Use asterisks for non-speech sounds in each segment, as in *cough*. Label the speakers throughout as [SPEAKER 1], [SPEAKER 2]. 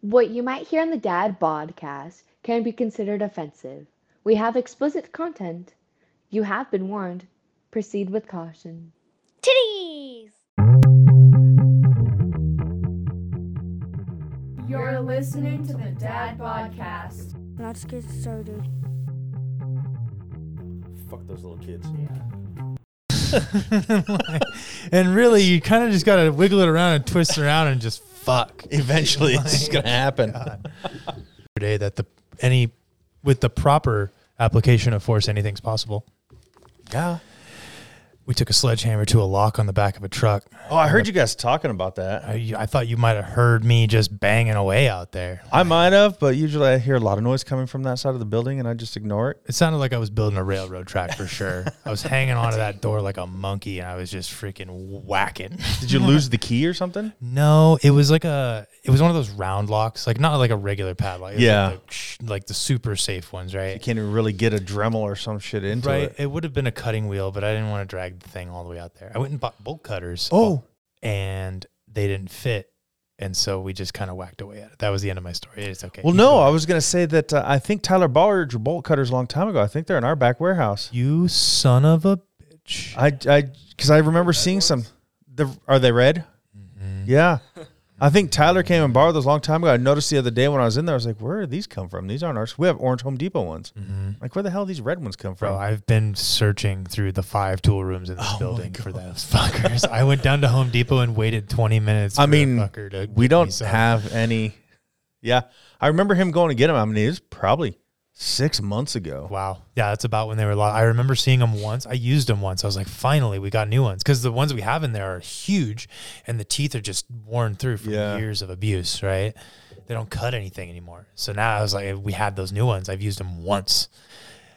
[SPEAKER 1] What you might hear on the Dad Podcast can be considered offensive. We have explicit content. You have been warned. Proceed with caution.
[SPEAKER 2] Titties!
[SPEAKER 3] You're listening to the Dad Podcast.
[SPEAKER 2] Let's get started.
[SPEAKER 4] Fuck those little kids.
[SPEAKER 5] *laughs* and really, you kind of just got to wiggle it around and twist it around and just fuck.
[SPEAKER 4] *laughs* Eventually, it's just gonna happen.
[SPEAKER 5] Today, that the any with the proper application of force, anything's possible.
[SPEAKER 4] Yeah.
[SPEAKER 5] We took a sledgehammer to a lock on the back of a truck.
[SPEAKER 4] Oh, I heard you guys talking about that.
[SPEAKER 5] I, I thought you might have heard me just banging away out there.
[SPEAKER 4] I might have, but usually I hear a lot of noise coming from that side of the building, and I just ignore it.
[SPEAKER 5] It sounded like I was building a railroad track
[SPEAKER 4] *laughs*
[SPEAKER 5] for sure. I was hanging onto that door like a monkey, and I was just freaking whacking.
[SPEAKER 4] Did you lose the key or something?
[SPEAKER 5] No, it was like a it was one of those round locks, like not like a regular padlock. It was
[SPEAKER 4] Yeah.
[SPEAKER 5] like the, like the super safe ones, right?
[SPEAKER 4] You can't even really get a Dremel or some shit into
[SPEAKER 5] right.
[SPEAKER 4] it.
[SPEAKER 5] It would have been a cutting wheel, but I didn't want to drag the thing all the way out there. I went and bought bolt cutters.
[SPEAKER 4] Oh.
[SPEAKER 5] and they didn't fit, and so we just kind of whacked away at it. That was the end of my story. It's okay.
[SPEAKER 4] Well,
[SPEAKER 5] You
[SPEAKER 4] no,
[SPEAKER 5] go.
[SPEAKER 4] I was gonna say that uh, I think Tyler Ballard drew bolt cutters a long time ago. I think they're in our back warehouse.
[SPEAKER 5] you son of a bitch.
[SPEAKER 4] I, I, because I remember seeing some. The are they red? Yeah, I think Tyler came and borrowed those a long time ago. I noticed the other day when I was in there, I was like, "Where did these come from? These aren't ours. We have orange Home Depot ones. Like, where the hell these red ones come from?"
[SPEAKER 5] Bro, I've been searching through the five tool rooms in this
[SPEAKER 4] Oh
[SPEAKER 5] building for those *laughs* fuckers. I went down to Home Depot and waited 20 minutes.
[SPEAKER 4] I
[SPEAKER 5] for a
[SPEAKER 4] mean,
[SPEAKER 5] fucker to
[SPEAKER 4] we
[SPEAKER 5] give me
[SPEAKER 4] don't
[SPEAKER 5] some.
[SPEAKER 4] have any. Yeah, I remember him going to get them. I mean, it was probably six months ago.
[SPEAKER 5] Wow. Yeah, that's about when they were. Lo- I remember seeing them once. I used them once. I was like, finally, we got new ones because the ones we have in there are huge, and the teeth are just worn through from
[SPEAKER 4] Yeah.
[SPEAKER 5] years of abuse. Right? They don't cut anything anymore. So now I was like, we had those new ones. I've used them once.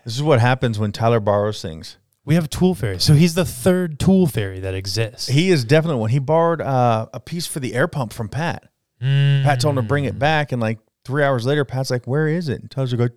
[SPEAKER 4] This is what happens when Tyler borrows things.
[SPEAKER 5] We have Tool Fairy. So he's the third Tool Fairy that exists.
[SPEAKER 4] He is definitely one. He borrowed uh, a piece for the air pump from Pat.
[SPEAKER 5] Hmm.
[SPEAKER 4] Pat told him to bring it back, and like three hours later, Pat's like, "Where is it?" And Tyler's like,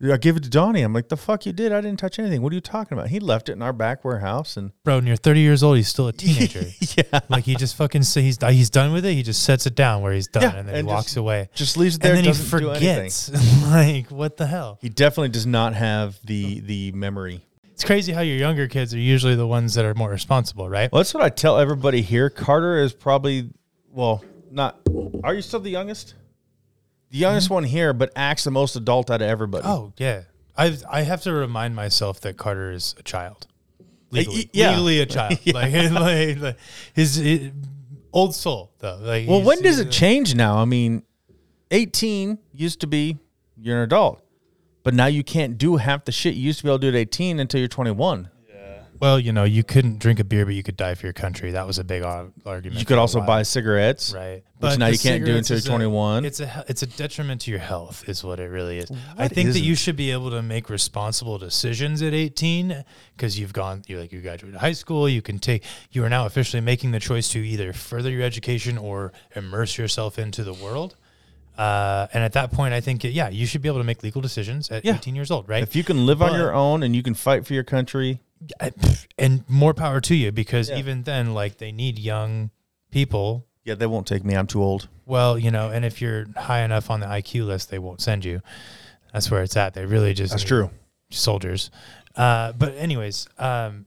[SPEAKER 4] "I- "I gave it to Donnie." I'm like, "The fuck you did? I didn't touch anything. What are you talking about?" He left it in our back warehouse,
[SPEAKER 5] *laughs*
[SPEAKER 4] and
[SPEAKER 5] Bro, and you're 30 years old. He's still a teenager.
[SPEAKER 4] *laughs* yeah,
[SPEAKER 5] like he just fucking so he's he's done with it. He just sets it down where he's done,
[SPEAKER 4] Yeah,
[SPEAKER 5] and then
[SPEAKER 4] and
[SPEAKER 5] he
[SPEAKER 4] just-
[SPEAKER 5] walks away.
[SPEAKER 4] just leaves it there.
[SPEAKER 5] And then he
[SPEAKER 4] doesn't do anything.
[SPEAKER 5] forgets. *laughs* like what the hell?
[SPEAKER 4] He definitely does not have the the memory.
[SPEAKER 5] It's crazy how your younger kids are usually the ones that are more responsible, right?
[SPEAKER 4] Well, that's what I tell everybody here. Carter is probably, well, not. Are you still the youngest? The youngest one here, but acts the most adult out of everybody.
[SPEAKER 5] Oh yeah, I I have to remind myself that Carter is a child, legally,
[SPEAKER 4] y- *laughs* yeah.
[SPEAKER 5] legally a child. like, *laughs* like, like his, his old soul though. Like
[SPEAKER 4] Well,
[SPEAKER 5] he's-
[SPEAKER 4] when does it
[SPEAKER 5] he's-
[SPEAKER 4] change now? I mean, 18 used to be you're an adult, but now you can't do half the shit you used to be able to do at 18 until you're 21.
[SPEAKER 5] Well, you know, you couldn't drink a beer, but you could die for your country. That was a big ar- argument.
[SPEAKER 4] You
[SPEAKER 5] for
[SPEAKER 4] could
[SPEAKER 5] a
[SPEAKER 4] also
[SPEAKER 5] while.
[SPEAKER 4] buy cigarettes.
[SPEAKER 5] Right,
[SPEAKER 4] Which now
[SPEAKER 5] the
[SPEAKER 4] you can't do
[SPEAKER 5] cigarettes
[SPEAKER 4] until
[SPEAKER 5] is
[SPEAKER 4] you're
[SPEAKER 5] a-
[SPEAKER 4] 21.
[SPEAKER 5] It's a he- it's a detriment to your health, is what it really is. I think that you should be able to make responsible decisions at 18 because you've gone, you like you graduated high school. You can take, you are now officially making the choice to either further your education or immerse yourself into the world. Uh, and at that point, I think yeah, you should be able to make legal decisions at
[SPEAKER 4] Yeah.
[SPEAKER 5] 18 years old, right?
[SPEAKER 4] If you can live on your
[SPEAKER 5] But-
[SPEAKER 4] own and you can fight for your country,
[SPEAKER 5] I- pff, and more power to you because even then, like they need young people
[SPEAKER 4] yeah, they won't take me. I'm too old.
[SPEAKER 5] Well, you know, and if you're high enough on the IQ list, they won't send you. That's where it's at. They really just
[SPEAKER 4] That's
[SPEAKER 5] need
[SPEAKER 4] true.
[SPEAKER 5] soldiers. Uh, but anyways, um,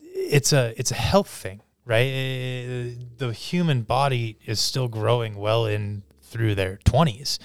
[SPEAKER 5] it's a it's a health thing, right? Eh, The human body is still growing well in through their twenties,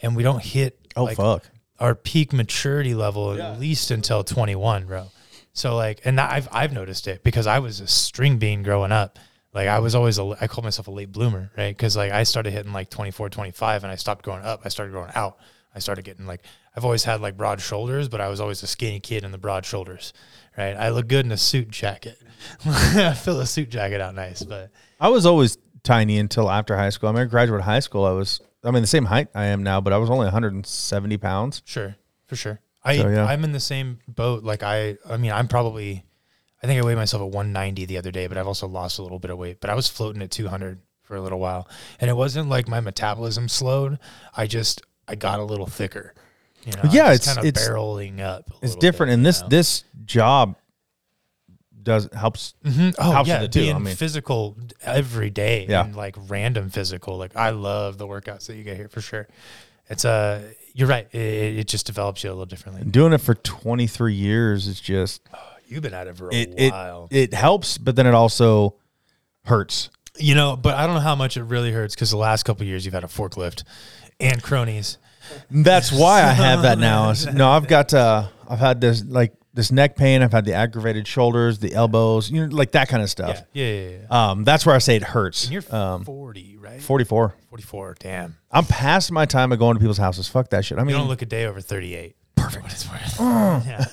[SPEAKER 5] and we don't hit
[SPEAKER 4] Oh,
[SPEAKER 5] like,
[SPEAKER 4] fuck.
[SPEAKER 5] our peak maturity level at least until 21, bro. So like, and that, I've I've noticed it because I was a string bean growing up. Like I was always a I called myself a late bloomer, right? Because like I started hitting like 24, 25, and I stopped growing up. I started growing out. I started getting like I've always had like broad shoulders, but I was always a skinny kid in the broad shoulders, right? I look good in a suit jacket. *laughs* I fill a suit jacket out nice, but
[SPEAKER 4] I was always tiny until after high school. I mean, I graduated high school. I was, I mean, the same height I am now, but I was only 170 pounds.
[SPEAKER 5] Sure, for sure. I
[SPEAKER 4] So, yeah.
[SPEAKER 5] I'm in the same boat. Like I, I mean, I'm probably, I think I weighed myself at 190 the other day, but I've also lost a little bit of weight. But I was floating at 200 for a little while, and it wasn't like my metabolism slowed. I just I got a little thicker. You know, I
[SPEAKER 4] Yeah,
[SPEAKER 5] was
[SPEAKER 4] it's-
[SPEAKER 5] kind of
[SPEAKER 4] it's-
[SPEAKER 5] barreling up. a
[SPEAKER 4] It's
[SPEAKER 5] little bit,
[SPEAKER 4] different.
[SPEAKER 5] you
[SPEAKER 4] and this
[SPEAKER 5] know?
[SPEAKER 4] this job does
[SPEAKER 5] *laughs*
[SPEAKER 4] helps.
[SPEAKER 5] hmm Oh
[SPEAKER 4] Helps with
[SPEAKER 5] yeah,
[SPEAKER 4] it, too,
[SPEAKER 5] being
[SPEAKER 4] I mean.
[SPEAKER 5] physical every day
[SPEAKER 4] Yeah.
[SPEAKER 5] and like random physical. Like I love the workouts that you get here for sure. It's uh, you're right. It, it just develops you a little differently.
[SPEAKER 4] Doing it for 23 years is just
[SPEAKER 5] You've been at it for a
[SPEAKER 4] it it,
[SPEAKER 5] while.
[SPEAKER 4] it helps, but then it also hurts.
[SPEAKER 5] You know, but I don't know how much it really hurts because the last couple of years you've had a forklift and cronies.
[SPEAKER 4] That's why I have
[SPEAKER 5] *laughs*
[SPEAKER 4] that now. Is- No, I've got uh, I've had this like this neck pain. I've had the aggravated shoulders, the elbows, you know, like that kind of
[SPEAKER 5] Yeah,
[SPEAKER 4] stuff.
[SPEAKER 5] yeah, yeah. yeah.
[SPEAKER 4] Um, that's where I say it hurts.
[SPEAKER 5] And you're
[SPEAKER 4] Um,
[SPEAKER 5] 40, right?
[SPEAKER 4] 44.
[SPEAKER 5] 44. Damn.
[SPEAKER 4] I'm past my time of going to people's houses. Fuck that shit. I
[SPEAKER 5] You
[SPEAKER 4] mean,
[SPEAKER 5] don't look a day over 38. Perfect. What it's worth. Yeah.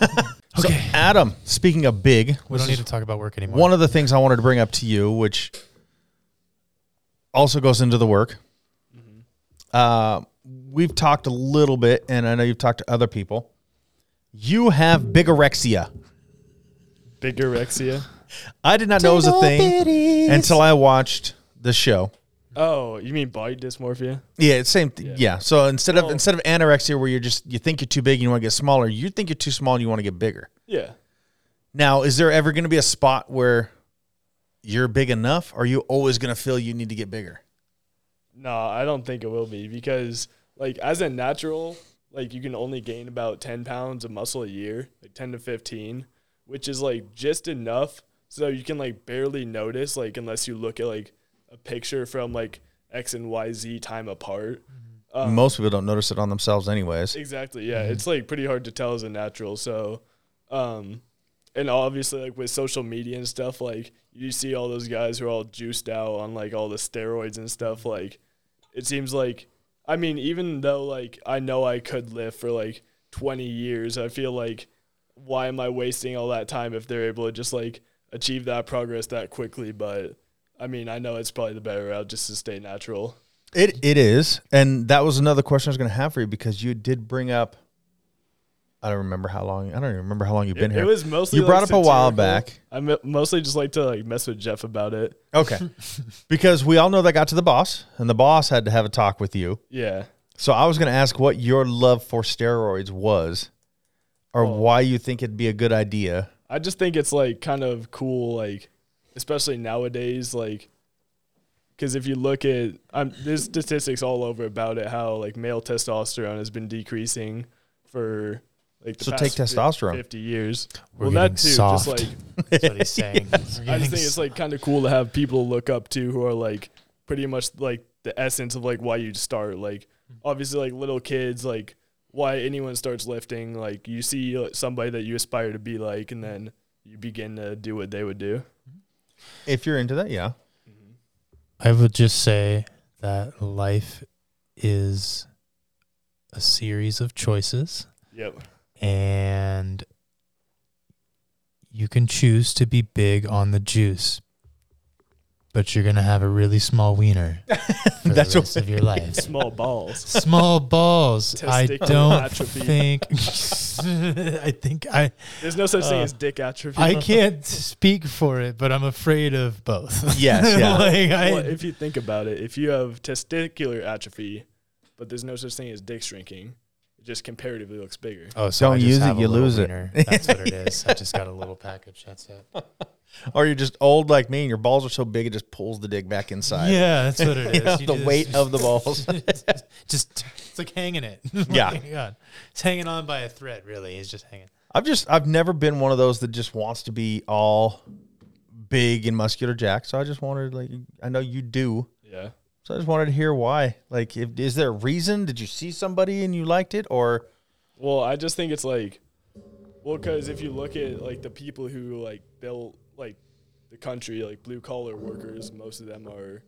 [SPEAKER 5] Okay.
[SPEAKER 4] Adam. Speaking of big,
[SPEAKER 5] we
[SPEAKER 4] this
[SPEAKER 5] don't need
[SPEAKER 4] is
[SPEAKER 5] to talk about work anymore.
[SPEAKER 4] one of the things I wanted to bring up to you, which also goes into the work. Uh, we've talked a little bit, and I know you've talked to other people. You have bigorexia.
[SPEAKER 6] Big orexia.
[SPEAKER 4] *laughs* I did not know it was a thing until I watched the show.
[SPEAKER 6] Oh, you mean body dysmorphia?
[SPEAKER 4] Yeah, it's same. Th- yeah. So instead of
[SPEAKER 6] Oh.
[SPEAKER 4] instead of anorexia, where you're just you think you're too big, and you want to get smaller. You think you're too small, and you want to get bigger.
[SPEAKER 6] Yeah.
[SPEAKER 4] Now, is there ever going to be a spot where you're big enough? Or are you always going to feel you need to get bigger?
[SPEAKER 6] No, I don't think it will be because, like, as a natural, like, you can only gain about 10 pounds of muscle a year, like 10 to 15, which is, like, just enough so you can, like, barely notice, like, unless you look at, like, a picture from, like, X and Y Z time apart. Um,
[SPEAKER 4] Most people don't notice it on themselves, anyways.
[SPEAKER 6] Exactly. Yeah, it's like pretty hard to tell as a natural. So, um, and obviously, like with social media and stuff, like you see all those guys who are all juiced out on like all the steroids and stuff. Like, it seems like, I mean, even though like I know I could lift for like 20 years, I feel like why am I wasting all that time if they're able to just like achieve that progress that quickly? But I mean, I know it's probably the better route just to stay natural.
[SPEAKER 4] It it is, and that was another question I was going to have for you because you did bring up. I don't remember how long. I don't even remember how long you've been
[SPEAKER 6] it,
[SPEAKER 4] here.
[SPEAKER 6] it was mostly
[SPEAKER 4] you brought
[SPEAKER 6] like,
[SPEAKER 4] up a while
[SPEAKER 6] satirical.
[SPEAKER 4] back.
[SPEAKER 6] I mo- mostly just like to like mess with Jeff about it.
[SPEAKER 4] Okay,
[SPEAKER 6] *laughs*
[SPEAKER 4] because we all know that got to the boss, and the boss had to have a talk with you.
[SPEAKER 6] Yeah.
[SPEAKER 4] So I was going to ask what your love for steroids was, or
[SPEAKER 6] Oh.
[SPEAKER 4] why you think it'd be a good idea.
[SPEAKER 6] I just think it's like kind of cool, like especially nowadays, like because if you look at I'm there's statistics all over about it how like male testosterone has been decreasing for like the
[SPEAKER 4] So
[SPEAKER 6] past
[SPEAKER 4] take
[SPEAKER 6] fif-
[SPEAKER 4] testosterone.
[SPEAKER 6] fifty years.
[SPEAKER 5] We're
[SPEAKER 6] well, that
[SPEAKER 5] getting
[SPEAKER 6] too,
[SPEAKER 5] soft.
[SPEAKER 6] just like
[SPEAKER 5] That's what he's saying.
[SPEAKER 6] I just think it's like kind of cool to have people to look up to who are like pretty much like the essence of like why you start. Like obviously like little kids, like why anyone starts lifting. Like you see uh, somebody that you aspire to be like, and then you begin to do what they would do.
[SPEAKER 4] If you're into that, yeah.
[SPEAKER 5] I would just say that life is a series of choices,
[SPEAKER 6] Yep.
[SPEAKER 5] and you can choose to be big on the juice, but you're gonna have a really
[SPEAKER 4] *laughs*
[SPEAKER 5] small wiener for
[SPEAKER 4] That's
[SPEAKER 5] the
[SPEAKER 4] what-
[SPEAKER 5] rest of your life.
[SPEAKER 6] Small
[SPEAKER 5] *laughs*
[SPEAKER 6] balls.
[SPEAKER 5] Small balls. I
[SPEAKER 6] Testicular
[SPEAKER 5] don't
[SPEAKER 6] atrophy.
[SPEAKER 5] think. *laughs* I think I
[SPEAKER 6] There's no such thing
[SPEAKER 5] Uh,
[SPEAKER 6] as dick atrophy.
[SPEAKER 5] I can't speak for it, but I'm afraid of both.
[SPEAKER 4] Yes,
[SPEAKER 5] *laughs*
[SPEAKER 4] yeah.
[SPEAKER 5] like I,
[SPEAKER 6] *laughs* Well, if you think about it, if you have testicular atrophy, but there's no such thing as dick shrinking, it just comparatively looks bigger.
[SPEAKER 5] Oh, so
[SPEAKER 4] Don't
[SPEAKER 5] I just
[SPEAKER 4] use it,
[SPEAKER 5] have a
[SPEAKER 4] you
[SPEAKER 5] little
[SPEAKER 4] lose it.
[SPEAKER 5] wiener. That's what it is. I just got a little package. That's
[SPEAKER 4] *laughs*
[SPEAKER 5] it.
[SPEAKER 4] Or you're just old like me and your balls are so big it just pulls the dick back inside. *laughs*
[SPEAKER 5] Yeah, that's what it
[SPEAKER 4] You
[SPEAKER 5] is.
[SPEAKER 4] know,
[SPEAKER 5] You
[SPEAKER 4] the
[SPEAKER 5] do this-
[SPEAKER 4] weight of the balls.
[SPEAKER 5] *laughs* just it's like hanging it. *laughs*
[SPEAKER 4] Yeah.
[SPEAKER 5] Like, God. it's hanging on by a thread. Really, it's just hanging.
[SPEAKER 4] I've just I've never been one of those that just wants to be all big and muscular jack. So I just wanted like I know you do.
[SPEAKER 6] Yeah.
[SPEAKER 4] So I just wanted to hear why. Like if is there a reason? Did you see somebody and you liked it or
[SPEAKER 6] Well, I just think it's like, well, because if you look at like the people who like built like the country, like blue collar workers, most of them are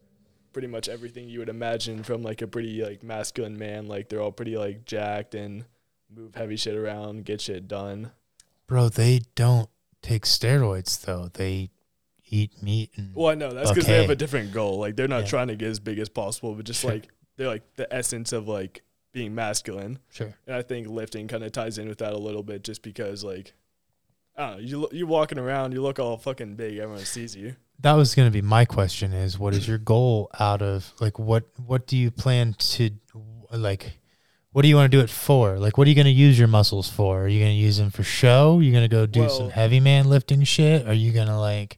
[SPEAKER 6] pretty much everything you would imagine from like a pretty like masculine man. Like they're all pretty like jacked and move heavy shit around, get shit done.
[SPEAKER 5] Bro, they don't take steroids though. They eat meat and
[SPEAKER 6] Well, I know that's because they have
[SPEAKER 5] Okay.
[SPEAKER 6] a different goal. Like they're not
[SPEAKER 5] Yeah.
[SPEAKER 6] trying to get as big as possible, but just
[SPEAKER 5] Sure.
[SPEAKER 6] like they're like the essence of like being masculine.
[SPEAKER 5] sure.
[SPEAKER 6] And I think lifting kind of ties in with that a little bit, just because like, I don't know, you lo- you walking around, you look all fucking big, everyone sees you.
[SPEAKER 5] That was going to be my question: Is what is your goal out of like what? What do you plan to like? what do you want to do it for? Like, what are you going to use your muscles for? Are you going to use them for show? Are you going to go do some
[SPEAKER 6] Well-
[SPEAKER 5] heavy man lifting shit? Are you going to like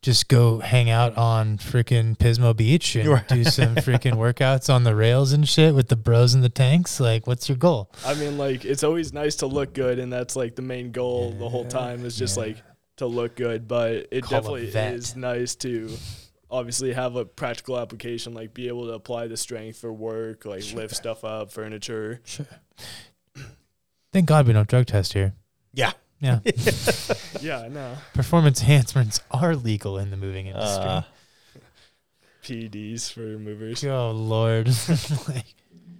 [SPEAKER 5] just go hang out on freaking Pismo Beach and
[SPEAKER 4] You're-
[SPEAKER 5] do some freaking workouts on the rails and shit with the bros in the tanks? Like, what's your goal?
[SPEAKER 6] I mean, like it's always nice to look good, and that's like the main goal the whole time is just
[SPEAKER 5] yeah.
[SPEAKER 6] like to look good. But it
[SPEAKER 5] Call a
[SPEAKER 6] definitely
[SPEAKER 5] vet.
[SPEAKER 6] is nice to obviously have a practical application, like be able to apply the strength for work, like lift stuff up,
[SPEAKER 5] *laughs*
[SPEAKER 6] furniture.
[SPEAKER 5] Thank God we don't drug test here.
[SPEAKER 4] Yeah.
[SPEAKER 5] Yeah.
[SPEAKER 6] yeah, I know.
[SPEAKER 5] Performance enhancements are legal in the moving industry.
[SPEAKER 4] Uh,
[SPEAKER 6] PEDs E for movers.
[SPEAKER 4] *laughs*
[SPEAKER 5] oh, Lord. like,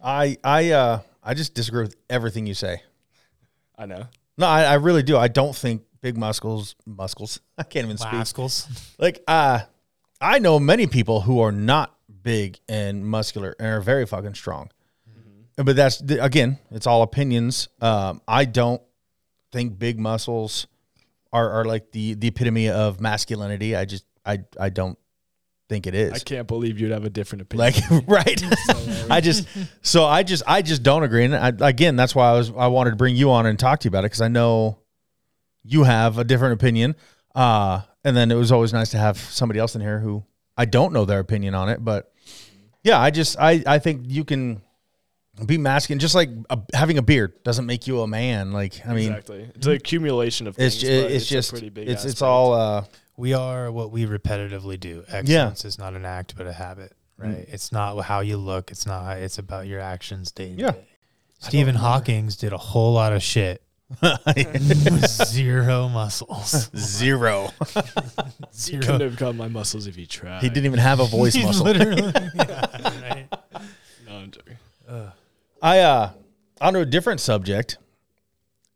[SPEAKER 4] I I uh I just disagree with everything you say.
[SPEAKER 6] I know.
[SPEAKER 4] No, I, I really do. I don't think big muscles muscles. *laughs* I can't even speak.
[SPEAKER 5] Rascals.
[SPEAKER 4] Like uh I know many people who are not big and muscular and are very fucking strong. But that's the- again, it's all opinions. Um I don't think big muscles are, are like the the epitome of masculinity. I just I I don't think it is.
[SPEAKER 6] I can't believe you'd have a different opinion.
[SPEAKER 4] like *laughs* right i just so i just i just don't agree and I, again that's why i was i wanted to bring you on and talk to you about it because i know you have a different opinion uh and then it was always nice to have somebody else in here who i don't know their opinion on it but yeah i just i i think you can be masculine just like a, having a beard doesn't make you a man like i mean
[SPEAKER 6] exactly. It's an accumulation of
[SPEAKER 4] it's
[SPEAKER 6] things.
[SPEAKER 4] ju-
[SPEAKER 6] but
[SPEAKER 4] it's,
[SPEAKER 6] a
[SPEAKER 4] just
[SPEAKER 6] pretty big
[SPEAKER 4] it's it's
[SPEAKER 6] aspect.
[SPEAKER 4] all uh
[SPEAKER 5] We are what we repetitively do. Excellence is not an act, but a habit,
[SPEAKER 4] Mm.
[SPEAKER 5] right? It's not how you look. It's not. How, it's about your actions day to
[SPEAKER 4] Yeah. *laughs*
[SPEAKER 5] day. Stephen Hawking's did a whole lot of shit. with
[SPEAKER 4] *laughs*
[SPEAKER 5] Zero muscles.
[SPEAKER 6] *laughs*
[SPEAKER 4] zero
[SPEAKER 6] You *laughs* couldn't have got my muscles if you tried.
[SPEAKER 4] he didn't even have a voice
[SPEAKER 5] He's
[SPEAKER 4] *laughs* muscle *laughs*
[SPEAKER 5] *laughs* literally- yeah, right.
[SPEAKER 6] No, I'm joking.
[SPEAKER 4] I uh on to a different subject.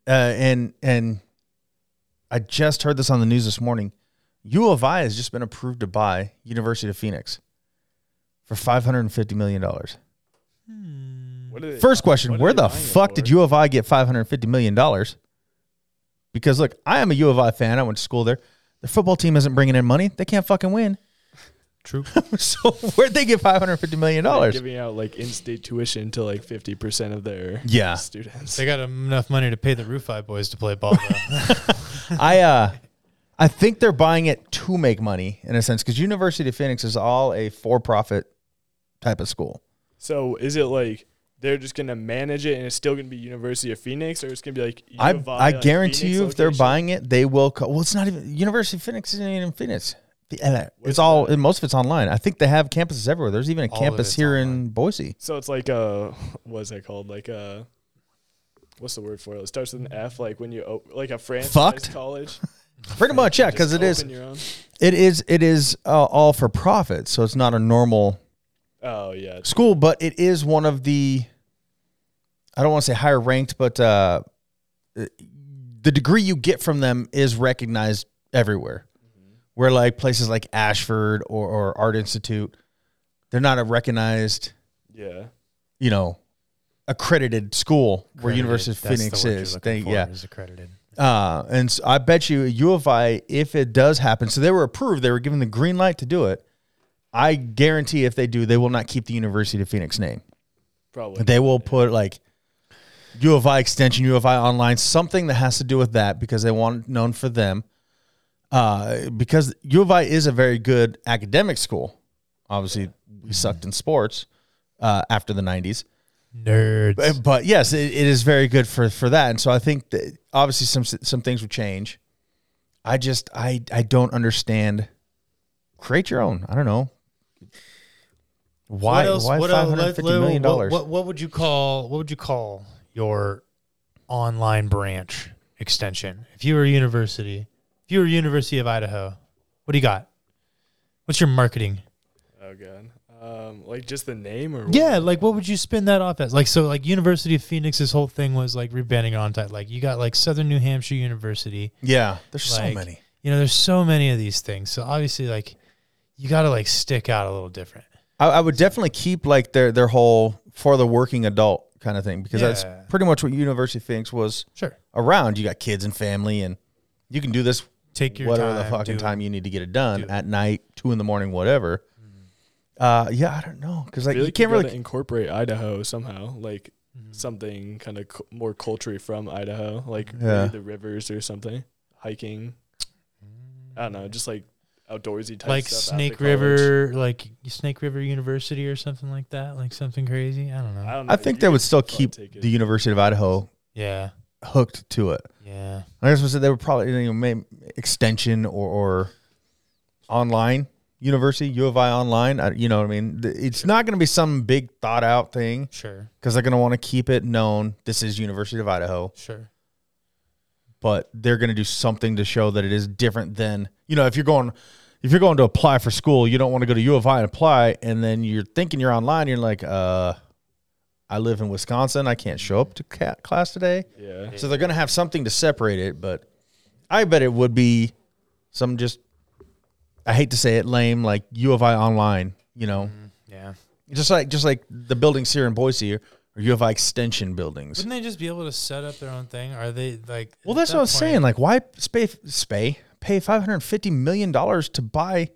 [SPEAKER 4] Uh and and I just heard this on the news this morning. U of I has just been approved to buy University of Phoenix for five hundred and fifty million dollars.
[SPEAKER 6] What are they-
[SPEAKER 4] First question,
[SPEAKER 6] what are
[SPEAKER 4] where
[SPEAKER 6] they
[SPEAKER 4] the
[SPEAKER 6] buying it
[SPEAKER 4] fuck did
[SPEAKER 6] for?
[SPEAKER 4] U of I get five hundred and fifty million dollars? Because look, I am a U of I fan. I went to school there. Their football team isn't bringing in money. They can't fucking win.
[SPEAKER 5] True.
[SPEAKER 4] *laughs* so where'd they get five hundred fifty million
[SPEAKER 6] They're
[SPEAKER 4] dollars?
[SPEAKER 6] giving out like in-state tuition to like 50% of their
[SPEAKER 4] Yeah.
[SPEAKER 6] students. *laughs*
[SPEAKER 5] They got enough money to pay the Rufai boys to play ball. Though.
[SPEAKER 4] I uh, I think they're buying it to make money in a sense because University of Phoenix is all a for-profit type of school.
[SPEAKER 6] So is it like they're just gonna manage it and it's still gonna be University of Phoenix, or it's gonna be like U
[SPEAKER 4] I
[SPEAKER 6] of
[SPEAKER 4] I
[SPEAKER 6] like,
[SPEAKER 4] guarantee
[SPEAKER 6] Phoenix
[SPEAKER 4] you, if they're
[SPEAKER 6] location?
[SPEAKER 4] buying it, they will. Co- well, it's not even University of Phoenix isn't even in Phoenix. The- uh,
[SPEAKER 6] Where's
[SPEAKER 4] It's all and most of it's online. I think they have campuses everywhere. There's even a
[SPEAKER 5] All of
[SPEAKER 4] campus
[SPEAKER 5] it's
[SPEAKER 4] here in
[SPEAKER 5] online.
[SPEAKER 4] Boise.
[SPEAKER 6] So it's like a what's that called? Like a what's the word for it? It starts with an F. Like when you op- like a franchise
[SPEAKER 4] Fucked?
[SPEAKER 6] college.
[SPEAKER 4] Pretty much, yeah, because it
[SPEAKER 6] Open
[SPEAKER 4] is
[SPEAKER 6] Your own.
[SPEAKER 4] it is it is uh, all for profit, so it's not a normal
[SPEAKER 6] Oh yeah, it's
[SPEAKER 4] school, but it is one of the I don't want to say higher ranked, but uh, the degree you get from them is recognized everywhere. Where like places like Ashford or, or Art Institute, they're not a recognized,
[SPEAKER 6] yeah.
[SPEAKER 4] you know, accredited school where
[SPEAKER 5] Accredited,
[SPEAKER 4] University of
[SPEAKER 5] *laughs* that's the
[SPEAKER 4] Phoenix
[SPEAKER 5] word you're
[SPEAKER 4] is.
[SPEAKER 5] looking
[SPEAKER 4] They-
[SPEAKER 5] for,
[SPEAKER 4] yeah,
[SPEAKER 5] is accredited.
[SPEAKER 4] uh, and so I bet you U of I, if it does happen, so they were approved, they were given the green light to do it. I guarantee if they do, they will not keep the University of Phoenix name.
[SPEAKER 6] Probably.
[SPEAKER 4] They will put like U of I extension, U of I online, something that has to do with that because they want it known for them. Uh, because U of I is a very good academic school. Obviously, we sucked in sports uh, after the '90s,
[SPEAKER 5] Nerds.
[SPEAKER 4] but, but yes, it, it is very good for for that. And so I think that obviously some some things would change. I just I I don't understand. Create your own. I don't know. Why?
[SPEAKER 5] what else,
[SPEAKER 4] why
[SPEAKER 5] what
[SPEAKER 4] five
[SPEAKER 5] else-
[SPEAKER 4] hundred fifty
[SPEAKER 5] what-
[SPEAKER 4] million dollars?
[SPEAKER 5] What, what, what would you call? What would you call your online branch extension? If you were a university, if you were University of Idaho, what do you got? What's your marketing?
[SPEAKER 6] Oh god. Um, like just the name or
[SPEAKER 5] Yeah, like what would you spin that off as? Like so, like University of Phoenix's whole thing was like rebranding on type. Like you got like Southern New Hampshire University.
[SPEAKER 4] Yeah, there's
[SPEAKER 5] Like,
[SPEAKER 4] so many.
[SPEAKER 5] You know, there's so many of these things. So obviously, like you got to like stick out a little different.
[SPEAKER 4] I, I would definitely keep like their their whole for the working adult kind of thing because that's
[SPEAKER 5] Yeah.
[SPEAKER 4] pretty much what University of Phoenix was
[SPEAKER 5] Sure,
[SPEAKER 4] around. You got kids and family, and you can do this
[SPEAKER 5] take your
[SPEAKER 4] whatever the
[SPEAKER 5] time,
[SPEAKER 4] fucking
[SPEAKER 5] do it.
[SPEAKER 4] time you need to get it done
[SPEAKER 5] do it.
[SPEAKER 4] at night, two in the morning, whatever. Uh, yeah, I don't know because
[SPEAKER 6] I
[SPEAKER 4] like
[SPEAKER 6] feel
[SPEAKER 4] you
[SPEAKER 6] like
[SPEAKER 4] can't
[SPEAKER 6] you gotta
[SPEAKER 4] really.
[SPEAKER 6] incorporate Idaho somehow. Like something kind of cu- more culturally from Idaho, like
[SPEAKER 4] Yeah.
[SPEAKER 6] maybe the rivers or something, hiking. I don't know, just like outdoorsy type
[SPEAKER 5] like
[SPEAKER 6] stuff after
[SPEAKER 5] Snake
[SPEAKER 6] college.
[SPEAKER 5] River, like Snake River University or something like that, like something crazy. I don't know.
[SPEAKER 6] I, don't know,
[SPEAKER 4] I think
[SPEAKER 6] you
[SPEAKER 4] that would
[SPEAKER 6] could
[SPEAKER 4] still
[SPEAKER 6] probably
[SPEAKER 4] keep
[SPEAKER 6] take it.
[SPEAKER 4] the University of Idaho
[SPEAKER 5] yeah,
[SPEAKER 4] hooked to it.
[SPEAKER 5] yeah,
[SPEAKER 4] I guess we said they were probably you know maybe extension or, or online university U of I online. I, you know what I mean? Th- It's not going to be some big thought out thing
[SPEAKER 5] sure,
[SPEAKER 4] because they're going to want to keep it known this is University of Idaho,
[SPEAKER 5] sure,
[SPEAKER 4] but they're going to do something to show that it is different than you know if you're going if you're going to apply for school, you don't want to go to U of I and apply, and then you're thinking you're online, you're like, uh, I live in Wisconsin, I can't show up to ca- class today.
[SPEAKER 6] Yeah.
[SPEAKER 4] So they're going to have something to separate it, but I bet it would be some just, I hate to say it, lame, like U of I online, you know,
[SPEAKER 5] yeah.
[SPEAKER 4] just like just like the buildings here in Boise or U of I extension buildings.
[SPEAKER 5] Wouldn't they just be able to set up their own thing? Are they like?
[SPEAKER 4] Well,
[SPEAKER 5] at
[SPEAKER 4] that's
[SPEAKER 5] that
[SPEAKER 4] what I'm
[SPEAKER 5] point-
[SPEAKER 4] saying. Like, why spay, spay, pay $550 million to buy,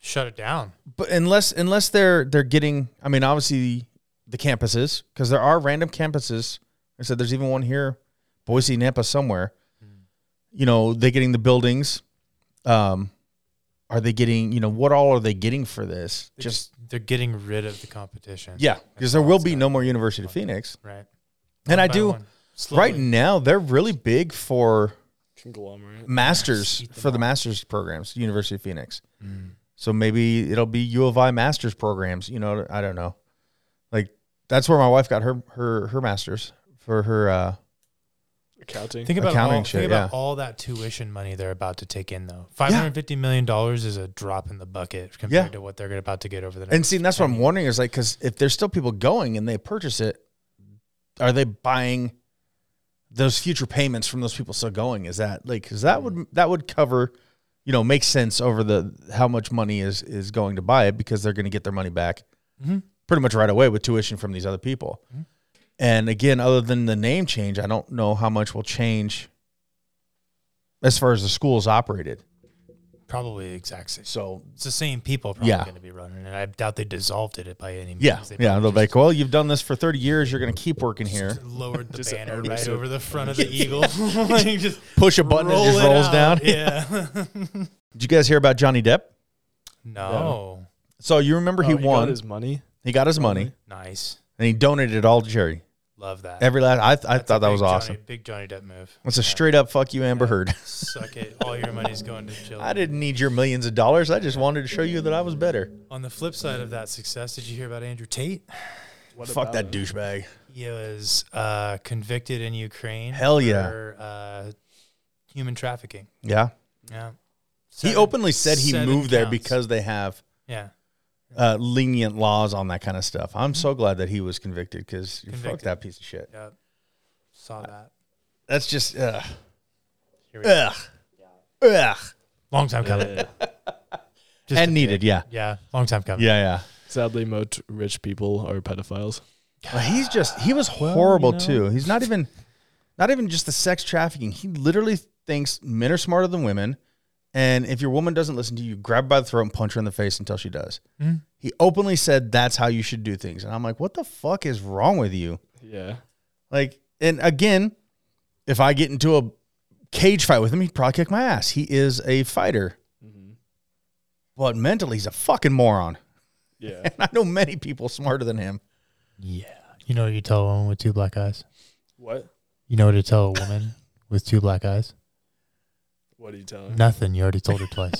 [SPEAKER 5] Shut it down.
[SPEAKER 4] but unless, unless they're, they're getting, I mean, obviously the campuses, because there are random campuses. I said there's even one here, Boise, Nampa, somewhere. You know, they're getting the buildings. Um, are they getting, you know, what all are they getting for this?
[SPEAKER 5] They
[SPEAKER 4] Just,
[SPEAKER 5] they're getting rid of the competition.
[SPEAKER 4] yeah, because there will be no more University of Phoenix.
[SPEAKER 5] Right.
[SPEAKER 4] And I
[SPEAKER 5] by
[SPEAKER 4] do,
[SPEAKER 5] one.
[SPEAKER 4] right
[SPEAKER 5] Slowly.
[SPEAKER 4] now, they're really big for
[SPEAKER 6] Conglomerate.
[SPEAKER 4] masters
[SPEAKER 5] Eat them Mm.
[SPEAKER 4] for the
[SPEAKER 5] up.
[SPEAKER 4] masters programs, University of Phoenix. So maybe it'll be U of I masters programs. You know, I don't know. Like that's where my wife got her her her masters for her. uh
[SPEAKER 6] Accounting.
[SPEAKER 5] Think about
[SPEAKER 4] accounting
[SPEAKER 5] all,
[SPEAKER 4] shit,
[SPEAKER 5] think about
[SPEAKER 4] yeah.
[SPEAKER 5] all that tuition money they're about to take in, though. Five hundred fifty million dollars is a drop in the bucket compared
[SPEAKER 4] Yeah.
[SPEAKER 5] to what they're about to get over the next.
[SPEAKER 4] And see, that's what I'm wondering is like because if there's still people going and they purchase it, are they buying those future payments from those people still going? Is that like because that would that would cover. You know, make sense over the how much money is is going to buy it because they're going to get their money back.
[SPEAKER 5] Mhm.
[SPEAKER 4] pretty much right away with tuition from these other people. And again, other than the name change, I don't know how much will change as far as the schools operated.
[SPEAKER 5] Probably exact same.
[SPEAKER 4] So
[SPEAKER 5] It's the same people probably
[SPEAKER 4] Yeah.
[SPEAKER 5] going to be running it. I doubt they dissolved it by any means.
[SPEAKER 4] yeah,
[SPEAKER 5] They
[SPEAKER 4] yeah,
[SPEAKER 5] probably
[SPEAKER 4] they'll be like, well, you've done this for thirty years, you're going to keep working
[SPEAKER 5] just
[SPEAKER 4] here.
[SPEAKER 5] Lowered the
[SPEAKER 6] Just
[SPEAKER 5] banner
[SPEAKER 6] erase
[SPEAKER 5] right
[SPEAKER 6] it.
[SPEAKER 5] over the front of the eagle. *laughs* like just
[SPEAKER 4] Push a button,
[SPEAKER 5] roll
[SPEAKER 4] it just rolls
[SPEAKER 5] out.
[SPEAKER 4] down. *laughs*
[SPEAKER 5] Yeah.
[SPEAKER 4] Did you guys hear about Johnny Depp?
[SPEAKER 5] no.
[SPEAKER 4] So you remember he
[SPEAKER 6] Oh, got
[SPEAKER 4] won,
[SPEAKER 6] his money.
[SPEAKER 4] he got his money,
[SPEAKER 5] Nice.
[SPEAKER 4] and he donated it all to charity.
[SPEAKER 5] Love that.
[SPEAKER 4] Every last, I, I
[SPEAKER 5] That's a
[SPEAKER 4] thought that
[SPEAKER 5] big
[SPEAKER 4] was
[SPEAKER 5] Johnny-
[SPEAKER 4] awesome.
[SPEAKER 5] Big Johnny Depp move.
[SPEAKER 4] It's a straight up fuck you, Amber
[SPEAKER 5] Yeah.
[SPEAKER 4] Heard. *laughs*
[SPEAKER 5] Suck it. All your money's going to children.
[SPEAKER 4] I didn't need your millions of dollars. I just wanted to show you that I was better.
[SPEAKER 5] On the flip side of that success, did you hear about Andrew Tate?
[SPEAKER 6] What
[SPEAKER 4] Fuck
[SPEAKER 6] about
[SPEAKER 4] that
[SPEAKER 6] it?
[SPEAKER 4] douchebag.
[SPEAKER 5] He was uh, convicted in Ukraine.
[SPEAKER 4] Hell yeah.
[SPEAKER 5] For uh, human trafficking.
[SPEAKER 4] Yeah.
[SPEAKER 5] Yeah.
[SPEAKER 4] He
[SPEAKER 5] Seven-
[SPEAKER 4] openly said he
[SPEAKER 5] seven
[SPEAKER 4] moved there
[SPEAKER 5] counts.
[SPEAKER 4] because they have
[SPEAKER 5] yeah,
[SPEAKER 4] uh, lenient laws on that kind of stuff. I'm so glad that he was convicted because fuck
[SPEAKER 5] Convicted.
[SPEAKER 4] that piece of shit.
[SPEAKER 5] yeah, saw that.
[SPEAKER 4] That's just ugh,
[SPEAKER 5] Here we go.
[SPEAKER 4] ugh, ugh,
[SPEAKER 5] Long time coming. Just
[SPEAKER 4] and
[SPEAKER 5] a
[SPEAKER 4] needed.
[SPEAKER 5] bit.
[SPEAKER 4] Yeah,
[SPEAKER 5] Yeah, long time coming.
[SPEAKER 4] yeah, yeah.
[SPEAKER 6] Sadly, most rich people are pedophiles.
[SPEAKER 4] Well, he's just he was horrible
[SPEAKER 5] know.
[SPEAKER 4] too. He's not even not even just the sex trafficking. He literally thinks men are smarter than women, and if your woman doesn't listen to you, grab her by the throat and punch her in the face until she does.
[SPEAKER 5] Mm-hmm.
[SPEAKER 4] He openly said that's how you should do things, and I'm like, what the fuck is wrong with you?
[SPEAKER 6] Yeah.
[SPEAKER 4] Like, and again, if I get into a cage fight with him, he'd probably kick my ass. He is a fighter, but mentally, he's a fucking moron. *laughs*
[SPEAKER 6] Yeah.
[SPEAKER 4] I know many people smarter than him.
[SPEAKER 5] yeah. You know what you tell a woman with two black eyes?
[SPEAKER 6] what?
[SPEAKER 5] You know what to tell a *laughs* woman with two black eyes?
[SPEAKER 6] What are you telling? me?
[SPEAKER 5] Nothing. You already told her twice.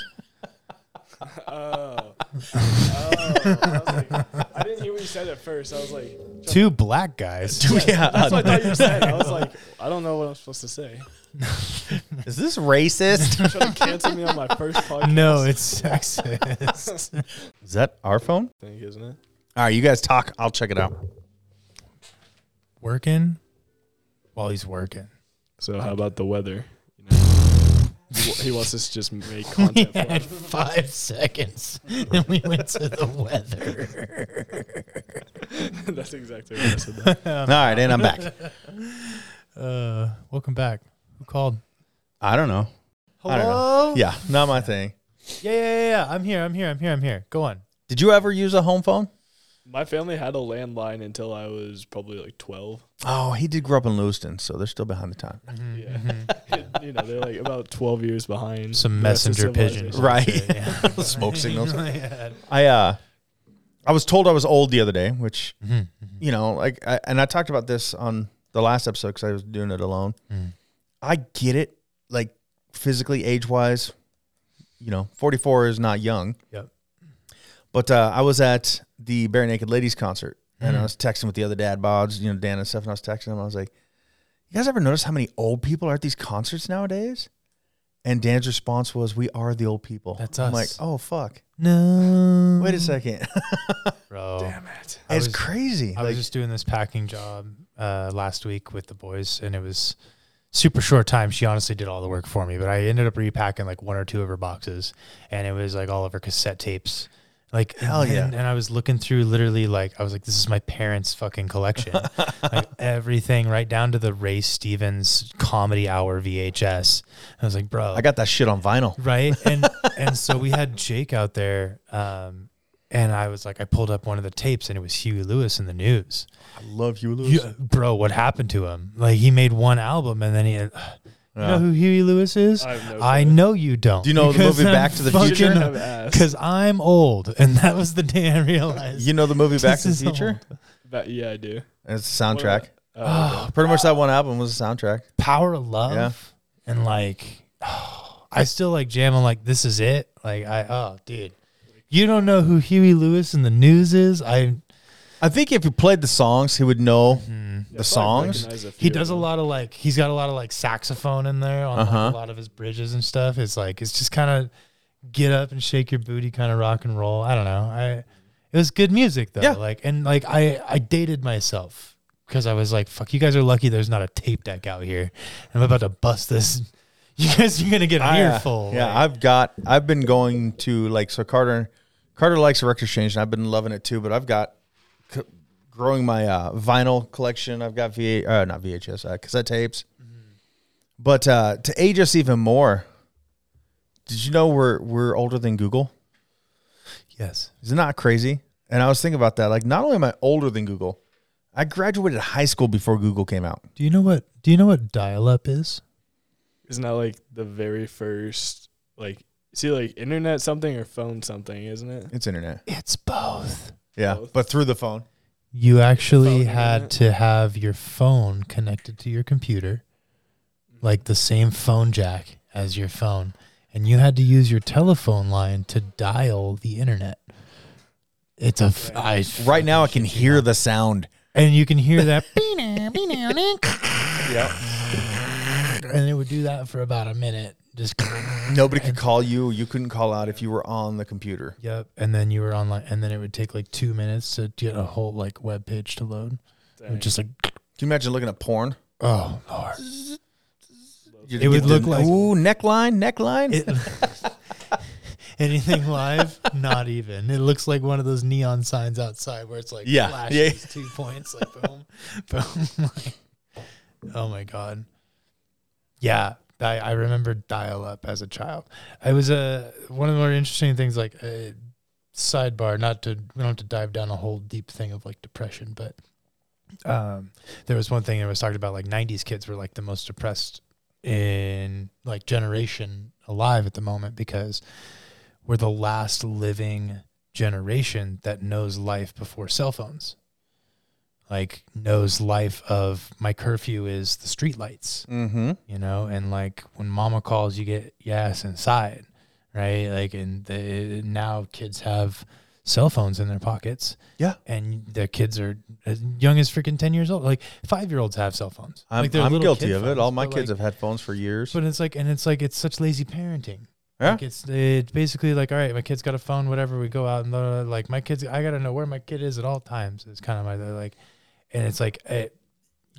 [SPEAKER 6] Oh. oh. I, was like, I didn't hear what you said at first. I was like,
[SPEAKER 5] two black guys.
[SPEAKER 4] yeah, uh,
[SPEAKER 6] that's what I thought you were saying. I was like, I don't know what I'm supposed to say.
[SPEAKER 4] is this *laughs* racist?
[SPEAKER 6] Trying to cancel me on my first
[SPEAKER 5] *laughs*
[SPEAKER 6] podcast.
[SPEAKER 5] No, it's sexist.
[SPEAKER 4] is that our phone?
[SPEAKER 6] Thing, isn't it?
[SPEAKER 4] All right, you guys talk. I'll check it out.
[SPEAKER 5] working while he's working.
[SPEAKER 6] So how about the weather? You know, *laughs* he wa- he wants us to just make content. for us.
[SPEAKER 5] five *laughs* seconds *laughs* and we went to the weather.
[SPEAKER 6] *laughs* That's exactly what I said. That.
[SPEAKER 4] All right, and I'm *laughs* back.
[SPEAKER 5] Uh, welcome back. Who called?
[SPEAKER 4] I don't know. I don't know. Yeah, not my thing.
[SPEAKER 5] Yeah, yeah, yeah, yeah. I'm here. I'm here. I'm here. I'm here. Go on.
[SPEAKER 4] Did you ever use a home phone?
[SPEAKER 6] My family had a landline until I was probably like 12.
[SPEAKER 4] Oh, he did grow up in Lewiston, so they're still behind the time.
[SPEAKER 5] Mm-hmm.
[SPEAKER 6] Yeah. *laughs* you know, they're like about 12 years behind.
[SPEAKER 5] Some
[SPEAKER 6] the rest of
[SPEAKER 5] messenger pigeon.
[SPEAKER 6] civilization.
[SPEAKER 4] *laughs* Right. *laughs*
[SPEAKER 5] Yeah.
[SPEAKER 4] Smoke signals.
[SPEAKER 5] Yeah.
[SPEAKER 4] I uh I was told I was old the other day, which you know, like I, and I talked about this on the last episode cuz I was doing it alone. I get it like physically age-wise, you know, 44 is not young.
[SPEAKER 5] Yep.
[SPEAKER 4] But uh, I was at the Bare Naked Ladies concert and
[SPEAKER 5] Mm.
[SPEAKER 4] I was texting with the other dad bods, you know, Dan and stuff, and I was texting them. I was like, You guys ever notice how many old people are at these concerts nowadays? And Dan's response was, We are the old people.
[SPEAKER 5] That's
[SPEAKER 4] I'm like,
[SPEAKER 5] us.
[SPEAKER 4] Oh, fuck.
[SPEAKER 5] No.
[SPEAKER 4] Wait a second. *laughs*
[SPEAKER 5] Bro. Damn
[SPEAKER 6] it.
[SPEAKER 4] it's crazy.
[SPEAKER 5] I
[SPEAKER 4] like,
[SPEAKER 5] was just doing this packing job uh, last week with the boys, and it was super short time. She honestly did all the work for me, but I ended up repacking like one or two of her boxes, and it was like all of her cassette tapes. Like
[SPEAKER 4] Hell
[SPEAKER 5] and,
[SPEAKER 4] yeah.
[SPEAKER 5] and I was looking through literally like I was like, this is my parents' fucking collection, like everything right down to the Ray Stevens comedy hour VHS. I was like, bro,
[SPEAKER 4] I got that shit on vinyl. *laughs*
[SPEAKER 5] right and and so we had jake out there um and i was like i pulled up one of the tapes and it was huey lewis in the news
[SPEAKER 4] I love you, Lewis.
[SPEAKER 5] yeah, bro what happened to him like he made one album and then he uh, you know who huey lewis is
[SPEAKER 6] I have no
[SPEAKER 5] I
[SPEAKER 6] clue.
[SPEAKER 5] know you don't
[SPEAKER 4] Do you know the
[SPEAKER 5] because
[SPEAKER 4] movie
[SPEAKER 5] I'm
[SPEAKER 4] Back to the
[SPEAKER 5] fucking-
[SPEAKER 4] Future?
[SPEAKER 6] Shouldn't have
[SPEAKER 5] *laughs*
[SPEAKER 6] asked.
[SPEAKER 5] because i'm old and that was the day i realized
[SPEAKER 4] You know the movie Back
[SPEAKER 5] *laughs* This
[SPEAKER 4] to the
[SPEAKER 5] is
[SPEAKER 4] Future?
[SPEAKER 5] old.
[SPEAKER 6] But yeah, I do.
[SPEAKER 4] It's a soundtrack.
[SPEAKER 6] Uh,
[SPEAKER 4] *sighs* Pretty much that one album was a soundtrack.
[SPEAKER 5] power of love
[SPEAKER 4] Yeah.
[SPEAKER 5] and like *sighs* I still like jam on like this is it. Like I oh dude. You don't know who Huey Lewis in the news is. I
[SPEAKER 4] I think if you played the songs, he would know the songs.
[SPEAKER 5] he does a lot of like he's got a lot of like saxophone in there on like,
[SPEAKER 4] Uh-huh.
[SPEAKER 5] a lot of his bridges and stuff. It's like it's just kind of get up and shake your booty kind of rock and roll. I don't know. I it was good music though.
[SPEAKER 4] Yeah.
[SPEAKER 5] Like and like I I dated myself because I was like fuck you guys are lucky there's not a tape deck out here. I'm about to bust this. *laughs* You guys are gonna get an
[SPEAKER 4] I, uh,
[SPEAKER 5] earful.
[SPEAKER 4] Yeah,
[SPEAKER 5] like-
[SPEAKER 4] I've got. I've been going to like so Carter. Carter likes Erector Exchange, and I've been loving it too. But I've got c- growing my uh, vinyl collection. I've got V uh, not VHS uh, cassette tapes. But uh, to age us even more, did you know we're we're older than Google?
[SPEAKER 5] Yes.
[SPEAKER 4] Is it not crazy? And I was thinking about that. Like, not only am I older than Google, I graduated high school before Google came out.
[SPEAKER 5] Do you know what? Do you know what dial-up is?
[SPEAKER 6] Isn't that like the very first, like, see, like internet something or phone something, isn't it?
[SPEAKER 4] It's internet.
[SPEAKER 5] It's both.
[SPEAKER 4] Yeah, but through the phone.
[SPEAKER 5] You actually
[SPEAKER 6] Phone
[SPEAKER 5] had
[SPEAKER 6] internet.
[SPEAKER 5] to have your phone connected to your computer,
[SPEAKER 4] Mm-hmm.
[SPEAKER 5] like the same phone jack as your phone, and you had to use your telephone line to dial the internet. It's a f- I
[SPEAKER 4] Right now, I can hear the sound.
[SPEAKER 5] and you can hear
[SPEAKER 4] *laughs*
[SPEAKER 5] that, beep,
[SPEAKER 6] Yeah.
[SPEAKER 5] and it would do that for about a minute. Just
[SPEAKER 4] Nobody could call you. You couldn't call out if you were on the computer.
[SPEAKER 5] yep, and then you were online, and then it would take like two minutes to get a whole like web page to load. It would Just like
[SPEAKER 4] Can you imagine looking at porn?
[SPEAKER 5] oh lord.
[SPEAKER 4] *laughs* You'd
[SPEAKER 5] It would
[SPEAKER 4] get
[SPEAKER 5] look like-
[SPEAKER 4] ooh neckline, neckline.
[SPEAKER 5] It, anything live? *laughs* Not even. It looks like one of those neon signs outside where it's like
[SPEAKER 4] Yeah,
[SPEAKER 5] flashes,
[SPEAKER 4] yeah.
[SPEAKER 5] two points, like boom, *laughs* boom. like- oh my god. Yeah, I, I remember dial up as a child. I was a one of the more interesting things. Like uh, sidebar, not to we don't have to dive down a whole deep thing of like depression, but um, there was one thing that was talked about. Like '90s kids were like the most depressed in like generation alive at the moment because we're the last living generation that knows life before cell phones. Like knows life of my curfew is the streetlights
[SPEAKER 4] mm-hmm.
[SPEAKER 5] you know and like when mama calls you get yes inside right like and the, now kids have cell phones in their pockets
[SPEAKER 4] Yeah.
[SPEAKER 5] and their kids are as young as freaking 10 years old like five year olds have cell phones
[SPEAKER 4] I'm,
[SPEAKER 5] like they're
[SPEAKER 4] I'm
[SPEAKER 5] little
[SPEAKER 4] guilty
[SPEAKER 5] kid
[SPEAKER 4] of it.
[SPEAKER 5] phones,
[SPEAKER 4] All my
[SPEAKER 5] but,
[SPEAKER 4] kids
[SPEAKER 5] like-
[SPEAKER 4] have had phones for years.
[SPEAKER 5] but it's like and it's like it's such lazy parenting
[SPEAKER 4] Yeah.
[SPEAKER 5] like it's it's basically like all right my kid's got a phone whatever we go out and blah, blah, blah, like my kids i gotta know where my kid is at all times it's kind of my like and it's like it,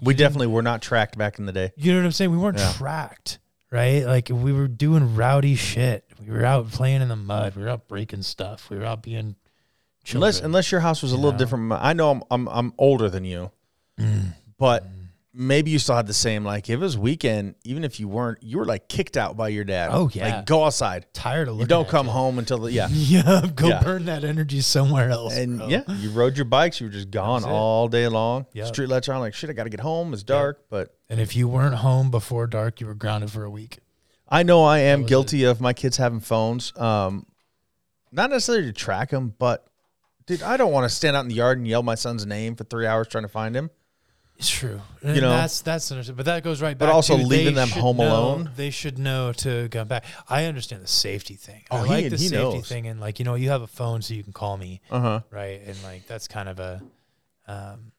[SPEAKER 4] we definitely were not tracked back in the day.
[SPEAKER 5] you know what I'm saying? We weren't
[SPEAKER 4] Yeah.
[SPEAKER 5] tracked, right? Like we were doing rowdy shit. We were out playing in the mud. We were out breaking stuff. We were out being children.
[SPEAKER 4] Unless unless your house was a
[SPEAKER 5] you
[SPEAKER 4] little
[SPEAKER 5] know? Mm.
[SPEAKER 4] different. I know I'm I'm I'm older than you, but maybe you still had the same like if it was weekend, even if you weren't, you were like kicked out by your dad.
[SPEAKER 5] Oh, yeah.
[SPEAKER 4] like go outside.
[SPEAKER 5] Tired of
[SPEAKER 4] You
[SPEAKER 5] looking.
[SPEAKER 4] don't
[SPEAKER 5] at
[SPEAKER 4] come home until the yeah.
[SPEAKER 5] *laughs* Yeah, go
[SPEAKER 4] Yeah.
[SPEAKER 5] burn that energy somewhere else.
[SPEAKER 4] And
[SPEAKER 5] bro.
[SPEAKER 4] yeah, you rode your bikes. You were just gone
[SPEAKER 5] it.
[SPEAKER 4] all day long.
[SPEAKER 5] Yep.
[SPEAKER 4] Street lights are on. Like shit, I got to get home. It's dark, but
[SPEAKER 5] and if you weren't home before dark, you were grounded for a week.
[SPEAKER 4] I know I am guilty of my kids having phones. Um, not necessarily to track them, but dude, I don't want to stand out in the yard and yell my son's name for three hours trying to find him.
[SPEAKER 5] It's true. And
[SPEAKER 4] know?
[SPEAKER 5] that's that's understood. But that goes right
[SPEAKER 4] But
[SPEAKER 5] back.
[SPEAKER 4] also
[SPEAKER 5] to
[SPEAKER 4] leaving
[SPEAKER 5] they
[SPEAKER 4] them
[SPEAKER 5] should
[SPEAKER 4] home
[SPEAKER 5] know-
[SPEAKER 4] alone.
[SPEAKER 5] They should know to go back. I understand the safety thing.
[SPEAKER 4] Oh,
[SPEAKER 5] I
[SPEAKER 4] he-
[SPEAKER 5] like the
[SPEAKER 4] he
[SPEAKER 5] safety
[SPEAKER 4] knows.
[SPEAKER 5] thing, and like you know, you have a phone, so you can call me,
[SPEAKER 4] Uh huh.
[SPEAKER 5] right? And like that's kind of a. Um,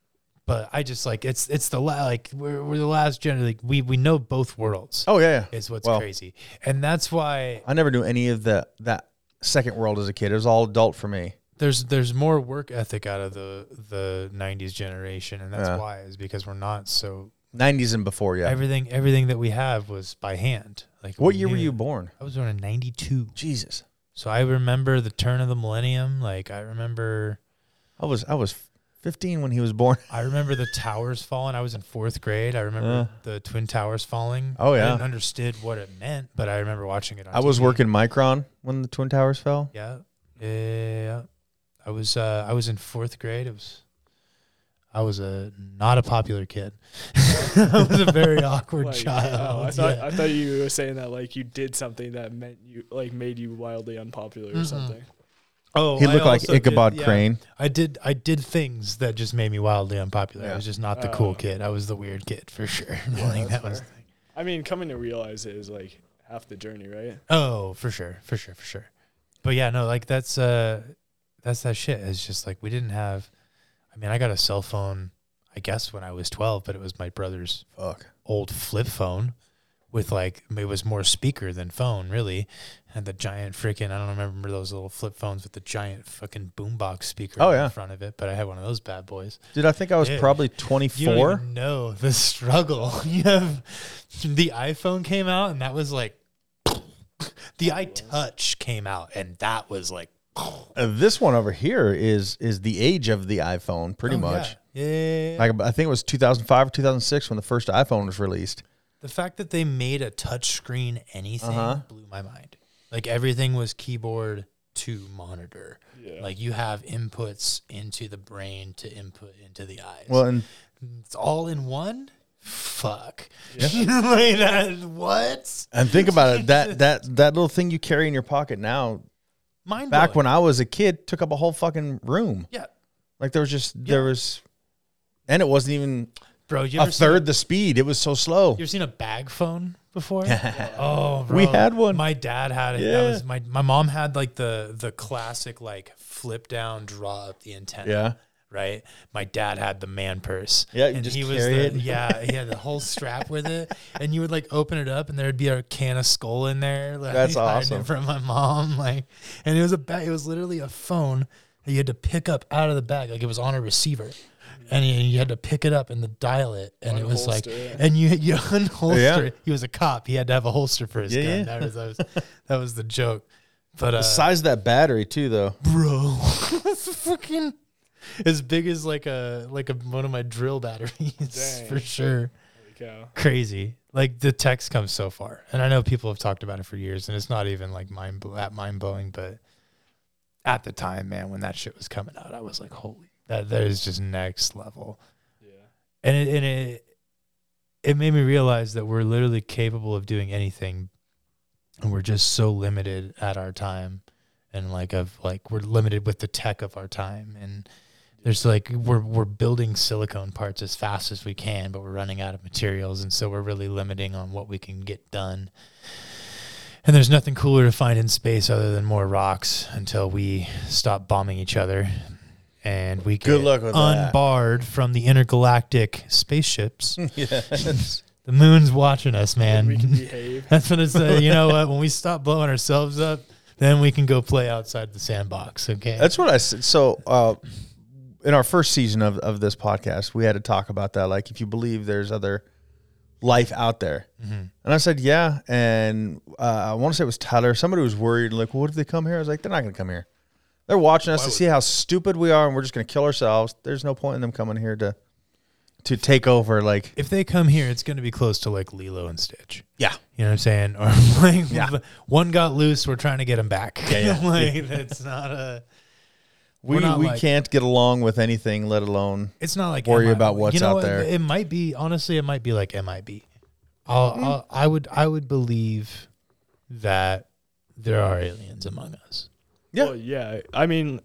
[SPEAKER 5] but I just like it's it's the la- like we're we're the last gen. Like we we know both worlds
[SPEAKER 4] Oh yeah, yeah.
[SPEAKER 5] is what's
[SPEAKER 4] well.
[SPEAKER 5] crazy, and that's why
[SPEAKER 4] I never knew any of the that second world as a kid. It was all adult for me.
[SPEAKER 5] there's there's more work ethic out of the the 90s generation and that's
[SPEAKER 4] Yeah.
[SPEAKER 5] why is because we're not so
[SPEAKER 4] Nineties and before, yeah.
[SPEAKER 5] everything everything that we have was by hand like
[SPEAKER 4] what
[SPEAKER 5] we
[SPEAKER 4] year were
[SPEAKER 5] knew-
[SPEAKER 4] you born?
[SPEAKER 5] i was born in 92
[SPEAKER 4] Jesus,
[SPEAKER 5] so i remember the turn of the millennium like i remember
[SPEAKER 4] I was I was fifteen when he was born.
[SPEAKER 5] i remember the towers falling i was in fourth grade i remember the twin towers falling
[SPEAKER 4] Uh. Oh,
[SPEAKER 5] i
[SPEAKER 4] yeah.
[SPEAKER 5] didn't understood what it meant but i remember watching it on
[SPEAKER 4] I was
[SPEAKER 5] TV.
[SPEAKER 4] working Micron when the Twin Towers fell.
[SPEAKER 5] Yeah, yeah. I was uh, I was in fourth grade. It was I was a not a popular kid. *laughs* I was
[SPEAKER 4] *laughs*
[SPEAKER 5] a very awkward
[SPEAKER 6] Like,
[SPEAKER 5] child.
[SPEAKER 6] oh, I thought
[SPEAKER 5] yeah.
[SPEAKER 6] I thought you were saying that like you did something that meant you like made you wildly unpopular
[SPEAKER 5] Mm-hmm.
[SPEAKER 6] or something.
[SPEAKER 5] oh,
[SPEAKER 4] He
[SPEAKER 5] I
[SPEAKER 4] looked like
[SPEAKER 5] also did-
[SPEAKER 4] Ichabod
[SPEAKER 5] yeah,
[SPEAKER 4] Crane.
[SPEAKER 5] I did I did things that just made me wildly unpopular. I was just not the cool
[SPEAKER 6] Oh.
[SPEAKER 5] kid. I was the weird kid for sure. *laughs* like that was.
[SPEAKER 6] I mean, coming to realize it is like half the journey, right?
[SPEAKER 5] Oh, for sure, for sure, for sure. But yeah, no, like that's uh that's that shit. It's just like we didn't have I mean, I got a cell phone I guess when I was 12, but it was my brother's
[SPEAKER 4] Fuck.
[SPEAKER 5] old flip phone with like it was more speaker than phone really had the giant freaking i don't remember those little flip phones with the giant fucking boombox speaker
[SPEAKER 4] Oh,
[SPEAKER 5] in
[SPEAKER 4] yeah.
[SPEAKER 5] front of it but i had one of those bad boys
[SPEAKER 4] Dude, I think I was
[SPEAKER 5] Dude,
[SPEAKER 4] probably
[SPEAKER 5] you don't
[SPEAKER 4] 24.
[SPEAKER 5] even know the struggle *laughs* you have the iphone came out and that was like *coughs* the itouch came out and that was like
[SPEAKER 4] Uh, this one over here is is the age of the iPhone, pretty
[SPEAKER 5] oh,
[SPEAKER 4] much.
[SPEAKER 5] yeah, yeah, yeah, yeah.
[SPEAKER 4] Like I think it was 2005 or 2006 when the first iPhone was released.
[SPEAKER 5] The fact that they made a touch screen anything
[SPEAKER 4] Uh-huh.
[SPEAKER 5] blew my mind. Like everything was keyboard to monitor.
[SPEAKER 6] Yeah.
[SPEAKER 5] Like you have inputs into the brain to input into the eyes.
[SPEAKER 4] Well, and
[SPEAKER 5] it's all in one. Fuck. *laughs* like that, what?
[SPEAKER 4] and think about it
[SPEAKER 5] *laughs*
[SPEAKER 4] that that that little thing you carry in your pocket now.
[SPEAKER 5] Mind
[SPEAKER 4] Back
[SPEAKER 5] blowing.
[SPEAKER 4] when I was a kid, took up a whole fucking room.
[SPEAKER 5] Yeah,
[SPEAKER 4] Like there was just there was, and it wasn't even
[SPEAKER 5] bro. You
[SPEAKER 4] a
[SPEAKER 5] ever seen
[SPEAKER 4] third the speed. It was so slow.
[SPEAKER 5] You ever seen a bag phone
[SPEAKER 4] *laughs*
[SPEAKER 5] before? oh, bro.
[SPEAKER 4] We had one.
[SPEAKER 5] My dad had it.
[SPEAKER 4] Yeah.
[SPEAKER 5] That was my my mom had like the the classic like flip down, draw up the antenna.
[SPEAKER 4] Yeah.
[SPEAKER 5] Right. My dad had the man purse.
[SPEAKER 4] Yeah, you just carry
[SPEAKER 5] the
[SPEAKER 4] it. *laughs*
[SPEAKER 5] yeah he had the whole strap with it, and you would like open it up, and there'd be a can of skull in there. Like,
[SPEAKER 4] That's
[SPEAKER 5] hiding it
[SPEAKER 4] awesome.
[SPEAKER 5] From my mom, like, and it was a bag. It was literally a phone that you had to pick up out of the bag, like it was on a receiver. And you, you had to pick it up and then dial it, and it was like,
[SPEAKER 6] Unholster it.
[SPEAKER 5] and you you *laughs* unholster.
[SPEAKER 4] Yeah.
[SPEAKER 5] it. He was a cop. He had to have a holster for his
[SPEAKER 4] Yeah,
[SPEAKER 5] gun.
[SPEAKER 4] yeah.
[SPEAKER 5] That was that was, that was the joke. But uh,
[SPEAKER 4] The size of that battery too, though.
[SPEAKER 5] bro, *laughs* it's fucking as big as like a like a one of my drill batteries
[SPEAKER 6] Dang.
[SPEAKER 5] for sure.
[SPEAKER 6] Holy cow.
[SPEAKER 5] Crazy. Like the tech's come so far, and I know people have talked about it for years, and it's not even like mind bl- that mind blowing. But at the time, man, when that shit was coming out, I was like, holy, that that is just next level
[SPEAKER 6] Yeah.
[SPEAKER 5] and it, and it it made me realize that we're literally capable of doing anything and we're just so limited at our time and like of like we're limited with the tech of our time and there's like we're we're building silicone parts as fast as we can but we're running out of materials and so we're really limiting on what we can get done and there's nothing cooler to find in space other than more rocks until we stop bombing each other and we get
[SPEAKER 4] Good luck with that.
[SPEAKER 5] unbarred from the intergalactic spaceships.
[SPEAKER 4] *laughs* yes.
[SPEAKER 5] the moon's watching us,
[SPEAKER 6] we
[SPEAKER 5] *laughs*
[SPEAKER 6] can
[SPEAKER 5] man.
[SPEAKER 6] behave.
[SPEAKER 5] That's what it's. Uh, you know what? When
[SPEAKER 4] *laughs*
[SPEAKER 5] we stop blowing ourselves up, then we can go play outside the sandbox. Okay.
[SPEAKER 4] That's what I said. So, uh, in our first season of, of this podcast, we had to talk about that. Like, if you believe there's other life out there. And I said, yeah. And uh, I want to say it was Tyler. Somebody was worried, like, what if they come here? I was like, they're not going to come here. They're watching us to see how stupid we are, and we're just going to kill ourselves. There's no point in them coming here to to take over. Like,
[SPEAKER 5] if they come here, it's going to be close to like Lilo and Stitch.
[SPEAKER 4] yeah,
[SPEAKER 5] You know what I'm saying? *laughs* Or like *laughs* one got loose, we're trying to get him back.
[SPEAKER 4] Yeah, yeah.
[SPEAKER 5] *laughs* like that's not a.
[SPEAKER 4] we
[SPEAKER 5] We're not
[SPEAKER 4] we
[SPEAKER 5] like-
[SPEAKER 4] can't get along with anything, let alone
[SPEAKER 5] It's not like
[SPEAKER 4] Worry
[SPEAKER 5] MIB.
[SPEAKER 4] about what's
[SPEAKER 5] you know,
[SPEAKER 4] out
[SPEAKER 5] what?
[SPEAKER 4] there.
[SPEAKER 5] It, might be honestly, it might be like MIB. I'll, I'll, I would I would believe that there are aliens among us.
[SPEAKER 4] Yeah.
[SPEAKER 6] Well, yeah. I mean,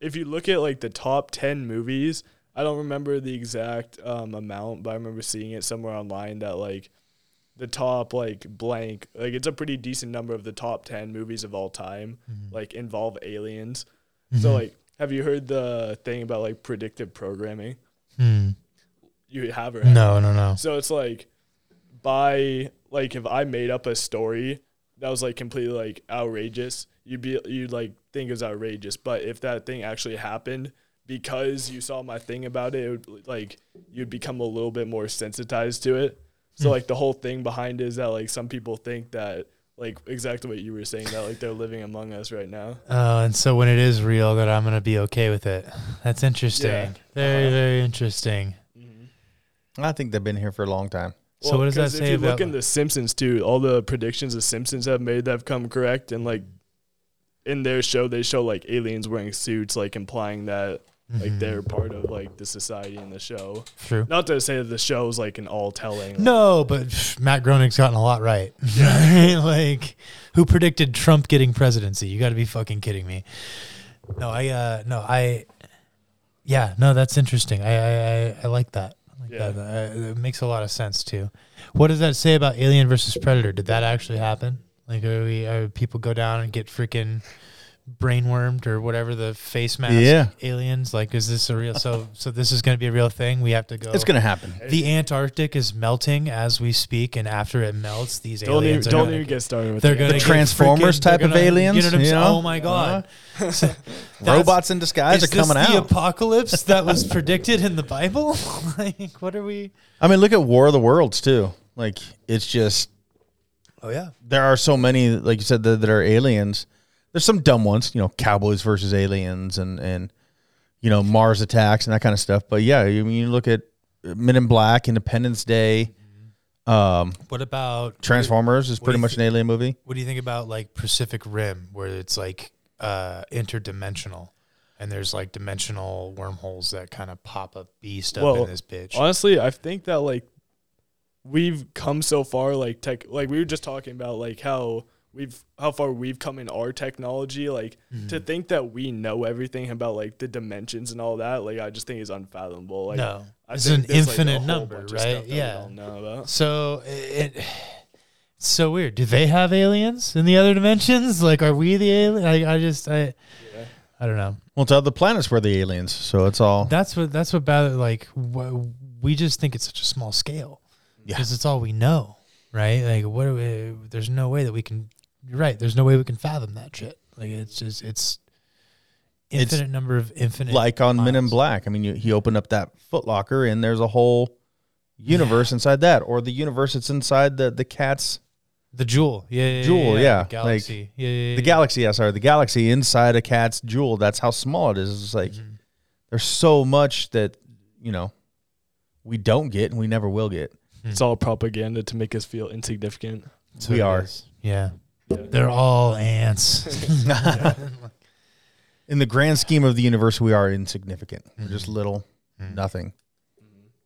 [SPEAKER 6] if you look at like the top 10 movies, I don't remember the exact um, amount, but I remember seeing it somewhere online that like the top like blank, like it's a pretty decent number of the top 10 movies of all time,
[SPEAKER 5] Mm-hmm.
[SPEAKER 6] like involve aliens. So like, have you heard the thing about like predictive programming?
[SPEAKER 5] Hmm.
[SPEAKER 6] You have or haven't?
[SPEAKER 5] No, no, no.
[SPEAKER 6] So it's like by like if I made up a story that was like completely like outrageous, you'd be you'd like think it was outrageous. But if that thing actually happened, because you saw my thing about it, it would, like you'd become a little bit more sensitized to it. So like the whole thing behind it is that like some people think that like exactly what you were saying that like they're living among us right now.
[SPEAKER 5] Oh, and so when it is real, that I'm gonna be okay with it. That's interesting.
[SPEAKER 6] Yeah.
[SPEAKER 5] Very, very interesting.
[SPEAKER 4] I think they've been here for a long time.
[SPEAKER 5] So what does that
[SPEAKER 6] 'cause
[SPEAKER 5] say
[SPEAKER 6] if you
[SPEAKER 5] about-
[SPEAKER 6] look in the Simpsons too? All the predictions the Simpsons have made that have come correct, and like in their show, they show like aliens wearing suits, like implying that
[SPEAKER 5] Mm-hmm.
[SPEAKER 6] like they're part of like the society in the show.
[SPEAKER 5] True.
[SPEAKER 6] Not to say that the show is like an all telling.
[SPEAKER 5] No, but pff, Matt Groening's gotten a lot right. *laughs* like, who predicted Trump getting presidency? You got to be fucking kidding me. No, I, uh, no, I, yeah, no, that's interesting. I, I, I, I like that. I like
[SPEAKER 6] Yeah.
[SPEAKER 5] that. Uh, it makes a lot of sense too. What does that say about Alien versus Predator? Did that actually happen? Like, are we, are people go down and get freaking brainwormed or whatever the face mask
[SPEAKER 4] Yeah.
[SPEAKER 5] aliens? Like, is this a real? So, so this is going to be a real thing. We have to go.
[SPEAKER 4] It's gonna happen.
[SPEAKER 5] The Antarctic is melting as we speak, and after it melts, these
[SPEAKER 6] don't even
[SPEAKER 5] aliens
[SPEAKER 6] don't
[SPEAKER 5] are
[SPEAKER 6] even
[SPEAKER 5] gonna,
[SPEAKER 6] get started with
[SPEAKER 5] they're
[SPEAKER 6] that.
[SPEAKER 5] gonna
[SPEAKER 4] The
[SPEAKER 5] get
[SPEAKER 4] Transformers
[SPEAKER 5] freaking-
[SPEAKER 4] type
[SPEAKER 5] they're
[SPEAKER 4] of
[SPEAKER 5] gonna-
[SPEAKER 4] aliens,
[SPEAKER 5] You know what I'm
[SPEAKER 4] you
[SPEAKER 5] saying?
[SPEAKER 4] know?
[SPEAKER 5] Oh my god! So that's-
[SPEAKER 4] Robots in disguise
[SPEAKER 5] is
[SPEAKER 4] are coming
[SPEAKER 5] this
[SPEAKER 4] out.
[SPEAKER 5] The apocalypse
[SPEAKER 4] *laughs*
[SPEAKER 5] that was predicted in the Bible. *laughs* like, what are we?
[SPEAKER 4] I mean, look at War of the Worlds too. Like, it's just
[SPEAKER 5] Oh yeah,
[SPEAKER 4] there are so many, like you said, that, that are aliens. There's some dumb ones, you know, cowboys versus aliens, and and you know Mars attacks and that kind of stuff. But yeah, you, you look at Men in Black, Independence Day, um,
[SPEAKER 5] what about
[SPEAKER 4] Transformers is
[SPEAKER 5] What do
[SPEAKER 4] pretty
[SPEAKER 5] you
[SPEAKER 4] much an alien movie.
[SPEAKER 5] What do you think about like Pacific Rim, where it's like uh, interdimensional, and there's like dimensional wormholes that kind of pop up beast up
[SPEAKER 6] Well,
[SPEAKER 5] in this bitch.
[SPEAKER 6] Honestly, I think that like we've come so far, like tech, like we were just talking about, like how we've how far we've come in our technology. Like to
[SPEAKER 5] Mm-hmm.
[SPEAKER 6] think that we know everything about like the dimensions and all that, like I just think is unfathumable. Like
[SPEAKER 5] No.
[SPEAKER 6] I
[SPEAKER 5] It's
[SPEAKER 6] think
[SPEAKER 5] an
[SPEAKER 6] there's, a
[SPEAKER 5] infinite
[SPEAKER 6] whole
[SPEAKER 5] number,
[SPEAKER 6] bunch of
[SPEAKER 5] right?
[SPEAKER 6] stuff that we
[SPEAKER 5] Yeah.
[SPEAKER 6] don't know about.
[SPEAKER 5] So it, it's so weird. Do they have aliens in the other dimensions? *laughs* Like, are we the alien? I, I just I, I don't know.
[SPEAKER 4] Well, it's other planets where the aliens, so it's all
[SPEAKER 5] That's what that's what bad. Like wh- we just think it's such a small scale
[SPEAKER 4] Yeah.
[SPEAKER 5] because it's all we know, right? Like what? Are we, there's no way that we can. You're right. There's no way we can fathom that shit. Like it's just it's
[SPEAKER 4] It's
[SPEAKER 5] infinite number of infinite
[SPEAKER 4] like on Men in
[SPEAKER 5] miles.
[SPEAKER 4] Black. I mean, you, he opened up that Foot Locker, and there's a whole universe inside that, or the universe that's inside the the cat's
[SPEAKER 5] The jewel, yeah, yeah,
[SPEAKER 4] Jewel, yeah,
[SPEAKER 5] the
[SPEAKER 4] like,
[SPEAKER 5] galaxy, yeah, yeah, yeah,
[SPEAKER 4] the galaxy. Yeah, sorry, the galaxy inside a cat's jewel. That's how small it is. It's like
[SPEAKER 5] Mm-hmm.
[SPEAKER 4] there's so much that you know we don't get, and we never will get.
[SPEAKER 5] Hmm.
[SPEAKER 6] It's all propaganda to make us feel insignificant.
[SPEAKER 5] That's
[SPEAKER 4] we
[SPEAKER 5] what it
[SPEAKER 4] are.
[SPEAKER 5] is. yeah. They're all ants.
[SPEAKER 4] In the grand scheme of the universe, we are insignificant. We're just
[SPEAKER 5] Mm-hmm.
[SPEAKER 4] little, nothing.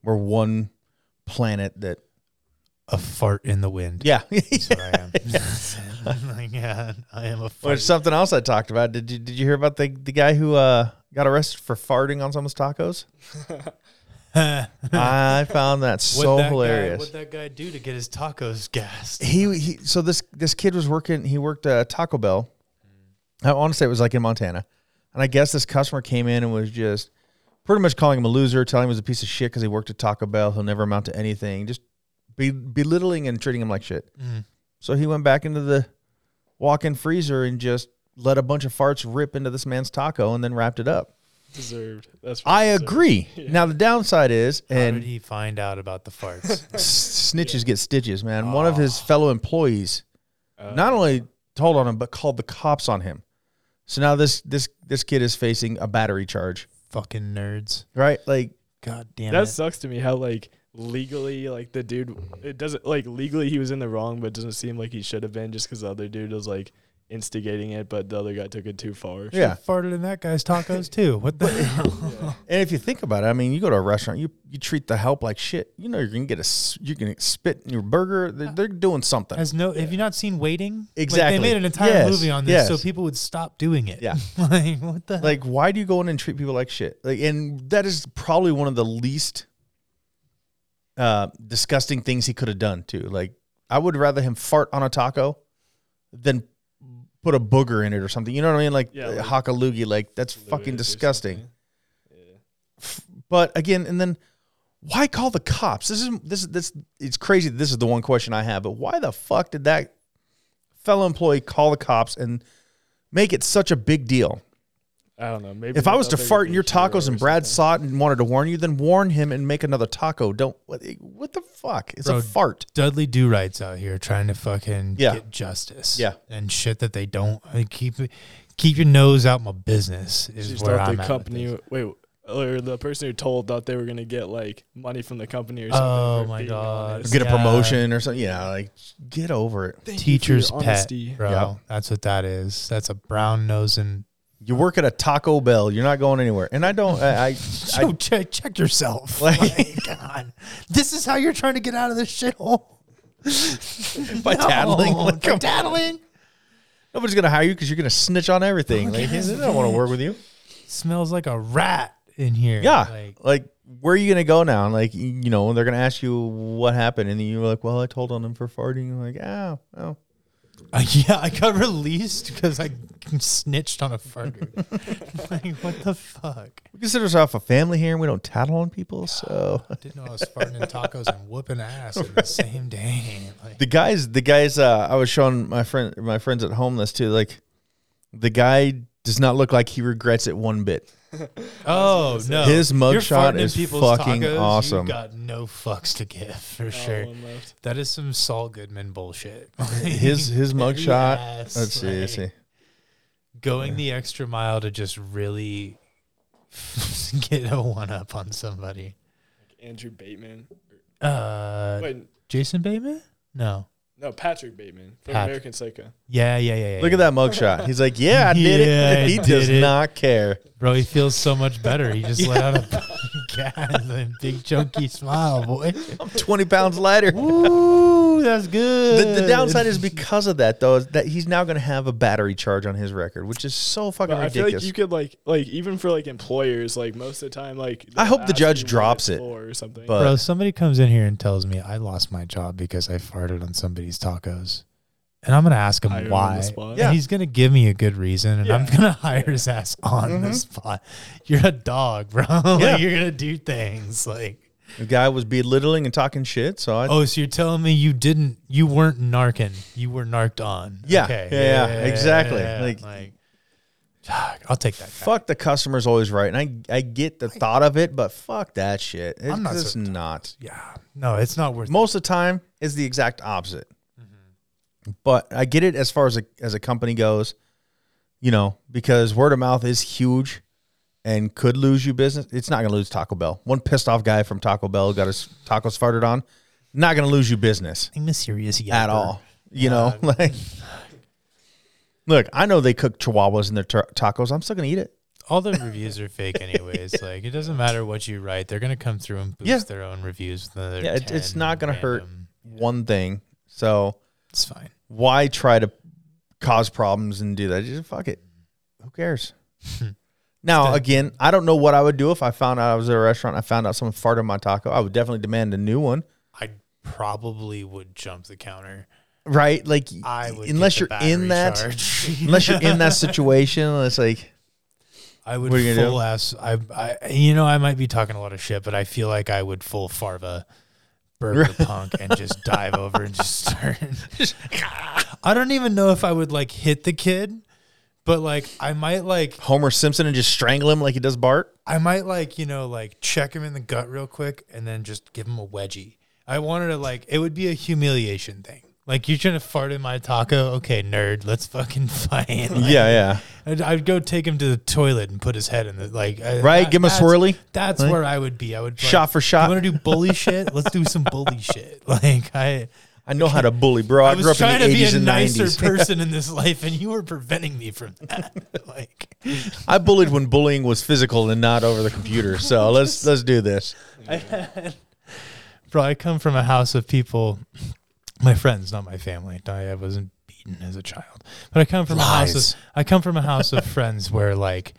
[SPEAKER 4] We're one planet that.
[SPEAKER 5] a fart in
[SPEAKER 4] *laughs*
[SPEAKER 5] the wind.
[SPEAKER 4] Yeah.
[SPEAKER 5] That's what I am. *laughs* Like, yeah, I am a
[SPEAKER 4] Well,
[SPEAKER 5] fart.
[SPEAKER 4] there's something else I talked about. Did you did you hear about the the guy who uh, got arrested for farting on someone's
[SPEAKER 5] *laughs*
[SPEAKER 4] tacos? I found that so
[SPEAKER 5] What'd that guy-
[SPEAKER 4] hilarious.
[SPEAKER 5] what'd that guy do to get his tacos gassed?
[SPEAKER 4] he, he so this this kid was working. He worked uh, Taco Bell. I want to say it was like in Montana, and I guess this customer came in and was just pretty much calling him a loser, telling him he was a piece of shit because he worked at Taco Bell. He'll never amount to anything. Just be, belittling and treating him like shit.
[SPEAKER 5] Mm-hmm.
[SPEAKER 4] So he went back into the walk-in freezer and just let a bunch of farts rip into this man's taco and then wrapped it up.
[SPEAKER 6] Deserved. That's what
[SPEAKER 4] I
[SPEAKER 5] *laughs*
[SPEAKER 6] deserved.
[SPEAKER 4] agree. Now the downside is,
[SPEAKER 5] How did
[SPEAKER 4] and
[SPEAKER 5] he find out about the farts?
[SPEAKER 4] *laughs* s- snitches get stitches, man. One of his fellow employees not only told on him but called the cops on him. So now this this this kid is facing a battery charge,
[SPEAKER 5] Fucking nerds.
[SPEAKER 4] right? Like
[SPEAKER 5] God damn
[SPEAKER 6] that
[SPEAKER 5] it.
[SPEAKER 6] sucks to me how like legally like the dude it doesn't like legally he was in the wrong but it doesn't seem like he should have been just because the other dude was like instigating it but the other guy took it too far
[SPEAKER 4] Yeah.
[SPEAKER 5] farted in that
[SPEAKER 4] *laughs*
[SPEAKER 5] guy's tacos too. What the hell?
[SPEAKER 4] And if you think about it, I mean, you go to a restaurant, you you treat the help like shit. You know, you're gonna get a s- you can spit in your burger. They're, they're doing something.
[SPEAKER 5] Has no? Have you not seen Waiting? Like,
[SPEAKER 4] Exactly.
[SPEAKER 5] they made an entire
[SPEAKER 4] Yes,
[SPEAKER 5] movie on this,
[SPEAKER 4] yes.
[SPEAKER 5] so people would stop doing it.
[SPEAKER 4] Yeah.
[SPEAKER 5] *laughs* like what the?
[SPEAKER 4] *laughs* Like, why do you go in and treat people like shit? Like, and that is probably one of the least uh, disgusting things he could have done too. Like, I would rather him fart on a taco than put a booger in it or something. You know what I mean? Like,
[SPEAKER 6] Yeah,
[SPEAKER 4] uh,
[SPEAKER 6] like-
[SPEAKER 4] hockaloogie. Like, that's fucking disgusting. F- But again, and then why call the cops? This is this is this. It's crazy. that This is the one question I have. But why the fuck did that fellow employee call the cops and make it such a big deal?
[SPEAKER 6] i don't know maybe
[SPEAKER 4] If
[SPEAKER 6] they
[SPEAKER 4] I was
[SPEAKER 6] thought
[SPEAKER 4] to
[SPEAKER 6] they could
[SPEAKER 4] fart in
[SPEAKER 6] be
[SPEAKER 4] your tacos
[SPEAKER 6] heroes
[SPEAKER 4] and
[SPEAKER 6] or
[SPEAKER 4] Brad
[SPEAKER 6] something.
[SPEAKER 4] saw it and wanted to warn you, then warn him and make another taco. Don't what, what the fuck? It's a
[SPEAKER 5] Bro,
[SPEAKER 4] fart.
[SPEAKER 5] Dudley Do Right's out here trying to fucking
[SPEAKER 4] Yeah.
[SPEAKER 5] get justice.
[SPEAKER 4] Yeah.
[SPEAKER 5] and shit that they don't I keep. Keep your nose out my business is
[SPEAKER 6] she
[SPEAKER 5] where
[SPEAKER 6] thought
[SPEAKER 5] I'm
[SPEAKER 6] the
[SPEAKER 5] at.
[SPEAKER 6] company wait or the person who told thought they were gonna get like money from the company or something
[SPEAKER 5] Oh
[SPEAKER 6] for
[SPEAKER 5] my
[SPEAKER 6] being
[SPEAKER 5] God.
[SPEAKER 6] honest.
[SPEAKER 4] Get a
[SPEAKER 5] Yeah.
[SPEAKER 4] promotion or something. Yeah, like get over it.
[SPEAKER 5] Teacher's
[SPEAKER 6] your
[SPEAKER 5] pet,
[SPEAKER 6] honesty.
[SPEAKER 5] bro.
[SPEAKER 4] Yeah.
[SPEAKER 5] That's what that is. That's a brown nosing.
[SPEAKER 4] You work at a Taco Bell. You're not going anywhere. And I don't. *laughs* I I,
[SPEAKER 5] So
[SPEAKER 4] I
[SPEAKER 5] *laughs* check check yourself.
[SPEAKER 4] Like-
[SPEAKER 5] *laughs* Like, God, this is how you're trying to get out of this shithole. *laughs*
[SPEAKER 4] by tattling. Like,
[SPEAKER 5] by
[SPEAKER 4] come-
[SPEAKER 5] tattling.
[SPEAKER 4] nobody's gonna hire you because you're gonna snitch on everything. Like they don't want to work with you.
[SPEAKER 5] Smells like a rat in here.
[SPEAKER 4] Yeah.
[SPEAKER 5] Like,
[SPEAKER 4] Like, where are you gonna go now? And like you know, they're gonna ask you what happened, and then you're like, well, I told on them for farting. I'm like, oh, oh.
[SPEAKER 5] Uh, *laughs* yeah, I got released because I snitched on a farter. *laughs* like, what the fuck?
[SPEAKER 4] We consider ourselves a family here, and we don't tattle on people. So.
[SPEAKER 5] I didn't know I was farting in tacos and whooping ass in the same day. Like,
[SPEAKER 4] the guys the guys uh, i was showing my friend my friends at home this too like the guy does not look like he regrets it one bit
[SPEAKER 5] oh no,
[SPEAKER 4] His mug
[SPEAKER 5] You're
[SPEAKER 4] shot
[SPEAKER 5] farting in
[SPEAKER 4] is
[SPEAKER 5] people's
[SPEAKER 4] fucking
[SPEAKER 5] tacos,
[SPEAKER 4] awesome.
[SPEAKER 5] You got no fucks to give for
[SPEAKER 6] Oh,
[SPEAKER 5] sure.
[SPEAKER 6] one left.
[SPEAKER 5] That is some Saul Goodman bullshit.
[SPEAKER 4] *laughs*
[SPEAKER 5] *laughs*
[SPEAKER 4] his his mugshot
[SPEAKER 5] Yes,
[SPEAKER 4] let's see let's
[SPEAKER 5] like-
[SPEAKER 4] see
[SPEAKER 5] Going the extra mile to just really *laughs* get a one up on somebody.
[SPEAKER 6] andrew bateman
[SPEAKER 5] Uh,
[SPEAKER 6] wait
[SPEAKER 5] Jason Bateman? No.
[SPEAKER 6] no patrick bateman from
[SPEAKER 5] Pat-
[SPEAKER 6] american psycho
[SPEAKER 5] Yeah, yeah, yeah. yeah
[SPEAKER 4] look at that mugshot he's like yeah i did
[SPEAKER 5] Yeah, I
[SPEAKER 4] it he
[SPEAKER 5] did
[SPEAKER 4] does
[SPEAKER 5] it.
[SPEAKER 4] not care
[SPEAKER 5] Bro, he feels so much better. He *laughs* just let out a gas and big *laughs* chunky smile, boy.
[SPEAKER 4] 20 pounds lighter
[SPEAKER 5] Ooh, that's
[SPEAKER 4] the,
[SPEAKER 5] good.
[SPEAKER 4] the downside is because of that though is that he's now going to have a battery charge on his record which is so fucking
[SPEAKER 6] But I feel like
[SPEAKER 4] ridiculous
[SPEAKER 6] you could like like even for like employers, like most of the time, like
[SPEAKER 4] I hope the
[SPEAKER 6] they'll ask
[SPEAKER 4] judge
[SPEAKER 6] you what
[SPEAKER 4] drops
[SPEAKER 6] it's
[SPEAKER 4] it,
[SPEAKER 6] for or something.
[SPEAKER 4] but-
[SPEAKER 5] Bro, somebody comes in here and tells me I lost my job because I farted on somebody's tacos. And I'm gonna ask him
[SPEAKER 6] Hire him on
[SPEAKER 5] why.
[SPEAKER 6] the spot.
[SPEAKER 5] And
[SPEAKER 4] Yeah.
[SPEAKER 5] he's gonna give me a good reason, and I'm
[SPEAKER 6] Yeah.
[SPEAKER 5] gonna hire his ass on the spot. You're a dog, bro. *laughs* like,
[SPEAKER 4] Yeah.
[SPEAKER 5] You're gonna do things like.
[SPEAKER 4] the guy was belittling and talking shit so i
[SPEAKER 5] Oh, so you're telling me you didn't, you weren't narking, you were narked on.
[SPEAKER 4] Yeah, yeah, yeah, exactly.
[SPEAKER 5] yeah,
[SPEAKER 4] Like-
[SPEAKER 5] Like, I'll take that. guy.
[SPEAKER 4] Fuck the customer's always right, and I I get the thought of it, but fuck that shit. It's
[SPEAKER 5] I'm not
[SPEAKER 4] just
[SPEAKER 5] so-
[SPEAKER 4] not.
[SPEAKER 5] Yeah, no, it's not worth.
[SPEAKER 4] Most of the time, it's the exact opposite. But I get it as far as a as a company goes, you know, because word of mouth is huge, and could lose you business. It's not gonna lose Taco Bell. One pissed off guy from Taco Bell got his tacos farted on. Not gonna lose you business
[SPEAKER 5] I'm a serious yapper.
[SPEAKER 4] at all. You know, *laughs* like. Look, I know they cook chihuahuas in their ta- tacos. I'm still gonna eat it.
[SPEAKER 5] All the reviews
[SPEAKER 4] *laughs*
[SPEAKER 5] are fake, anyways. like, it doesn't matter what you write; they're gonna come through and boost
[SPEAKER 4] Yeah.
[SPEAKER 5] their own reviews. With another
[SPEAKER 4] Yeah, it, it's
[SPEAKER 5] 10
[SPEAKER 4] not going to hurt
[SPEAKER 5] random.
[SPEAKER 4] one thing. So
[SPEAKER 5] It's fine.
[SPEAKER 4] why try to cause problems and do that? Just fuck it. Who
[SPEAKER 5] *laughs*
[SPEAKER 4] cares? now, again, I don't know what I would do if I found out I was at a restaurant. and I found out someone farted my taco. I would definitely demand a new one,
[SPEAKER 5] I probably would jump the counter.
[SPEAKER 4] right? Like,
[SPEAKER 5] I would
[SPEAKER 4] unless
[SPEAKER 5] get
[SPEAKER 4] you're
[SPEAKER 5] the
[SPEAKER 4] in
[SPEAKER 5] battery
[SPEAKER 4] that, *laughs*
[SPEAKER 5] charge.
[SPEAKER 4] unless
[SPEAKER 5] *laughs*
[SPEAKER 4] you're in that situation, it's like,
[SPEAKER 5] I would
[SPEAKER 4] What are you gonna
[SPEAKER 5] full
[SPEAKER 4] do?
[SPEAKER 5] ass. I, I, you know, I might be talking a lot of shit, but I feel like I would full Farva
[SPEAKER 4] *laughs*
[SPEAKER 5] burger punk and just dive over and just start. I don't even know if I would like hit the kid, but like I might like
[SPEAKER 4] Homer Simpson and just strangle him like he does Bart.
[SPEAKER 5] I might like, you know, like check him in the gut real quick and then just give him a wedgie. I wanted to like it would be a humiliation thing. Like you're trying to fart in my taco? Okay, nerd, let's fucking *laughs* fight. Like,
[SPEAKER 4] yeah, yeah.
[SPEAKER 5] I'd, I'd go take him to the toilet and put his head in the like. I-
[SPEAKER 4] Right, give him a
[SPEAKER 5] that's-
[SPEAKER 4] swirly?
[SPEAKER 5] That's
[SPEAKER 4] Right.
[SPEAKER 5] where I would be. I would like,
[SPEAKER 4] Shot for shot.
[SPEAKER 5] You want to do bully shit? Let's do some
[SPEAKER 4] *laughs*
[SPEAKER 5] bully shit. *laughs* Like I,
[SPEAKER 4] I know
[SPEAKER 5] *laughs*
[SPEAKER 4] how to bully, bro. Oh, I,
[SPEAKER 5] I
[SPEAKER 4] grew
[SPEAKER 5] was
[SPEAKER 4] up in
[SPEAKER 5] trying
[SPEAKER 4] the
[SPEAKER 5] to be a
[SPEAKER 4] eighties and
[SPEAKER 5] nicer
[SPEAKER 4] nineties. *laughs*
[SPEAKER 5] person in this life, and you were preventing me from that. *laughs* like
[SPEAKER 4] I bullied when bullying was physical and not over the computer.
[SPEAKER 5] *laughs*
[SPEAKER 4] So let's let's do this.
[SPEAKER 5] bro i come from a house of people my friends not my family i I wasn't beaten as a child but i come from a house
[SPEAKER 4] Lies.
[SPEAKER 5] of i come from a
[SPEAKER 4] *laughs*
[SPEAKER 5] house of friends where like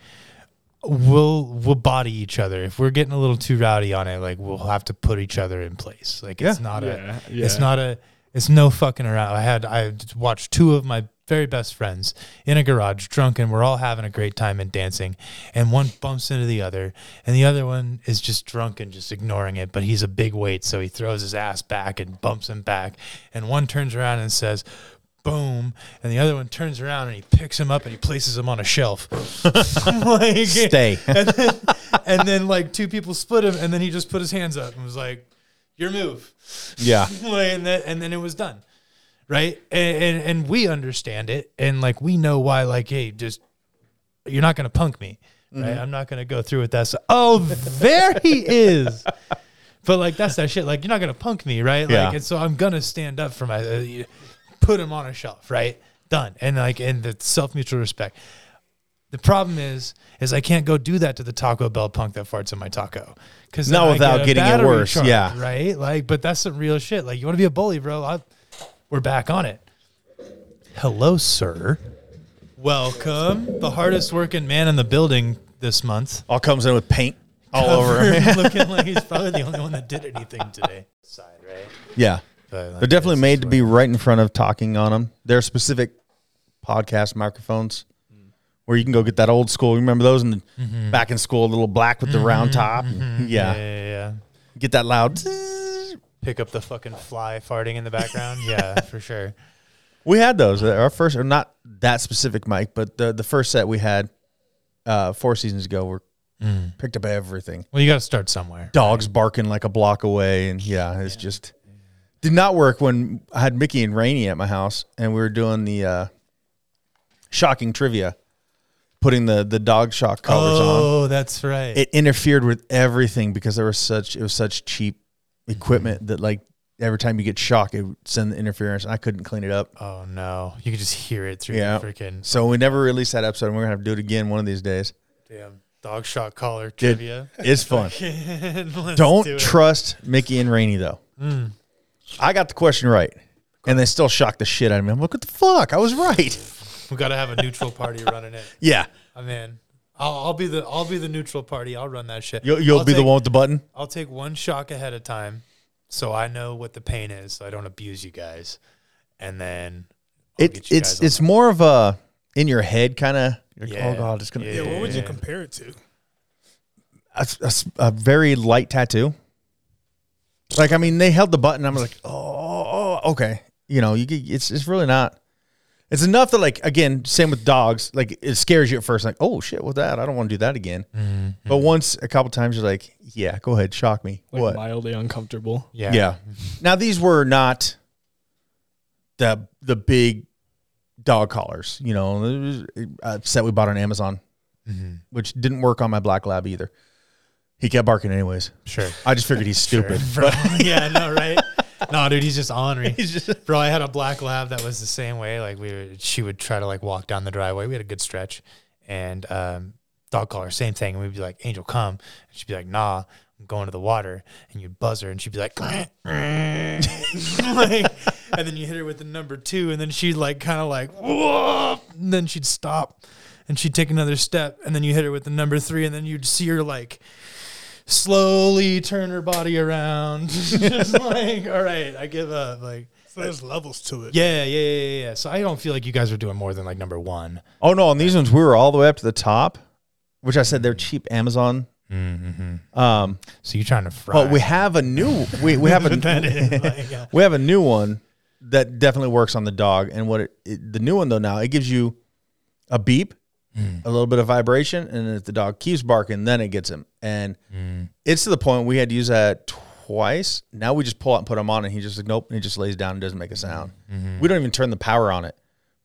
[SPEAKER 5] we'll we'll body each other if we're getting a little too rowdy on it like we'll have to put each other in place like it's
[SPEAKER 4] Yeah.
[SPEAKER 5] not
[SPEAKER 6] Yeah,
[SPEAKER 5] a
[SPEAKER 6] yeah.
[SPEAKER 5] it's not a it's no fucking around i had i watched two of my very best friends in a garage drunk and we're all having a great time and dancing and one bumps into the other and the other one is just drunk and just ignoring it but he's a big weight so he throws his ass back and bumps him back and one turns around and says boom and the other one turns around and he picks him up and he places him on a shelf *laughs* like,
[SPEAKER 4] Stay.
[SPEAKER 5] *laughs* and then, and then like two people split him, and then he just put his hands up and was like, "Your move,"
[SPEAKER 4] Yeah.
[SPEAKER 5] *laughs* Like, and then and then it was done, right? And, and and we understand it, and like we know why. Like, hey, just you're not gonna punk me, right?
[SPEAKER 4] Mm-hmm.
[SPEAKER 5] I'm not gonna go through with that. So, oh, there he is. But like that's that shit. Like you're not gonna punk me, right? Like,
[SPEAKER 4] Yeah.
[SPEAKER 5] and so I'm gonna stand up for my, uh, you- put him on a shelf, right? Done. And like, and the self mutual respect. The problem is, is I can't go do that to the Taco Bell punk that farts in my taco, because
[SPEAKER 4] Not without getting it worse, yeah.
[SPEAKER 5] right. Like, but that's some real shit. Like, you want to be a bully, bro? I, we're back on it. Hello, sir. Welcome, the hardest working man in the building this month.
[SPEAKER 4] All comes in with paint all
[SPEAKER 5] *laughs*
[SPEAKER 4] over.
[SPEAKER 5] Covered,
[SPEAKER 4] him.
[SPEAKER 5] looking like he's probably the only one that did anything today. Side, right?
[SPEAKER 4] yeah. They're definitely made to be right in front of talking on them. There are specific podcast microphones where you can go get that old school. You remember those in the, back in school, little black with the round top.
[SPEAKER 5] Yeah,
[SPEAKER 4] *laughs* Yeah.
[SPEAKER 5] yeah, yeah.
[SPEAKER 4] Get that loud.
[SPEAKER 5] Pick up the fucking fly farting in the background. yeah, for sure.
[SPEAKER 4] We had those. Uh, Our first, or not that specific mic, but the, the first set we had uh, four seasons ago were picked up everything.
[SPEAKER 5] Well, you got to start somewhere.
[SPEAKER 4] Dogs barking like a block away. And yeah, it's just did not work when I had Mickey and Rainey at my house and we were doing the uh, shocking trivia, putting the, the dog shock collars on.
[SPEAKER 5] Oh, that's right.
[SPEAKER 4] it interfered with everything because there was such it was such cheap equipment that like every time you get shocked it would send the interference and I couldn't clean it up.
[SPEAKER 5] oh no, you could just hear it through
[SPEAKER 4] Yeah.
[SPEAKER 5] the freaking
[SPEAKER 4] So we never released that episode and we're gonna have to do it again one of these days.
[SPEAKER 5] damn dog shot collar
[SPEAKER 4] Dude,
[SPEAKER 5] trivia. *laughs*
[SPEAKER 4] It's fun.
[SPEAKER 5] Let's
[SPEAKER 4] Don't
[SPEAKER 5] do it. Mm.
[SPEAKER 4] trust Mickey and Rainey though. I got the question right. And they still shocked the shit out of me. I'm like, what the fuck? I was
[SPEAKER 5] *laughs*
[SPEAKER 4] right.
[SPEAKER 5] We got to have a neutral party running it.
[SPEAKER 4] Yeah.
[SPEAKER 5] I'm in. I'll, I'll be the I'll be the neutral party. I'll run that shit.
[SPEAKER 4] You'll, you'll
[SPEAKER 5] I'll
[SPEAKER 4] be the
[SPEAKER 5] take-
[SPEAKER 4] one with the button.
[SPEAKER 5] I'll take one shock ahead of time, so I know what the pain is, so I don't abuse you guys, and then I'll
[SPEAKER 4] It,
[SPEAKER 5] get you
[SPEAKER 4] it's
[SPEAKER 5] guys on-
[SPEAKER 4] it's more of a in your head kind of.
[SPEAKER 5] Yeah.
[SPEAKER 4] Oh god, it's gonna.
[SPEAKER 5] Yeah, what would you
[SPEAKER 7] compare
[SPEAKER 5] compare?
[SPEAKER 7] it to?
[SPEAKER 4] a, a s- a very light tattoo. Like I mean, they held the button. I'm like, oh, oh, okay. You know, you could- it's it's really not. It's enough that like again, same with dogs. Like it scares you at first. Like oh shit, with that, I don't want to do that again. But once a couple times, you're like, yeah, go ahead, shock me.
[SPEAKER 6] Like
[SPEAKER 4] what?
[SPEAKER 6] mildly uncomfortable.
[SPEAKER 5] Yeah.
[SPEAKER 4] yeah. Now these were not the the big dog collars. You know, it was a set we bought on Amazon, which didn't work on my black lab either. He kept barking anyways.
[SPEAKER 5] Sure.
[SPEAKER 4] I just figured he's stupid.
[SPEAKER 5] Bro, *laughs* yeah, no, right? No, dude, he's just ornery. bro, I had a black lab that was the same way. Like we, were, she would try to like walk down the driveway. We had a good stretch, and um, dog collar, same thing. And we'd be like, "Angel, come," and she'd be like, "Nah." I'm going to the water and you'd buzz her and she'd be like, like *laughs* and then you hit her with the number two and then she'd like kind of like whoa and then she'd stop and she'd take another step and then you hit her with the number three and then you'd see her like slowly turn her body around.
[SPEAKER 7] *laughs*
[SPEAKER 5] *laughs* just like, all right, I give up. Like,
[SPEAKER 7] So there's levels to it.
[SPEAKER 5] yeah, yeah, yeah, yeah, yeah. So I don't feel like you guys were doing more than like number one.
[SPEAKER 4] oh no, on these ones we were all the way up to the top, which I said they're cheap Amazon. Um,
[SPEAKER 5] So you're trying to fry.
[SPEAKER 4] but we have a new we, we
[SPEAKER 5] *laughs*
[SPEAKER 4] have
[SPEAKER 5] That is,
[SPEAKER 4] a
[SPEAKER 5] like, yeah.
[SPEAKER 4] we have a new one that definitely works on the dog. And what it, it the new one though now it gives you a beep,
[SPEAKER 5] Hmm.
[SPEAKER 4] a little bit of
[SPEAKER 5] Hmm.
[SPEAKER 4] vibration, and if the dog keeps barking, then it gets him. And it's to the point we had to use that twice. Now we just pull out and put him on, and he just like nope, and he just lays down and doesn't make a sound.
[SPEAKER 5] Mm-hmm.
[SPEAKER 4] We don't even turn the power on it,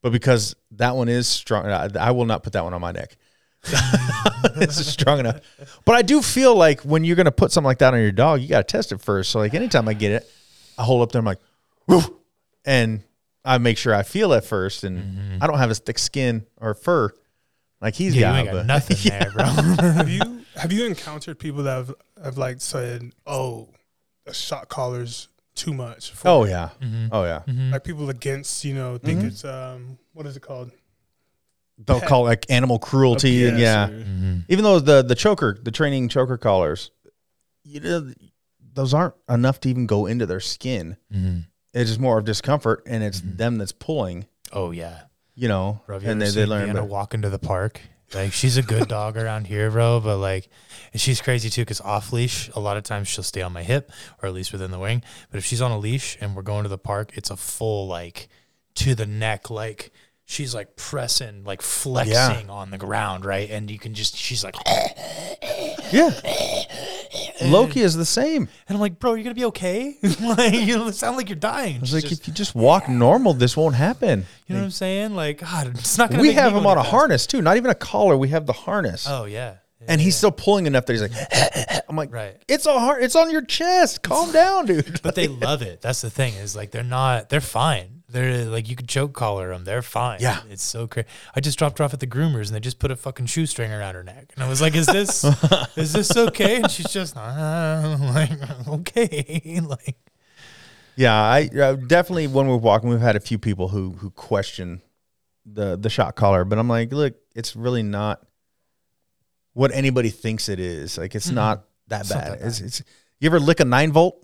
[SPEAKER 4] but because that one is strong, I, I will not put that one on my neck. *laughs* it's just strong enough, but I do feel like when you're gonna put something like that on your dog, you gotta test it first. So like anytime I get it, I hold up there, I'm like, woof, and I make sure I feel it first, and I don't have as thick skin or fur like he's
[SPEAKER 5] Mm-hmm. *laughs* Yeah, you
[SPEAKER 4] got.
[SPEAKER 5] ain't
[SPEAKER 4] but-
[SPEAKER 5] got nothing there, bro.
[SPEAKER 7] have you have you encountered people that have, have like said, "Oh, the shot caller's too much"? For
[SPEAKER 4] oh yeah,
[SPEAKER 5] Mm-hmm.
[SPEAKER 4] oh yeah. Mm-hmm.
[SPEAKER 7] like people against you know think it's um what is it called?
[SPEAKER 4] they'll call it, like animal cruelty and yeah
[SPEAKER 7] Mm-hmm.
[SPEAKER 5] Mm.
[SPEAKER 4] even though the the choker the training choker collars you know those aren't enough to even go into their skin
[SPEAKER 5] Mm-hmm.
[SPEAKER 4] it's just more of discomfort and it's them that's pulling
[SPEAKER 5] oh yeah,
[SPEAKER 4] you know
[SPEAKER 5] Mm-hmm. bro. Have you
[SPEAKER 4] and
[SPEAKER 5] ever
[SPEAKER 4] they, they
[SPEAKER 5] seen
[SPEAKER 4] learn
[SPEAKER 5] Vienna
[SPEAKER 4] but-
[SPEAKER 5] walk into the park? Like she's a good
[SPEAKER 4] *laughs*
[SPEAKER 5] dog around here, bro. But like, and she's crazy too because off leash, a lot of times she'll stay on my hip or at least within the wing. But if she's on a leash and we're going to the park, it's a full like to the neck, like she's like pressing, like flexing on the ground, right? And you can just she's like, *laughs* and
[SPEAKER 4] yeah loki is the same
[SPEAKER 5] I'm like, bro, you're gonna be okay. *laughs* like you sound like you're dying.
[SPEAKER 4] it's
[SPEAKER 5] She's
[SPEAKER 4] like
[SPEAKER 5] just-
[SPEAKER 4] if you just walk normal this won't happen
[SPEAKER 5] you know what I'm saying? Like, *laughs* God, it's not gonna.
[SPEAKER 4] we
[SPEAKER 5] make me
[SPEAKER 4] have
[SPEAKER 5] go
[SPEAKER 4] him on
[SPEAKER 5] any
[SPEAKER 4] a
[SPEAKER 5] faster.
[SPEAKER 4] harness too not even a collar we have the harness
[SPEAKER 5] Oh yeah. Yeah.
[SPEAKER 4] and he's still pulling enough that he's like i'm like *laughs*
[SPEAKER 5] Right.
[SPEAKER 4] it's all hard it's on your chest calm down dude
[SPEAKER 5] but they love it. That's the thing is like they're not they're fine. They're like you could choke collar them. They're fine.
[SPEAKER 4] Yeah.
[SPEAKER 5] it's so crazy. I just dropped her off at the groomers and they just put a fucking shoestring around her neck, and I was like, "Is this
[SPEAKER 4] *laughs*
[SPEAKER 5] is this okay?" And she's just uh, *laughs* like, "Okay." *laughs* like
[SPEAKER 4] *laughs* Yeah, I uh, definitely when we're walking, we've had a few people who who question the the shot collar, but I'm like, look, it's really not what anybody thinks it is. Like, it's not that
[SPEAKER 5] not
[SPEAKER 4] bad. Mm-hmm.
[SPEAKER 5] that
[SPEAKER 4] Mm-hmm. It's, it's you ever lick a nine volt?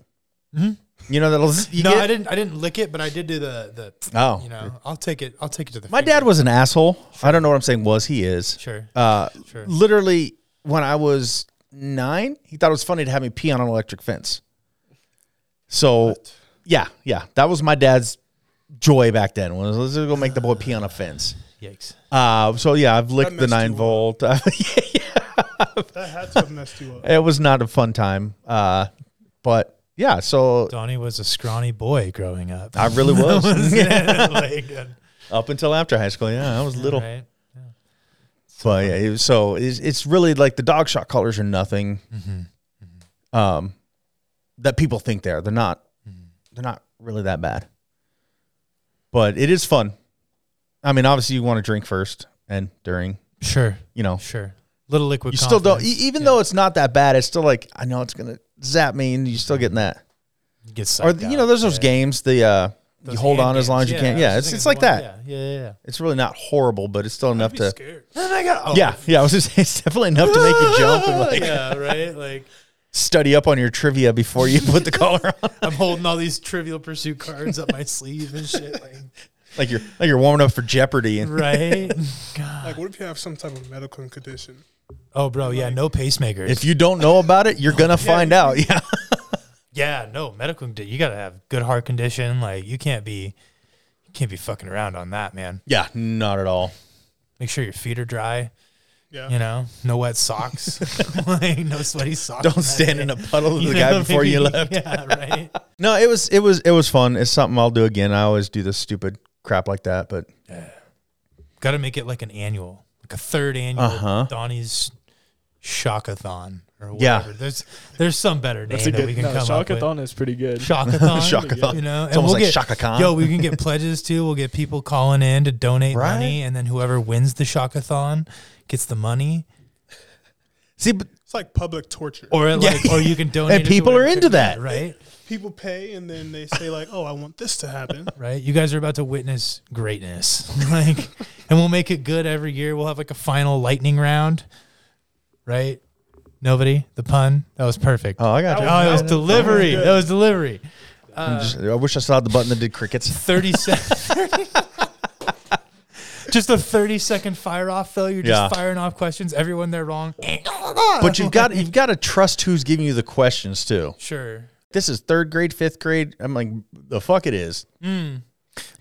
[SPEAKER 4] You know that'll. You
[SPEAKER 5] no,
[SPEAKER 4] get-
[SPEAKER 5] I didn't I didn't lick it, but I did do the the
[SPEAKER 4] Oh.
[SPEAKER 5] you know I'll take it I'll take it to the
[SPEAKER 4] My
[SPEAKER 5] finger.
[SPEAKER 4] dad was an asshole. I don't know what I'm saying. Was he is
[SPEAKER 5] sure
[SPEAKER 4] Uh,
[SPEAKER 5] Sure.
[SPEAKER 4] Literally, when I was nine, he thought it was funny to have me pee on an electric fence. So, yeah, yeah, that was my dad's joy back then. Was let's go make the boy pee on a fence.
[SPEAKER 5] yikes
[SPEAKER 4] Uh, so yeah, I've licked the
[SPEAKER 7] messed
[SPEAKER 4] nine
[SPEAKER 7] you up.
[SPEAKER 4] volt. Uh, *laughs* yeah,
[SPEAKER 7] That had to have messed you up.
[SPEAKER 4] it was not a fun time. Uh, but yeah, so
[SPEAKER 5] Donnie was a scrawny boy growing up *laughs*
[SPEAKER 4] I really *laughs* was
[SPEAKER 5] like,
[SPEAKER 4] up until after high school. Yeah, I was little.
[SPEAKER 5] right?
[SPEAKER 4] But yeah, it was- so it's, it's really like the dog shot collars are nothing
[SPEAKER 5] Mm-hmm.
[SPEAKER 4] Um, that people think they are. They're not.
[SPEAKER 5] Mm-hmm.
[SPEAKER 4] They're not really that bad. But it is fun. I mean, obviously, you want to drink first and during.
[SPEAKER 5] sure
[SPEAKER 4] You know,
[SPEAKER 5] sure little liquid
[SPEAKER 4] you still don't.
[SPEAKER 5] confidence.
[SPEAKER 4] e- Even
[SPEAKER 5] Yeah.
[SPEAKER 4] though it's not that bad, it's still like I know it's gonna zap me, and you're still getting that.
[SPEAKER 5] You get
[SPEAKER 4] Or
[SPEAKER 5] psyched
[SPEAKER 4] you
[SPEAKER 5] out.
[SPEAKER 4] know, there's those
[SPEAKER 5] Yeah.
[SPEAKER 4] games. The uh,
[SPEAKER 5] Those
[SPEAKER 4] you hold
[SPEAKER 5] hand
[SPEAKER 4] on as
[SPEAKER 5] games.
[SPEAKER 4] long as you can.
[SPEAKER 5] I
[SPEAKER 4] Yeah,
[SPEAKER 5] was
[SPEAKER 4] it's
[SPEAKER 5] just
[SPEAKER 4] it's like
[SPEAKER 5] thinking
[SPEAKER 4] that.
[SPEAKER 5] the one- Yeah, yeah, yeah.
[SPEAKER 4] It's really not horrible, but it's still enough
[SPEAKER 7] I'd be
[SPEAKER 4] to.
[SPEAKER 7] scared.
[SPEAKER 5] And I got, oh,
[SPEAKER 4] Yeah, yeah. *laughs* I was just, it's definitely enough to make
[SPEAKER 5] *laughs*
[SPEAKER 4] you jump and like
[SPEAKER 5] yeah, right. Like
[SPEAKER 4] study up on your trivia before you put the collar *laughs* on.
[SPEAKER 5] I'm holding all these Trivial Pursuit cards up my sleeve and shit. Like,
[SPEAKER 4] Like you're like you're warming up for Jeopardy and *laughs*
[SPEAKER 5] right?
[SPEAKER 7] Like, what if you have some type of medical condition?
[SPEAKER 5] Oh, bro, yeah, no pacemakers.
[SPEAKER 4] If you don't know about it, you're gonna find out. *laughs* Yeah.
[SPEAKER 5] yeah, no medical. condi- You gotta have good heart condition. Like you can't be, you can't be fucking around on that, man.
[SPEAKER 4] Yeah, not at all.
[SPEAKER 5] Make sure your feet are dry.
[SPEAKER 7] Yeah.
[SPEAKER 5] You know, no
[SPEAKER 4] *laughs*
[SPEAKER 5] wet socks. *laughs* like no sweaty
[SPEAKER 4] *laughs*
[SPEAKER 5] socks.
[SPEAKER 4] Don't
[SPEAKER 5] that
[SPEAKER 4] stand
[SPEAKER 5] day.
[SPEAKER 4] in a puddle with
[SPEAKER 5] You
[SPEAKER 4] the
[SPEAKER 5] know
[SPEAKER 4] guy
[SPEAKER 5] what I
[SPEAKER 4] before *laughs* you
[SPEAKER 5] mean?
[SPEAKER 4] left.
[SPEAKER 5] Yeah, *laughs* right.
[SPEAKER 4] No, it was it was it was fun. It's something I'll do again. I always do this stupid crap like that, but
[SPEAKER 5] Got to make it like an annual, like a third annual
[SPEAKER 4] Uh-huh.
[SPEAKER 5] Donnie's Shockathon or
[SPEAKER 4] Yeah.
[SPEAKER 5] whatever. There's there's some better name
[SPEAKER 6] That's a
[SPEAKER 5] that
[SPEAKER 6] good.
[SPEAKER 5] we can
[SPEAKER 6] no,
[SPEAKER 5] come up with.
[SPEAKER 6] Shockathon is pretty good. *laughs*
[SPEAKER 5] Shockathon.
[SPEAKER 4] Shockathon.
[SPEAKER 5] You know,
[SPEAKER 4] It's almost like
[SPEAKER 5] get,
[SPEAKER 4] Shaka Khan.
[SPEAKER 5] Yo, we can get pledges too. We'll get people calling in to donate
[SPEAKER 4] Right.
[SPEAKER 5] money, and then whoever wins the Shockathon gets the money.
[SPEAKER 4] see, but
[SPEAKER 7] It's like public torture.
[SPEAKER 5] Or
[SPEAKER 4] *laughs*
[SPEAKER 5] it,
[SPEAKER 4] Yeah.
[SPEAKER 5] like, or you can donate. it to
[SPEAKER 4] people are
[SPEAKER 5] whatever
[SPEAKER 4] into
[SPEAKER 5] charity,
[SPEAKER 4] that.
[SPEAKER 5] right?
[SPEAKER 7] people pay and then they say like, "Oh, I want this to happen."
[SPEAKER 5] Right. You guys are about to witness greatness. *laughs* like, and we'll make it good every year. We'll have like a final lightning round. Right. Nobody. The pun that was perfect.
[SPEAKER 4] oh, I got you.
[SPEAKER 5] Oh, it was delivery. That was delivery.
[SPEAKER 4] I'm just- I wish I still had the button that did *laughs* crickets.
[SPEAKER 5] 30 seconds. *laughs* just a 30 second fire off, though. You're just
[SPEAKER 4] Yeah.
[SPEAKER 5] firing off questions. Everyone, they're wrong.
[SPEAKER 4] But you've got you've got to trust who's giving you the questions too.
[SPEAKER 5] Sure.
[SPEAKER 4] This is third grade, fifth grade. I'm like, the fuck it is,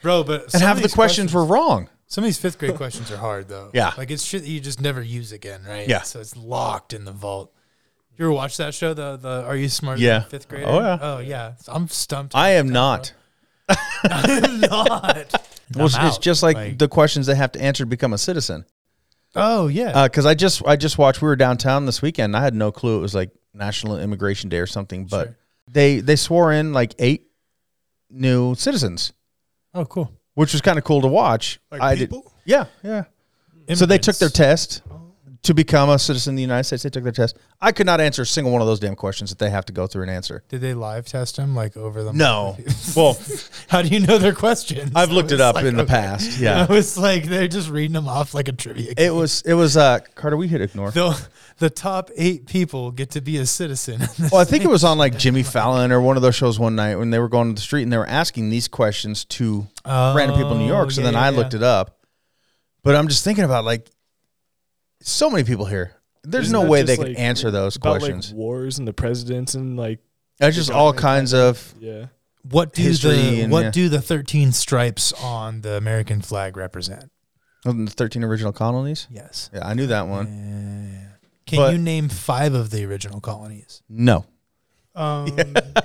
[SPEAKER 5] Bro, but
[SPEAKER 4] and half of the questions, were wrong.
[SPEAKER 5] some of these fifth grade questions are hard though.
[SPEAKER 4] Yeah.
[SPEAKER 5] like it's shit that you just never use again, right?
[SPEAKER 4] Yeah.
[SPEAKER 5] so it's locked in the vault. You ever watch that show? The the Are You Smarter
[SPEAKER 4] Yeah.
[SPEAKER 5] Than a Fifth Grader?
[SPEAKER 4] Oh, yeah.
[SPEAKER 5] Oh yeah. I'm stumped.
[SPEAKER 4] I am not.
[SPEAKER 5] *laughs* I'm not.
[SPEAKER 4] *laughs* Well, it's,
[SPEAKER 5] I'm
[SPEAKER 4] it's
[SPEAKER 5] out.
[SPEAKER 4] just like, the questions they have to answer to become a citizen.
[SPEAKER 5] Oh yeah.
[SPEAKER 4] Because I just I just watched. We were downtown this weekend. and I had no clue it was like National Immigration Day or something. But
[SPEAKER 5] Sure.
[SPEAKER 4] they they swore in like eight new citizens,
[SPEAKER 5] oh cool.
[SPEAKER 4] which was kind of cool to watch.
[SPEAKER 7] Like
[SPEAKER 4] I did-
[SPEAKER 7] people.
[SPEAKER 4] yeah, yeah. So they took their
[SPEAKER 5] Immigrants.
[SPEAKER 4] test to become a citizen of the United States. They took their test. I could not answer a single one of those damn questions that they have to go through and answer.
[SPEAKER 5] Did they live test him like over the?
[SPEAKER 4] No. *laughs* well,
[SPEAKER 5] How do you know their questions?
[SPEAKER 4] I've looked
[SPEAKER 5] I
[SPEAKER 4] it
[SPEAKER 5] was
[SPEAKER 4] up
[SPEAKER 5] like,
[SPEAKER 4] in the
[SPEAKER 5] okay.
[SPEAKER 4] past. Yeah.
[SPEAKER 5] *laughs* I was like, they're just reading them off like a trivia. game. *laughs*
[SPEAKER 4] It was it was uh Carter. We hit ignore.
[SPEAKER 5] the the top eight people get to be a citizen. *laughs*
[SPEAKER 4] Well, I think it was on like Jimmy Fallon or one of those shows one night when they were going to the street and they were asking these questions to
[SPEAKER 6] Oh,
[SPEAKER 4] random people in New York. So
[SPEAKER 5] yeah,
[SPEAKER 4] then
[SPEAKER 5] yeah,
[SPEAKER 4] I
[SPEAKER 5] yeah.
[SPEAKER 4] looked it up. But I'm just thinking about like so many people here. There's
[SPEAKER 6] Isn't
[SPEAKER 4] no
[SPEAKER 6] that
[SPEAKER 4] way
[SPEAKER 6] just,
[SPEAKER 4] they can
[SPEAKER 6] like,
[SPEAKER 4] answer those
[SPEAKER 6] about
[SPEAKER 4] questions.
[SPEAKER 6] like wars and the presidents and like
[SPEAKER 4] That's just all
[SPEAKER 6] government
[SPEAKER 4] kinds of
[SPEAKER 6] yeah.
[SPEAKER 5] what do
[SPEAKER 4] history
[SPEAKER 5] the
[SPEAKER 4] and,
[SPEAKER 5] what
[SPEAKER 4] yeah.
[SPEAKER 5] do the thirteen stripes on the American flag represent?
[SPEAKER 4] of oh, the 13 original colonies.
[SPEAKER 5] Yes.
[SPEAKER 4] Yeah, I knew that one.
[SPEAKER 5] Can
[SPEAKER 4] But-
[SPEAKER 5] you name five of the original colonies?
[SPEAKER 4] No.
[SPEAKER 7] Um,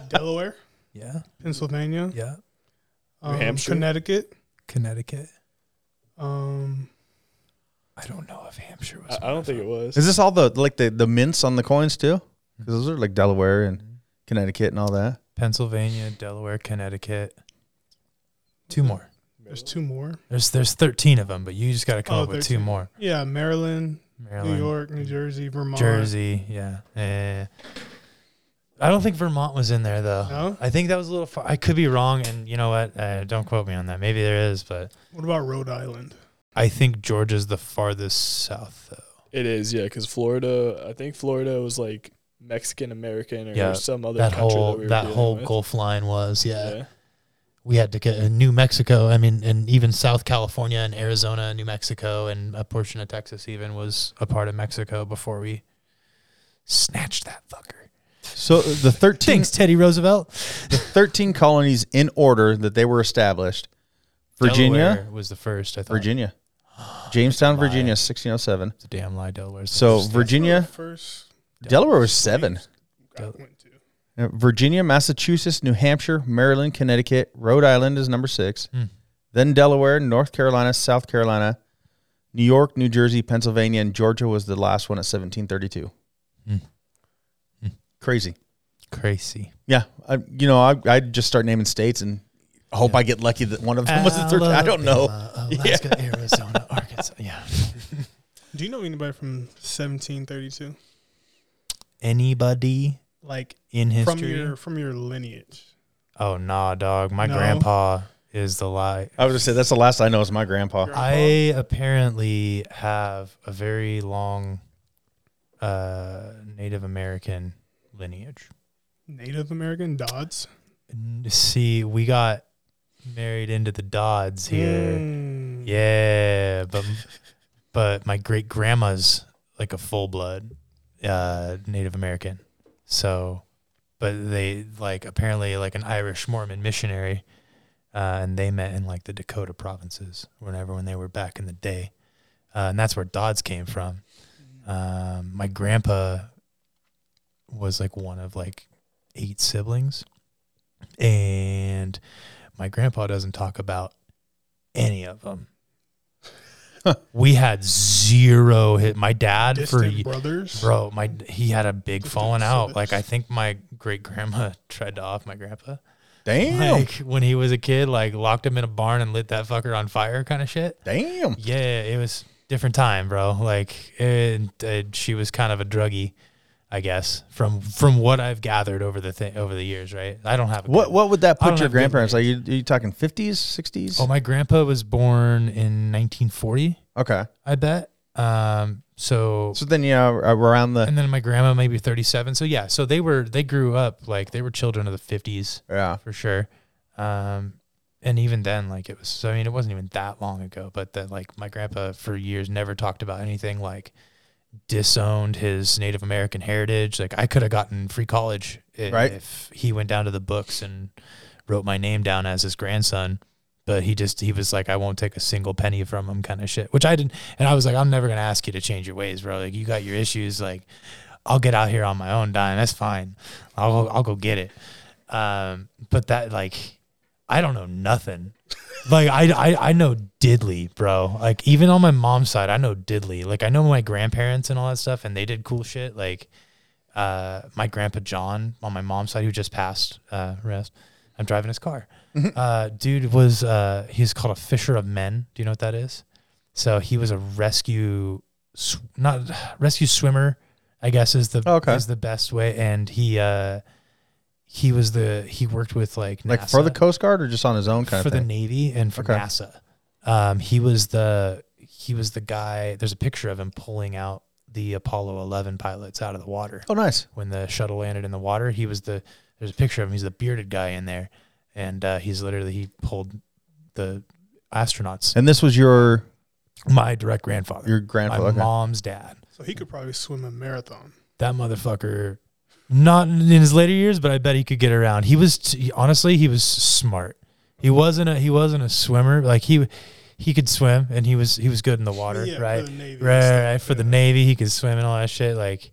[SPEAKER 7] Delaware,
[SPEAKER 5] Yeah.
[SPEAKER 7] Pennsylvania,
[SPEAKER 5] Yeah.
[SPEAKER 7] um,
[SPEAKER 6] Hampshire?
[SPEAKER 7] Connecticut.
[SPEAKER 5] Connecticut.
[SPEAKER 7] Um,
[SPEAKER 5] I don't know if Hampshire was.
[SPEAKER 6] I, I don't think it was.
[SPEAKER 4] Is this all the like the the mints on the coins too? Because those are like Delaware
[SPEAKER 6] Mm-hmm.
[SPEAKER 4] and Connecticut and all that.
[SPEAKER 5] Pennsylvania, Delaware, Connecticut. Two more.
[SPEAKER 7] there's two more.
[SPEAKER 5] There's there's thirteen of them, but you just got to come
[SPEAKER 7] Oh,
[SPEAKER 5] up with two
[SPEAKER 7] 13.
[SPEAKER 5] more.
[SPEAKER 7] Yeah, Maryland,
[SPEAKER 5] Maryland,
[SPEAKER 7] New York, New Jersey, Vermont.
[SPEAKER 5] Jersey. Yeah. Eh. I don't think Vermont was in there though.
[SPEAKER 7] No?
[SPEAKER 5] I think that was a little. Far. I could be wrong, and you know what? Uh, don't quote me on that. Maybe there is, but
[SPEAKER 7] What about Rhode Island?
[SPEAKER 5] I think Georgia's the farthest south though.
[SPEAKER 6] It is, yeah, because Florida. I think Florida was like Mexican American or,
[SPEAKER 5] Yeah,
[SPEAKER 6] some other
[SPEAKER 5] that
[SPEAKER 6] country
[SPEAKER 5] whole
[SPEAKER 6] that, we were
[SPEAKER 5] that
[SPEAKER 6] dealing
[SPEAKER 5] whole
[SPEAKER 6] with.
[SPEAKER 5] Gulf line was yeah.
[SPEAKER 6] Yeah.
[SPEAKER 5] We had to get uh, New Mexico. I mean, and even South California and Arizona, New Mexico, and a portion of Texas even was a part of Mexico before we snatched that fucker.
[SPEAKER 4] So the 13
[SPEAKER 5] Thanks, Teddy Roosevelt.
[SPEAKER 4] the 13 colonies in order that they were established. Virginia,
[SPEAKER 5] Delaware was the first. I thought.
[SPEAKER 4] Virginia. Jamestown,
[SPEAKER 5] Lie.
[SPEAKER 4] Virginia, 1607.
[SPEAKER 5] It's a damn lie. Delaware.
[SPEAKER 4] So Virginia,
[SPEAKER 7] First,
[SPEAKER 4] Delaware was seven.
[SPEAKER 7] I
[SPEAKER 5] Del-
[SPEAKER 7] went to.
[SPEAKER 4] Uh, Virginia, Massachusetts, New Hampshire, Maryland, Connecticut, Rhode Island is number six.
[SPEAKER 5] Hmm.
[SPEAKER 4] Then Delaware, North Carolina, South Carolina, New York, New Jersey, Pennsylvania, and Georgia was the last one at 1732.
[SPEAKER 5] Hmm. Hmm.
[SPEAKER 4] Crazy.
[SPEAKER 5] crazy.
[SPEAKER 4] Yeah. I, you know, I, I'd just start naming states and hope I get lucky that one of
[SPEAKER 5] Ah,
[SPEAKER 4] them was the 13. I don't know.
[SPEAKER 5] Alabama, Alaska, Arizona, *laughs* Arkansas. Yeah.
[SPEAKER 7] Do you know anybody from 1732?
[SPEAKER 5] Anybody
[SPEAKER 7] Like
[SPEAKER 5] in history?
[SPEAKER 7] from your from your lineage?
[SPEAKER 5] oh nah, dog. My
[SPEAKER 7] No.
[SPEAKER 5] grandpa is the lie.
[SPEAKER 4] I was going to say, that's the last I know is my grandpa.
[SPEAKER 7] Grandpa?
[SPEAKER 5] I apparently have a very long uh, Native American lineage.
[SPEAKER 7] Native American Dodds.
[SPEAKER 5] N- See, we got married into the Dodds here.
[SPEAKER 7] Mm.
[SPEAKER 5] Yeah, but but my great grandma's like a full blood uh, Native American. So, but they like apparently like an Irish Mormon missionary, uh, and they met in like the Dakota provinces whenever when they were back in the day, uh, and that's where Dodds came from.
[SPEAKER 7] Mm-hmm.
[SPEAKER 5] Um, my grandpa was like one of like eight siblings, and my grandpa doesn't talk about any
[SPEAKER 7] *laughs*
[SPEAKER 5] of them. we had zero hit. My dad for
[SPEAKER 7] Distant
[SPEAKER 5] ye-
[SPEAKER 7] brothers.
[SPEAKER 5] Bro, my he had a big
[SPEAKER 7] Just
[SPEAKER 5] falling
[SPEAKER 7] didn't say
[SPEAKER 5] out.
[SPEAKER 7] that.
[SPEAKER 5] Like I think my great grandma *laughs* tried to off my grandpa.
[SPEAKER 4] Damn.
[SPEAKER 5] Like when he was a kid, like locked him in a barn and lit that fucker on fire, kind of shit.
[SPEAKER 4] Damn.
[SPEAKER 5] Yeah, it was different time, bro. Like and, uh, she was kind of a druggie, I guess. From from what I've gathered over the thing over the years, right? I don't have a
[SPEAKER 4] What
[SPEAKER 5] good-
[SPEAKER 4] what would that
[SPEAKER 5] I don't
[SPEAKER 4] put your
[SPEAKER 5] have good
[SPEAKER 4] grandparents like? You, you talking 50s, 60s?
[SPEAKER 5] Oh, my grandpa was born in 1940,
[SPEAKER 4] okay.
[SPEAKER 5] I bet. Um, so
[SPEAKER 4] So then, yeah, uh, around the
[SPEAKER 5] and then my grandma maybe 37 so yeah so they were they grew up like they were children of the 50s
[SPEAKER 4] yeah.
[SPEAKER 5] for sure um and even then like it was so i mean it wasn't even that long ago but that like my grandpa for years never talked about anything like disowned his native american heritage like i could have gotten free college if,
[SPEAKER 4] Right.
[SPEAKER 5] if he went down to the books and wrote my name down as his grandson but he just he was like i won't take a single penny from him kind of shit which i didn't and i was like i'm never going to ask you to change your ways bro like you got your issues like I'll get out here on my own dime. That's fine. I'll go, I'll go get it. Um, but that like, I don't know nothing. like I, I I know diddly, bro. Like even on my mom's side, I know diddly. Like I know my grandparents and all that stuff, and they did cool shit. Like uh, my grandpa John on my mom's side, who just passed, uh, rest. I'm driving his car.
[SPEAKER 4] Mm-hmm.
[SPEAKER 5] uh, dude was uh, he's called a fisher of men. Do you know what that is? So he was a rescue, sw- not *sighs* rescue swimmer, I guess is the
[SPEAKER 4] Okay.
[SPEAKER 5] is the best way. And he uh, he was the he worked with like
[SPEAKER 4] Like for the
[SPEAKER 5] NASA
[SPEAKER 4] Coast Guard or just on his own kind
[SPEAKER 5] for
[SPEAKER 4] of thing?
[SPEAKER 5] the Navy and for
[SPEAKER 4] Okay.
[SPEAKER 5] NASA. Um, he was the he was the guy. There's a picture of him pulling out the Apollo 11 pilots out of the water
[SPEAKER 4] oh, nice.
[SPEAKER 5] when the shuttle landed in the water. He was the there's a picture of him. He's the bearded guy in there, and uh, he's literally he pulled the astronauts.
[SPEAKER 4] And this was your
[SPEAKER 5] My direct grandfather,
[SPEAKER 4] your
[SPEAKER 5] my
[SPEAKER 4] grandfather. okay.
[SPEAKER 5] mom's dad.
[SPEAKER 7] So he could probably swim a marathon.
[SPEAKER 5] That motherfucker. Not in his later years, but I bet he could get around. He was t- honestly, he was smart. He wasn't a he wasn't a swimmer. Like he he could swim, and he was he was good in the water,
[SPEAKER 7] Yeah,
[SPEAKER 5] right?
[SPEAKER 7] For the Navy.
[SPEAKER 5] right,
[SPEAKER 7] and
[SPEAKER 5] right,
[SPEAKER 7] stuff,
[SPEAKER 5] right. for the
[SPEAKER 7] yeah.
[SPEAKER 5] Navy, he could swim and all that shit. Like,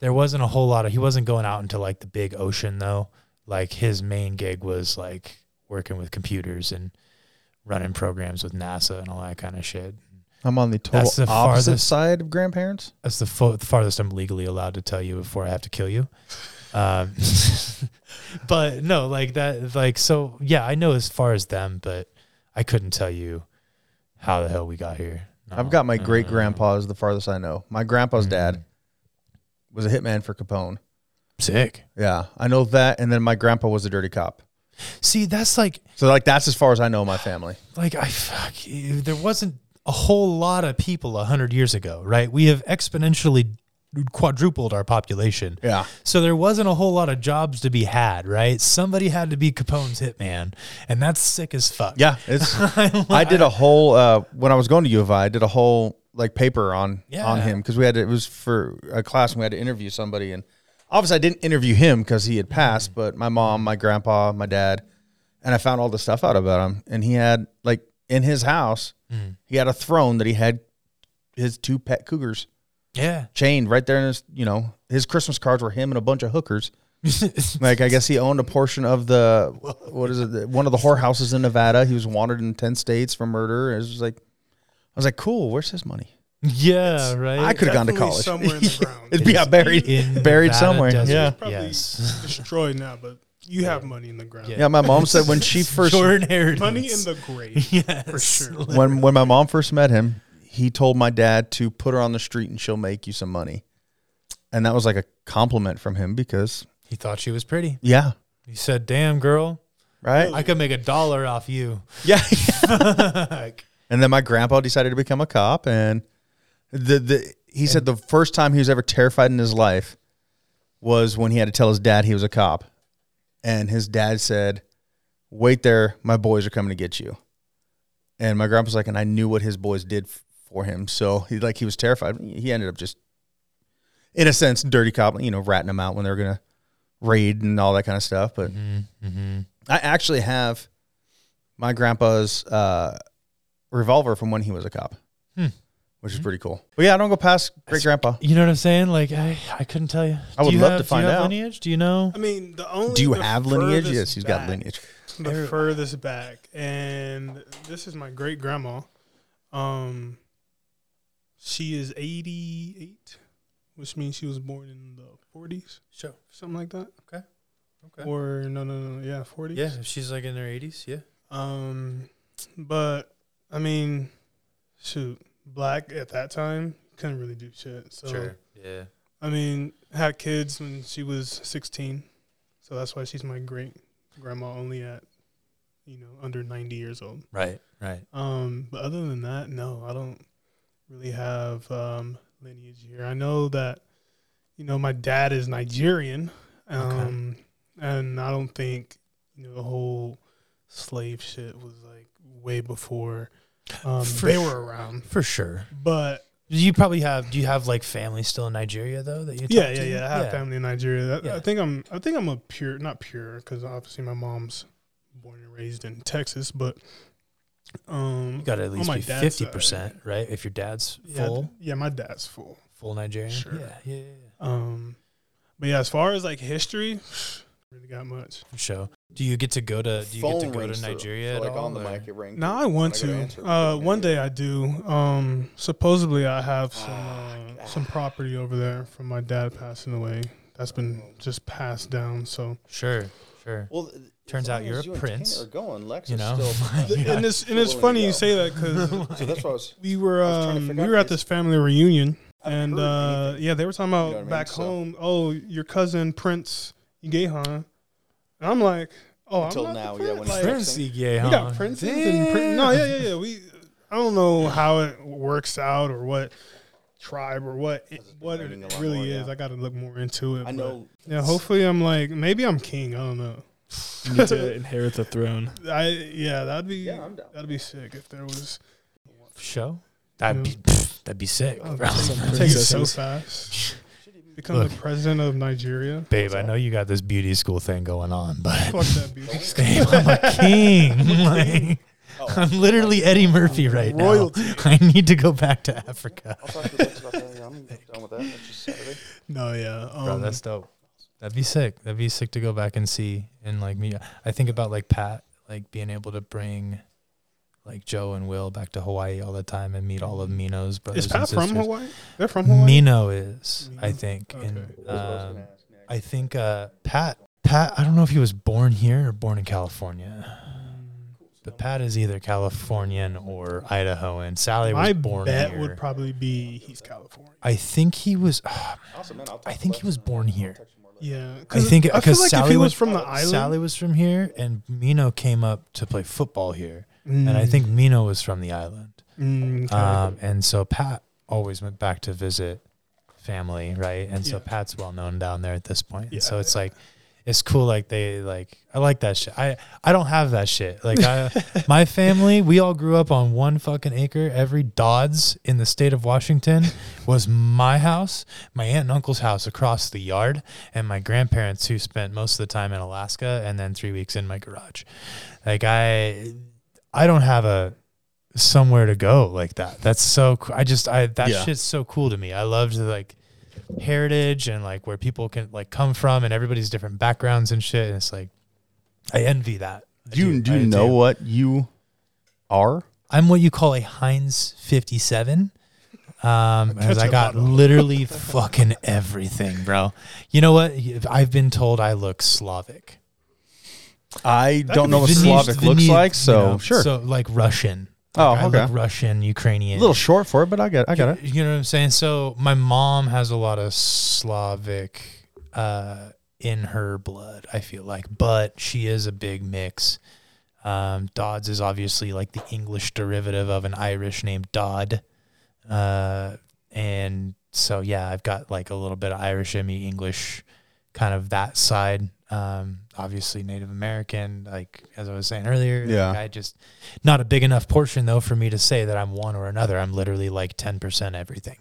[SPEAKER 5] there wasn't a whole lot of. He wasn't going out into like the big ocean though. Like his main gig was like working with computers and running programs with NASA and all that kind of shit.
[SPEAKER 4] I'm on the total
[SPEAKER 5] That's the
[SPEAKER 4] opposite
[SPEAKER 5] farthest-
[SPEAKER 4] side of grandparents.
[SPEAKER 5] That's the, fo- the farthest I'm legally allowed to tell you before I have to kill you. Um, *laughs* but no, like that, like so. Yeah, I know as far as them, but I couldn't tell you how the hell we got here. No,
[SPEAKER 4] I've got my
[SPEAKER 5] no, no,
[SPEAKER 4] great
[SPEAKER 5] no, no.
[SPEAKER 4] grandpa is the farthest I know. My grandpa's
[SPEAKER 5] Mhm.
[SPEAKER 4] dad was a hitman for Capone.
[SPEAKER 5] Sick.
[SPEAKER 4] Yeah, I know that. And then my grandpa was a dirty cop.
[SPEAKER 5] See, that's like
[SPEAKER 4] So like that's as far as I know my family.
[SPEAKER 5] like I fuck, there wasn't a whole lot of people a hundred years ago, right? We have exponentially quadrupled our population.
[SPEAKER 4] Yeah.
[SPEAKER 5] So there wasn't a whole lot of jobs to be had, right? Somebody had to be Capone's hitman, and that's sick as fuck.
[SPEAKER 4] Yeah, it's *laughs* I did a whole uh, when I was going to U of I, I did a whole like paper on on
[SPEAKER 5] Yeah.
[SPEAKER 4] him because we had to, it was for a class and we had to interview somebody and obviously I didn't interview him because he had passed, but my mom, my grandpa, my dad, and I found all the stuff out about him and he had like in his house he had a throne that he had his two pet cougars
[SPEAKER 5] Yeah.
[SPEAKER 4] chained right there in his you know his Christmas cards were him and a bunch of
[SPEAKER 5] *laughs*
[SPEAKER 4] hookers. Like I guess he owned a portion of the what is it? the- One of the whorehouses in Nevada. He was wanted in ten states for murder. It was just like I was like, cool. Where's his money?
[SPEAKER 5] yeah, right.
[SPEAKER 4] I could have gone to
[SPEAKER 7] Definitely
[SPEAKER 4] college.
[SPEAKER 7] somewhere in
[SPEAKER 4] *laughs*
[SPEAKER 7] the ground.
[SPEAKER 4] It'd be out buried,
[SPEAKER 5] In
[SPEAKER 4] buried
[SPEAKER 5] Nevada
[SPEAKER 4] somewhere.
[SPEAKER 5] desert.
[SPEAKER 4] Yeah,
[SPEAKER 7] Probably
[SPEAKER 5] Yes.
[SPEAKER 7] destroyed now, but you have money in the ground.
[SPEAKER 5] Yeah.
[SPEAKER 4] yeah. My mom said when
[SPEAKER 5] *laughs*
[SPEAKER 4] she first
[SPEAKER 5] Your inheritance.
[SPEAKER 7] Money in the grave.
[SPEAKER 5] *laughs* yes.
[SPEAKER 7] For sure.
[SPEAKER 4] when when my mom first met him, he told my dad to put her on the street and she'll make you some money, and that was like a compliment from him because
[SPEAKER 5] He thought she was pretty.
[SPEAKER 4] yeah,
[SPEAKER 5] He said, "Damn girl,
[SPEAKER 4] right,
[SPEAKER 5] I could make a dollar off you." *laughs*
[SPEAKER 4] yeah. And then my grandpa decided to become a cop, and the the he said the first time he was ever terrified in his life was when he had to tell his dad he was a cop, and his dad said, "Wait there, my boys are coming to get you." And my grandpa's like, and I knew what his boys did f- for him, so he like he was terrified. He ended up just, in a sense, dirty cop, you know, ratting them out when they were gonna raid and all that kind of stuff. But
[SPEAKER 5] mm-hmm.
[SPEAKER 4] I actually have my grandpa's uh, revolver from when he was a cop,
[SPEAKER 5] Hmm.
[SPEAKER 4] which is pretty cool. But yeah, I don't go past great grandpa.
[SPEAKER 5] You know what I'm saying? Like I, I couldn't tell you.
[SPEAKER 4] I would
[SPEAKER 5] you
[SPEAKER 4] love
[SPEAKER 5] have-
[SPEAKER 4] to find
[SPEAKER 5] do you have
[SPEAKER 4] out.
[SPEAKER 5] Lineage? Do you know?
[SPEAKER 7] I mean, the only
[SPEAKER 4] Do you
[SPEAKER 7] the
[SPEAKER 4] have lineage?
[SPEAKER 7] furthest
[SPEAKER 4] Yes, he's got
[SPEAKER 7] back-
[SPEAKER 4] lineage.
[SPEAKER 7] The furthest back, and this is my great grandma. Um, she is eighty-eight, which means she was born in the forties,
[SPEAKER 5] Sure.
[SPEAKER 7] something like that.
[SPEAKER 5] Okay. Okay.
[SPEAKER 7] Or no, no, no, yeah, forties.
[SPEAKER 5] Yeah, if she's like in her 80s, yeah.
[SPEAKER 7] Um, but I mean, shoot, black at that time couldn't really do shit. So
[SPEAKER 5] Yeah.
[SPEAKER 7] I mean, had kids when she was sixteen, so that's why she's my great grandma only at, you know, under ninety years old.
[SPEAKER 5] Right. Right.
[SPEAKER 7] Um, but other than that, no, I don't really have um, lineage here. I know that, you know, my dad is Nigerian, um, and I don't think you know the whole slave shit was like way before um,
[SPEAKER 5] *laughs* For
[SPEAKER 7] they
[SPEAKER 5] sure.
[SPEAKER 7] were around.
[SPEAKER 5] For sure.
[SPEAKER 7] But
[SPEAKER 5] You probably have do you have like family still in Nigeria though that you
[SPEAKER 7] yeah,
[SPEAKER 5] talk
[SPEAKER 7] yeah,
[SPEAKER 5] to?
[SPEAKER 7] yeah, I have family in Nigeria. I,
[SPEAKER 5] Yeah.
[SPEAKER 7] I think I'm, I think I'm a pure, not pure, because obviously my mom's born and raised in Texas, but um,
[SPEAKER 5] You got to at
[SPEAKER 7] on
[SPEAKER 5] least
[SPEAKER 7] my
[SPEAKER 5] be
[SPEAKER 7] dad's side-
[SPEAKER 5] 50%, right? If your dad's
[SPEAKER 7] Yeah,
[SPEAKER 5] full.
[SPEAKER 7] yeah, my dad's full.
[SPEAKER 5] full Nigerian.
[SPEAKER 7] Sure.
[SPEAKER 5] Yeah, yeah, yeah, yeah.
[SPEAKER 7] Um, but yeah, as far as like history, *sighs* really got much.
[SPEAKER 5] For sure. Do you get to go to? Uh, Do you get to
[SPEAKER 8] Phone
[SPEAKER 5] go
[SPEAKER 8] rings
[SPEAKER 5] to
[SPEAKER 8] through.
[SPEAKER 5] Nigeria?
[SPEAKER 8] So,
[SPEAKER 5] at
[SPEAKER 8] like
[SPEAKER 5] all,
[SPEAKER 8] on the
[SPEAKER 5] or-
[SPEAKER 8] mic, it rings.
[SPEAKER 7] No, I want to. Uh, one day I do. Um, supposedly I have some uh, some property over there from my dad passing away. That's been
[SPEAKER 5] Oh.
[SPEAKER 7] just passed down. So
[SPEAKER 5] Sure, sure.
[SPEAKER 8] Well, th-
[SPEAKER 5] Turns
[SPEAKER 8] as
[SPEAKER 5] out
[SPEAKER 8] long
[SPEAKER 5] you're
[SPEAKER 8] as
[SPEAKER 5] a
[SPEAKER 8] you and
[SPEAKER 5] prince,
[SPEAKER 8] Tanner Are going Lex
[SPEAKER 5] you
[SPEAKER 8] is
[SPEAKER 5] know? *laughs*
[SPEAKER 8] still.
[SPEAKER 5] *laughs* Yeah.
[SPEAKER 7] and it's and
[SPEAKER 8] Still
[SPEAKER 7] it's
[SPEAKER 8] willing to
[SPEAKER 7] funny
[SPEAKER 8] go.
[SPEAKER 7] you say that
[SPEAKER 5] *laughs*
[SPEAKER 7] because
[SPEAKER 8] so that's why I was.
[SPEAKER 7] we were
[SPEAKER 8] I was trying to
[SPEAKER 7] um,
[SPEAKER 8] figure
[SPEAKER 7] we
[SPEAKER 8] out
[SPEAKER 7] were at this
[SPEAKER 8] this-
[SPEAKER 7] family reunion
[SPEAKER 8] I haven't
[SPEAKER 7] and
[SPEAKER 8] heard
[SPEAKER 7] uh,
[SPEAKER 8] anything.
[SPEAKER 7] yeah they were talking about
[SPEAKER 8] You know what I mean?
[SPEAKER 7] back
[SPEAKER 8] So-
[SPEAKER 7] home. Oh, your cousin Prince Igehan. And I'm like, oh,
[SPEAKER 8] Until
[SPEAKER 7] I'm not
[SPEAKER 8] now,
[SPEAKER 7] the
[SPEAKER 8] yeah,
[SPEAKER 7] prince.
[SPEAKER 8] when it's
[SPEAKER 5] *laughs*
[SPEAKER 7] Like,
[SPEAKER 8] fixed.
[SPEAKER 5] Prince Ige,
[SPEAKER 7] We
[SPEAKER 5] huh?
[SPEAKER 7] got princes and prin- no,
[SPEAKER 5] Damn.
[SPEAKER 7] yeah, yeah, yeah. We I don't know how it works out or what tribe or what it, what
[SPEAKER 8] learning a
[SPEAKER 7] it
[SPEAKER 8] lot
[SPEAKER 7] really
[SPEAKER 8] more,
[SPEAKER 7] is.
[SPEAKER 8] yeah.
[SPEAKER 7] I got to look more into it.
[SPEAKER 8] I
[SPEAKER 7] but-
[SPEAKER 8] know.
[SPEAKER 7] Yeah, hopefully I'm like maybe I'm king. I don't know.
[SPEAKER 6] You need to *laughs* inherit the throne.
[SPEAKER 7] I yeah, that'd be
[SPEAKER 8] Yeah, I'm down.
[SPEAKER 7] that'd be sick if there was.
[SPEAKER 5] Show. That'd be
[SPEAKER 7] Yeah.
[SPEAKER 5] pff, that'd be sick,
[SPEAKER 7] Oh,
[SPEAKER 5] bro.
[SPEAKER 7] take it so fast. Become
[SPEAKER 5] Look.
[SPEAKER 7] the president of Nigeria.
[SPEAKER 5] *laughs* Babe, I know you got this beauty school thing going on, but *laughs*
[SPEAKER 7] Fuck that beauty.
[SPEAKER 5] babe, I'm a king. *laughs* Like,
[SPEAKER 8] Oh,
[SPEAKER 5] I'm literally Eddie Murphy right now.
[SPEAKER 7] Royalty.
[SPEAKER 5] *laughs* I need to go back to Africa.
[SPEAKER 8] I'll talk to Lex about that. I'm done with that. That's just Saturday.
[SPEAKER 7] No, yeah, um,
[SPEAKER 5] Bro, that's dope. That'd be sick. That'd be sick to go back and see and like me. I think about like Pat, like being able to bring like Joe and Will back to Hawaii all the time and meet all of Mino's brothers.
[SPEAKER 7] is Pat
[SPEAKER 5] and
[SPEAKER 7] from
[SPEAKER 5] sisters.
[SPEAKER 7] Hawaii? They're from Hawaii.
[SPEAKER 5] Mino is, I
[SPEAKER 7] Mino?
[SPEAKER 5] think. And,
[SPEAKER 7] Okay.
[SPEAKER 8] That's what I was gonna
[SPEAKER 5] um,
[SPEAKER 8] ask next.
[SPEAKER 5] I think uh, Pat. Pat, I don't know if he was born here or born in California,
[SPEAKER 7] Mm,
[SPEAKER 5] but Pat is either Californian or Idaho, and Sally was
[SPEAKER 7] My
[SPEAKER 5] born
[SPEAKER 7] bet
[SPEAKER 5] here.
[SPEAKER 7] would probably be he's California.
[SPEAKER 5] I think he was. *sighs*
[SPEAKER 8] Awesome, man. I'll talk
[SPEAKER 5] I
[SPEAKER 8] to
[SPEAKER 5] think
[SPEAKER 8] Lex
[SPEAKER 5] he was
[SPEAKER 8] and
[SPEAKER 5] born
[SPEAKER 8] I'll
[SPEAKER 5] here.
[SPEAKER 8] text you more later.
[SPEAKER 7] Yeah,
[SPEAKER 5] I think
[SPEAKER 7] I feel
[SPEAKER 5] because
[SPEAKER 7] like if
[SPEAKER 5] Sally
[SPEAKER 7] he
[SPEAKER 5] was
[SPEAKER 7] was from the island,
[SPEAKER 5] Sally was from here, and Mino came up to play football here, and I think Mino was from the island.
[SPEAKER 7] Mm, okay.
[SPEAKER 5] Um, and so Pat always went back to visit family, right? And so
[SPEAKER 7] Yeah.
[SPEAKER 5] Pat's well known down there at this point. And so
[SPEAKER 7] Yeah.
[SPEAKER 5] it's like, it's cool. Like they like, I like that shit. I I don't have that shit.
[SPEAKER 7] *laughs*
[SPEAKER 5] Like I, my family, we all grew up on one fucking acre. Every Dodds in the state of Washington was my house, my aunt and uncle's house across the yard, and my grandparents who spent most of the time in Alaska and then three weeks in my garage. Like I, I don't have a somewhere to go like that. That's so. coo- I just I that
[SPEAKER 4] Yeah.
[SPEAKER 5] shit's so cool to me. I loved the, like heritage and like where people can like come from and everybody's different backgrounds and shit. And it's like I envy that. I
[SPEAKER 4] Do you, do you
[SPEAKER 5] I
[SPEAKER 4] know what you are?
[SPEAKER 5] I'm what you call a Heinz 57.
[SPEAKER 4] *laughs*
[SPEAKER 5] Um, because I
[SPEAKER 7] Ketchup
[SPEAKER 5] got
[SPEAKER 7] bottle.
[SPEAKER 5] literally fucking everything, bro. You know what? I've been told I look Slavic.
[SPEAKER 4] I don't know what
[SPEAKER 5] Vinny-
[SPEAKER 4] Slavic
[SPEAKER 5] Vinny-
[SPEAKER 4] looks like,
[SPEAKER 5] you
[SPEAKER 4] so
[SPEAKER 5] know,
[SPEAKER 4] sure.
[SPEAKER 5] So like Russian.
[SPEAKER 4] Oh,
[SPEAKER 5] Like, I
[SPEAKER 4] okay.
[SPEAKER 5] look Russian,
[SPEAKER 4] a
[SPEAKER 5] Ukrainian.
[SPEAKER 4] little short for it, but I got I got it.
[SPEAKER 5] You know what I'm saying? So my mom has a lot of Slavic uh, in her blood, I feel like, but she is a big mix. Um, Dodds is obviously like the English derivative of an Irish name, Dodd. Uh, and so, yeah, I've got like a little bit of Irish in me, English, kind of that side. Um, obviously Native American, like as I was saying earlier, like,
[SPEAKER 4] Yeah.
[SPEAKER 5] I just not a big enough portion though for me to say that I'm one or another. I'm literally like ten percent everything.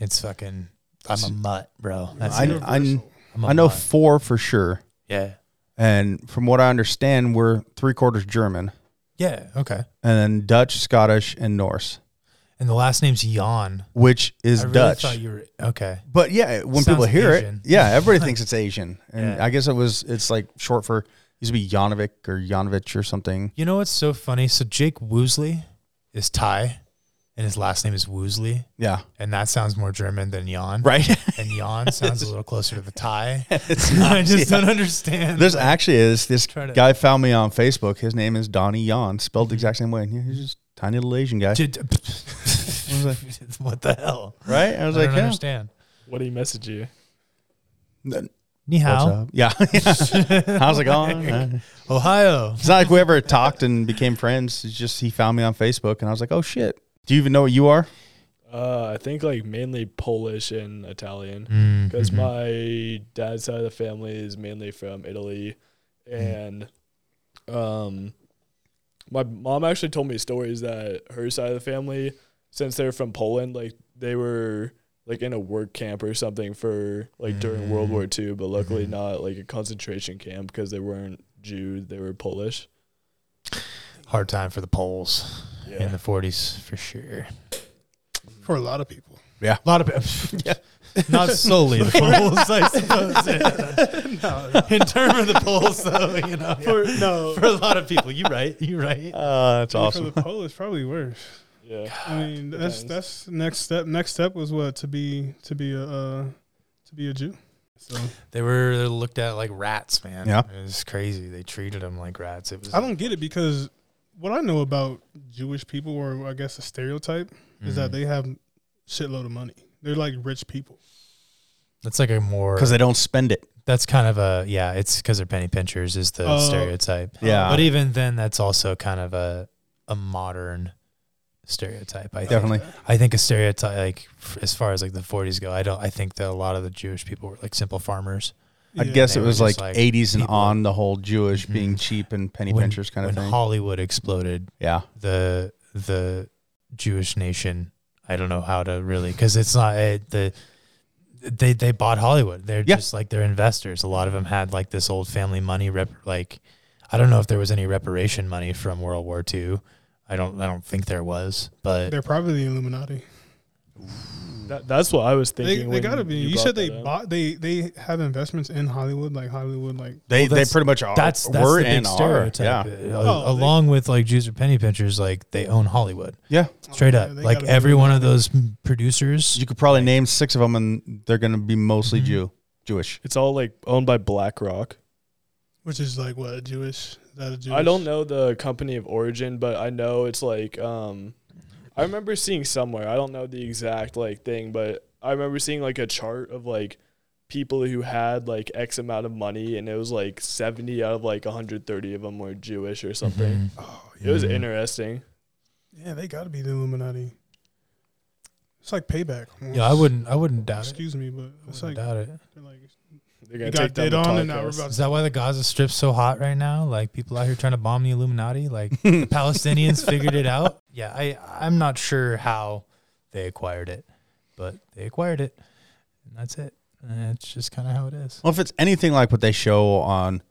[SPEAKER 5] It's fucking. I'm a mutt, bro. That's
[SPEAKER 4] I,
[SPEAKER 5] it.
[SPEAKER 4] I,
[SPEAKER 5] I'm a
[SPEAKER 4] I know
[SPEAKER 5] mutt.
[SPEAKER 4] four for sure,
[SPEAKER 5] yeah.
[SPEAKER 4] and from what I understand, we're three quarters German,
[SPEAKER 5] Yeah. Okay.
[SPEAKER 4] and then Dutch, Scottish, and Norse,
[SPEAKER 5] And the last name's Jan.
[SPEAKER 4] which is
[SPEAKER 5] I really
[SPEAKER 4] Dutch.
[SPEAKER 5] thought you were okay.
[SPEAKER 4] But yeah, when
[SPEAKER 5] Sounds
[SPEAKER 4] people hear
[SPEAKER 5] Asian.
[SPEAKER 4] it, yeah,
[SPEAKER 5] *laughs*
[SPEAKER 4] everybody thinks it's Asian, and
[SPEAKER 5] Yeah.
[SPEAKER 4] I guess it was it's like short for used to be Janovic or Janovich or something.
[SPEAKER 5] You know what's so funny? So Jake Woosley is Thai, and his last name is Woosley,
[SPEAKER 4] Yeah,
[SPEAKER 5] and that sounds more German than Jan.
[SPEAKER 4] right.
[SPEAKER 5] And Jan sounds a little closer to the Thai.
[SPEAKER 4] *laughs*
[SPEAKER 5] *laughs*
[SPEAKER 4] It's
[SPEAKER 5] I
[SPEAKER 4] not-
[SPEAKER 5] just
[SPEAKER 4] yeah.
[SPEAKER 5] don't understand.
[SPEAKER 4] There's actually is this
[SPEAKER 5] Try to-
[SPEAKER 4] guy found me on Facebook. His name is Donnie Yan, spelled the exact same way. Yeah, he's just a tiny little Asian guy,
[SPEAKER 5] Dude, *laughs* what the hell?
[SPEAKER 4] right? I
[SPEAKER 5] I
[SPEAKER 4] was
[SPEAKER 5] don't
[SPEAKER 4] like, yeah.
[SPEAKER 5] understand.
[SPEAKER 6] What do you message you?
[SPEAKER 5] Ni
[SPEAKER 4] What's
[SPEAKER 5] hao.
[SPEAKER 4] up? Yeah. yeah. *laughs* How's it
[SPEAKER 5] *laughs*
[SPEAKER 4] going? Uh,
[SPEAKER 5] Ohio.
[SPEAKER 4] It's not like we ever talked and became friends. It's just he found me on Facebook and I was like, oh shit. Do you even know what you are?
[SPEAKER 6] Uh, I think like mainly Polish and Italian. because my dad's side of the family is mainly from Italy, and um, my mom actually told me stories that her side of the family, since they're from Poland, like they were like in a work camp or something for like during World War II, but luckily not like a concentration camp because they weren't Jew, they were Polish.
[SPEAKER 5] hard time for the Poles
[SPEAKER 6] Yeah,
[SPEAKER 5] in the 40s for sure.
[SPEAKER 7] for a lot of people.
[SPEAKER 4] Yeah.
[SPEAKER 5] a lot of
[SPEAKER 7] *laughs*
[SPEAKER 5] *laughs* not *laughs* solely the *laughs* polls, I suppose.
[SPEAKER 7] *laughs*
[SPEAKER 5] *laughs* In terms of the polls, though, you know,
[SPEAKER 7] For, no,
[SPEAKER 5] *laughs* for a lot of people, you right, you right.
[SPEAKER 4] Uh, that's
[SPEAKER 7] for
[SPEAKER 4] awesome.
[SPEAKER 7] the poll is probably worse.
[SPEAKER 6] Yeah.
[SPEAKER 7] I mean, that's
[SPEAKER 6] depends.
[SPEAKER 7] that's next step. Next step was what to be to be a uh, to be a Jew. So
[SPEAKER 5] They were they looked at like rats, man.
[SPEAKER 4] Yeah.
[SPEAKER 5] it was crazy. They treated them like rats. It was.
[SPEAKER 7] I don't get it because what I know about Jewish people, or I guess a stereotype, is
[SPEAKER 5] Mm.
[SPEAKER 7] that they have shitload of money. They're like rich people.
[SPEAKER 5] That's like a more.
[SPEAKER 4] Because they don't spend it.
[SPEAKER 5] that's kind of a yeah. It's because they're penny pinchers is the
[SPEAKER 7] Oh.
[SPEAKER 5] stereotype.
[SPEAKER 4] Yeah.
[SPEAKER 5] but even then, that's also kind of a a modern stereotype. I think.
[SPEAKER 4] Definitely.
[SPEAKER 5] I think a stereotype, like f- as far as like the 40s go, I don't. I think that a lot of the Jewish people were like simple farmers.
[SPEAKER 4] I
[SPEAKER 7] Yeah.
[SPEAKER 4] guess
[SPEAKER 5] They
[SPEAKER 4] it
[SPEAKER 5] were
[SPEAKER 4] was like,
[SPEAKER 5] just like
[SPEAKER 4] 80s and
[SPEAKER 5] people. Mm-hmm.
[SPEAKER 4] on the whole Jewish being cheap and penny
[SPEAKER 5] When-
[SPEAKER 4] pinchers kind of
[SPEAKER 5] when
[SPEAKER 4] thing.
[SPEAKER 5] Hollywood exploded,
[SPEAKER 4] yeah.
[SPEAKER 5] the the Jewish nation. I don't know how to really because it's not it, the they they bought Hollywood. They're
[SPEAKER 4] Yeah.
[SPEAKER 5] just like they're investors. A lot of them had like this old family money. Rep, like I don't know if there was any reparation money from World War II. I don't I don't think there was, but
[SPEAKER 7] They're probably the Illuminati.
[SPEAKER 6] That, that's what I was
[SPEAKER 7] They,
[SPEAKER 6] thinking.
[SPEAKER 7] they
[SPEAKER 6] when
[SPEAKER 7] gotta be. You, said
[SPEAKER 6] brought
[SPEAKER 7] they
[SPEAKER 6] that up.
[SPEAKER 7] bought. They they have investments in Hollywood, like Hollywood, like
[SPEAKER 4] They, they
[SPEAKER 5] that's-
[SPEAKER 4] pretty much are.
[SPEAKER 5] that's that's
[SPEAKER 4] were
[SPEAKER 5] the big
[SPEAKER 4] and are.
[SPEAKER 5] stereotype.
[SPEAKER 4] Yeah.
[SPEAKER 5] Uh,
[SPEAKER 7] Oh, they-
[SPEAKER 5] along with like Jews or penny pinchers, like they own Hollywood
[SPEAKER 4] Yeah.
[SPEAKER 5] straight
[SPEAKER 7] Oh, yeah,
[SPEAKER 5] up.
[SPEAKER 7] they
[SPEAKER 5] Like
[SPEAKER 7] gotta be
[SPEAKER 5] every one of those producers,
[SPEAKER 4] You could probably name six of them and they're going to be mostly
[SPEAKER 5] Mm-hmm.
[SPEAKER 4] Jew, Jewish.
[SPEAKER 6] It's all like owned by BlackRock.
[SPEAKER 7] which is like what a Jewish. Is that a Jewish?
[SPEAKER 6] I don't know the company of origin, but I know it's like um I remember seeing somewhere, I don't know the exact like thing, but I remember seeing like a chart of like people who had like X amount of money and it was like 70 out of like 130 of them were Jewish or something.
[SPEAKER 7] Oh,
[SPEAKER 6] It was interesting.
[SPEAKER 7] Yeah, they got to be the Illuminati. It's like payback. almost.
[SPEAKER 5] yeah, I wouldn't I wouldn't doubt it.
[SPEAKER 7] Excuse me, but
[SPEAKER 5] I
[SPEAKER 7] it's
[SPEAKER 5] wouldn't
[SPEAKER 7] like,
[SPEAKER 5] doubt it.
[SPEAKER 7] they're like
[SPEAKER 6] They're
[SPEAKER 7] you
[SPEAKER 6] gonna
[SPEAKER 7] got
[SPEAKER 6] take down
[SPEAKER 7] dead
[SPEAKER 6] the
[SPEAKER 7] on, and now we're
[SPEAKER 6] podcast.
[SPEAKER 7] about
[SPEAKER 5] Is
[SPEAKER 7] to.
[SPEAKER 5] that why the Gaza Strip's so hot right now? Like people out here trying to bomb the Illuminati. Like the Palestinians figured it out. Yeah, I I'm not sure how they acquired it, but they acquired it. And that's it. And it's just kind of how it is.
[SPEAKER 4] Well, if it's anything like what they show on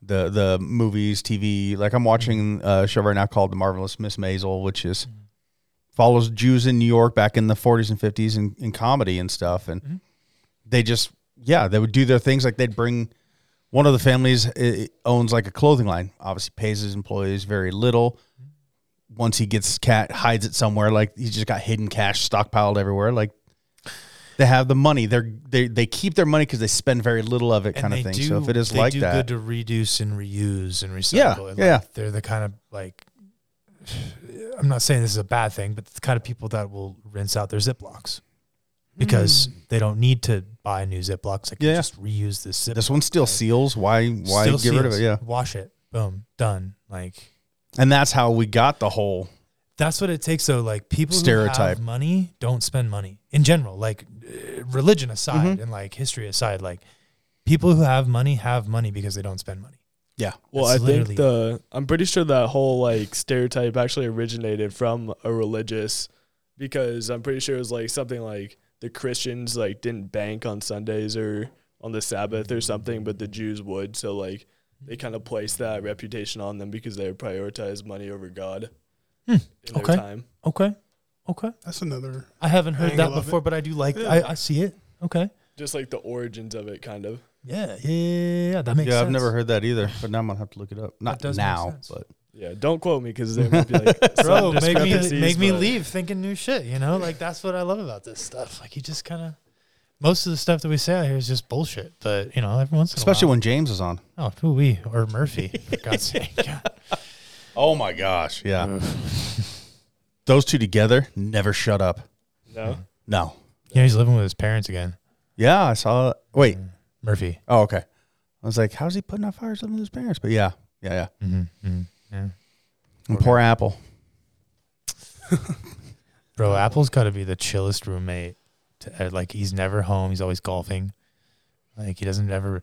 [SPEAKER 4] the the movies, TV, like I'm watching a show right now called The Marvelous Miss Maisel, which is
[SPEAKER 5] Mm-hmm.
[SPEAKER 4] follows Jews in New York back in the 40s and 50s in, in comedy and stuff, and
[SPEAKER 5] Mm-hmm.
[SPEAKER 4] they just yeah they would do their things like they'd bring one of the families eh, owns like a clothing line, obviously pays his employees very little.
[SPEAKER 5] Mm-hmm.
[SPEAKER 4] Once he gets cat hides it somewhere, like he's just got hidden cash stockpiled everywhere, like. They have the money. They're they they keep their money because they spend very little of it, kind of thing.
[SPEAKER 5] they do-
[SPEAKER 4] so if it is
[SPEAKER 5] they
[SPEAKER 4] like
[SPEAKER 5] do
[SPEAKER 4] that,
[SPEAKER 5] good to reduce and reuse and recycle.
[SPEAKER 4] Yeah,
[SPEAKER 5] And, like,
[SPEAKER 4] yeah.
[SPEAKER 5] They're the kind of like. I'm not saying this is a bad thing, but the kind of people that will rinse out their Ziplocs because they don't need to buy new Ziplocs. They can
[SPEAKER 4] Hmm. Yeah.
[SPEAKER 5] just reuse this Ziploc.
[SPEAKER 4] this one still
[SPEAKER 5] right?
[SPEAKER 4] seals. Why why
[SPEAKER 5] Still
[SPEAKER 4] get rid of
[SPEAKER 5] seals.
[SPEAKER 4] it? Yeah,
[SPEAKER 5] Wash it. Boom. Done. Like
[SPEAKER 4] and that's how we got the whole.
[SPEAKER 5] that's what it takes though. Like people Stereotype.
[SPEAKER 4] Stereotype.
[SPEAKER 5] money don't spend money in general. Like uh, religion aside
[SPEAKER 4] Mm-hmm.
[SPEAKER 5] and like history aside, like people who have money have money because they don't spend money.
[SPEAKER 4] Yeah,
[SPEAKER 6] Well,
[SPEAKER 5] That's
[SPEAKER 6] I think
[SPEAKER 5] literally-
[SPEAKER 6] the I'm pretty sure that whole like stereotype actually originated from a religious because I'm pretty sure it was like something like the Christians like didn't bank on Sundays or on the Sabbath or something, but the Jews would. So like they kind of placed that reputation on them because they would prioritize money over God in
[SPEAKER 5] Hmm, okay.
[SPEAKER 6] their time.
[SPEAKER 5] Okay. Okay.
[SPEAKER 7] That's another.
[SPEAKER 5] I haven't heard
[SPEAKER 7] Angle
[SPEAKER 5] that
[SPEAKER 7] of
[SPEAKER 5] before, but I do like
[SPEAKER 7] Yeah.
[SPEAKER 5] I, I see it. Okay.
[SPEAKER 6] Just like the origins of it kind of.
[SPEAKER 5] Yeah. Yeah. yeah, yeah. That makes
[SPEAKER 4] yeah.
[SPEAKER 5] sense.
[SPEAKER 4] I've never heard that either, but now I'm gonna have to look it up. Not
[SPEAKER 5] does make
[SPEAKER 4] now,
[SPEAKER 5] sense.
[SPEAKER 4] but
[SPEAKER 6] Yeah, don't quote me because there might
[SPEAKER 5] *laughs*
[SPEAKER 6] be like some
[SPEAKER 5] Bro, make me
[SPEAKER 6] discrepancies,
[SPEAKER 5] make me
[SPEAKER 6] but-
[SPEAKER 5] leave thinking new shit, you know? Like that's what I love about this stuff. Like you just kinda most of the stuff that we say out here is just bullshit. But you know, every once in a
[SPEAKER 4] especially
[SPEAKER 5] while-
[SPEAKER 4] when James is on.
[SPEAKER 5] Oh, who we or Murphy? For
[SPEAKER 7] *laughs*
[SPEAKER 5] God's sake! God.
[SPEAKER 4] Oh my gosh, yeah. *laughs* Those two together never shut up.
[SPEAKER 6] No.
[SPEAKER 4] No.
[SPEAKER 5] Yeah, he's living with his parents again.
[SPEAKER 4] Yeah, I saw. Wait.
[SPEAKER 5] Mm. Murphy.
[SPEAKER 4] Oh, okay. I was like, how's he putting out fires with his parents? But yeah, yeah, yeah.
[SPEAKER 5] Mm-hmm, Yeah.
[SPEAKER 4] And poor Apple.
[SPEAKER 5] Bro,
[SPEAKER 7] Oh.
[SPEAKER 5] Apple's got to be the chillest roommate. To, uh, like he's never home. He's always golfing. Like he doesn't ever.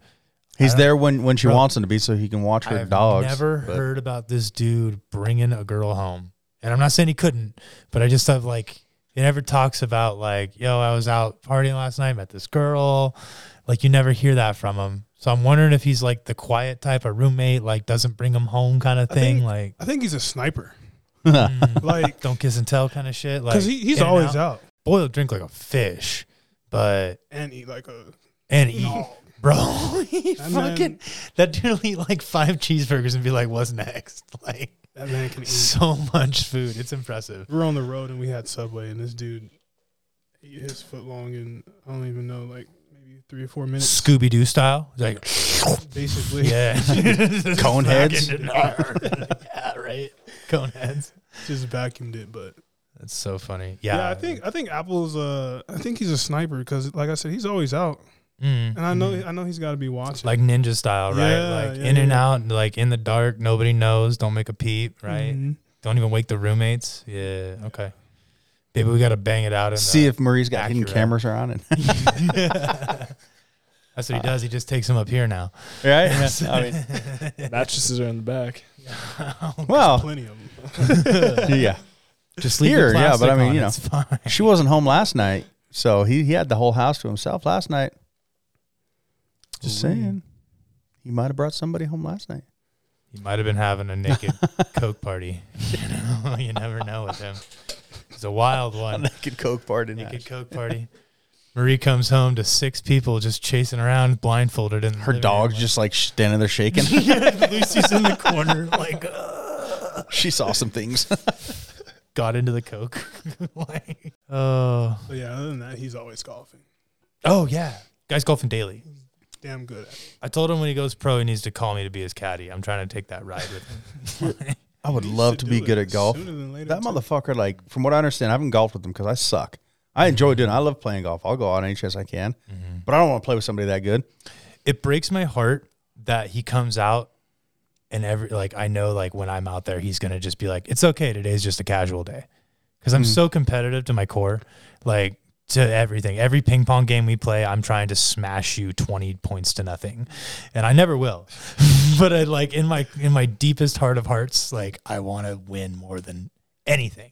[SPEAKER 4] He's
[SPEAKER 5] don't-
[SPEAKER 4] there when when she
[SPEAKER 5] Bro,
[SPEAKER 4] wants him to be, so he can watch her
[SPEAKER 5] I've
[SPEAKER 4] dogs.
[SPEAKER 5] never
[SPEAKER 4] but-
[SPEAKER 5] heard about this dude bringing a girl home, and I'm not saying he couldn't, but I just have like he never talks about like yo, I was out partying last night, met this girl. Like you never hear that from him. So I'm wondering if he's like the quiet type of roommate, like doesn't bring him home kind of
[SPEAKER 7] I
[SPEAKER 5] thing.
[SPEAKER 7] think-
[SPEAKER 5] like
[SPEAKER 6] *laughs*
[SPEAKER 7] I think he's a sniper. like
[SPEAKER 5] don't kiss and tell kind of shit. Hmm. *laughs* Like
[SPEAKER 7] because he, he's
[SPEAKER 5] in and
[SPEAKER 7] always out.
[SPEAKER 5] boil drink like a fish, but
[SPEAKER 7] and eat like uh, a
[SPEAKER 5] and eat, bro. *laughs* He
[SPEAKER 7] And
[SPEAKER 5] fucking
[SPEAKER 7] then-
[SPEAKER 5] that dude will eat like five cheeseburgers and be like, "What's next?" *laughs* Like
[SPEAKER 7] that man can eat.
[SPEAKER 5] so much food. It's impressive.
[SPEAKER 7] We were on the road and we had Subway, and this dude ate his foot long in I don't even know, like maybe three or four minutes,
[SPEAKER 5] Scooby Doo style, like
[SPEAKER 7] basically.
[SPEAKER 5] yeah,
[SPEAKER 4] Cone heads?
[SPEAKER 5] Fucking- yeah, right. Cone heads.
[SPEAKER 7] *laughs* Just vacuumed it, but
[SPEAKER 5] That's so funny. Yeah,
[SPEAKER 7] yeah, I think I think Apple's uh I think he's a sniper because like I said he's always out,
[SPEAKER 5] Mm,
[SPEAKER 7] and I know
[SPEAKER 5] mm.
[SPEAKER 7] I know he's got to be watching.
[SPEAKER 5] like ninja style, right?
[SPEAKER 7] Yeah,
[SPEAKER 5] like
[SPEAKER 7] yeah,
[SPEAKER 5] in and
[SPEAKER 7] yeah.
[SPEAKER 5] out, like in the dark, nobody knows. Don't make a peep, right?
[SPEAKER 7] Mhm. *laughs*
[SPEAKER 5] Don't even wake the roommates. Yeah, okay. Maybe we gotta bang it out and
[SPEAKER 4] See if Marie's got hidden
[SPEAKER 5] Accurate.
[SPEAKER 4] cameras around it. *laughs*
[SPEAKER 5] that's what he does. He just takes them up here now. *laughs*
[SPEAKER 4] right? *laughs* I mean,
[SPEAKER 6] Mattresses are in the back.
[SPEAKER 4] well,
[SPEAKER 7] plenty of them.
[SPEAKER 4] *laughs* yeah.
[SPEAKER 5] Just leave
[SPEAKER 4] Here,
[SPEAKER 5] the
[SPEAKER 4] yeah, but I
[SPEAKER 5] plastic
[SPEAKER 4] mean,
[SPEAKER 5] on,
[SPEAKER 4] you know.
[SPEAKER 5] it's fine. *laughs*
[SPEAKER 4] She wasn't home last night, so he, he had the whole house to himself last night. Just saying. He might have brought somebody home last night.
[SPEAKER 5] He might have been having a naked coke party. *laughs* You know, you never know with him. It's a wild
[SPEAKER 4] *laughs*
[SPEAKER 5] one.
[SPEAKER 4] *laughs* naked coke party
[SPEAKER 5] Naked coke party. Marie comes home to six people just chasing around, blindfolded, and
[SPEAKER 4] Her dog's just like standing there shaking. *laughs*
[SPEAKER 5] Lucy's in the
[SPEAKER 7] *laughs*
[SPEAKER 5] corner, like "Ugh."
[SPEAKER 4] she saw some things. *laughs*
[SPEAKER 5] got into the coke. *laughs* like, oh,
[SPEAKER 7] But yeah, other than that, he's always golfing.
[SPEAKER 5] oh yeah, guys golfing daily.
[SPEAKER 7] Damn good at it.
[SPEAKER 5] I told him when he goes pro, he needs to call me to be his caddy. I'm trying to take that ride with him.
[SPEAKER 4] *laughs* I would
[SPEAKER 7] He used
[SPEAKER 4] love
[SPEAKER 7] to
[SPEAKER 4] to be
[SPEAKER 7] do
[SPEAKER 4] good
[SPEAKER 7] it
[SPEAKER 4] at golf.
[SPEAKER 7] sooner than later,
[SPEAKER 4] That
[SPEAKER 7] too.
[SPEAKER 4] motherfucker, like, from what I understand, I haven't golfed with him because I suck. I enjoy doing it. I love playing golf. I'll go out any chance I can,
[SPEAKER 7] Mm-hmm.
[SPEAKER 4] but I don't want to play with somebody that good.
[SPEAKER 5] it breaks my heart that he comes out and every like I know like when I'm out there he's gonna just be like it's okay today's just a casual day because I'm so competitive to my core like to everything every ping pong game we play I'm trying to smash you 20 points to nothing and I never will *laughs* but I like in my in my deepest heart of hearts like I want to win more than anything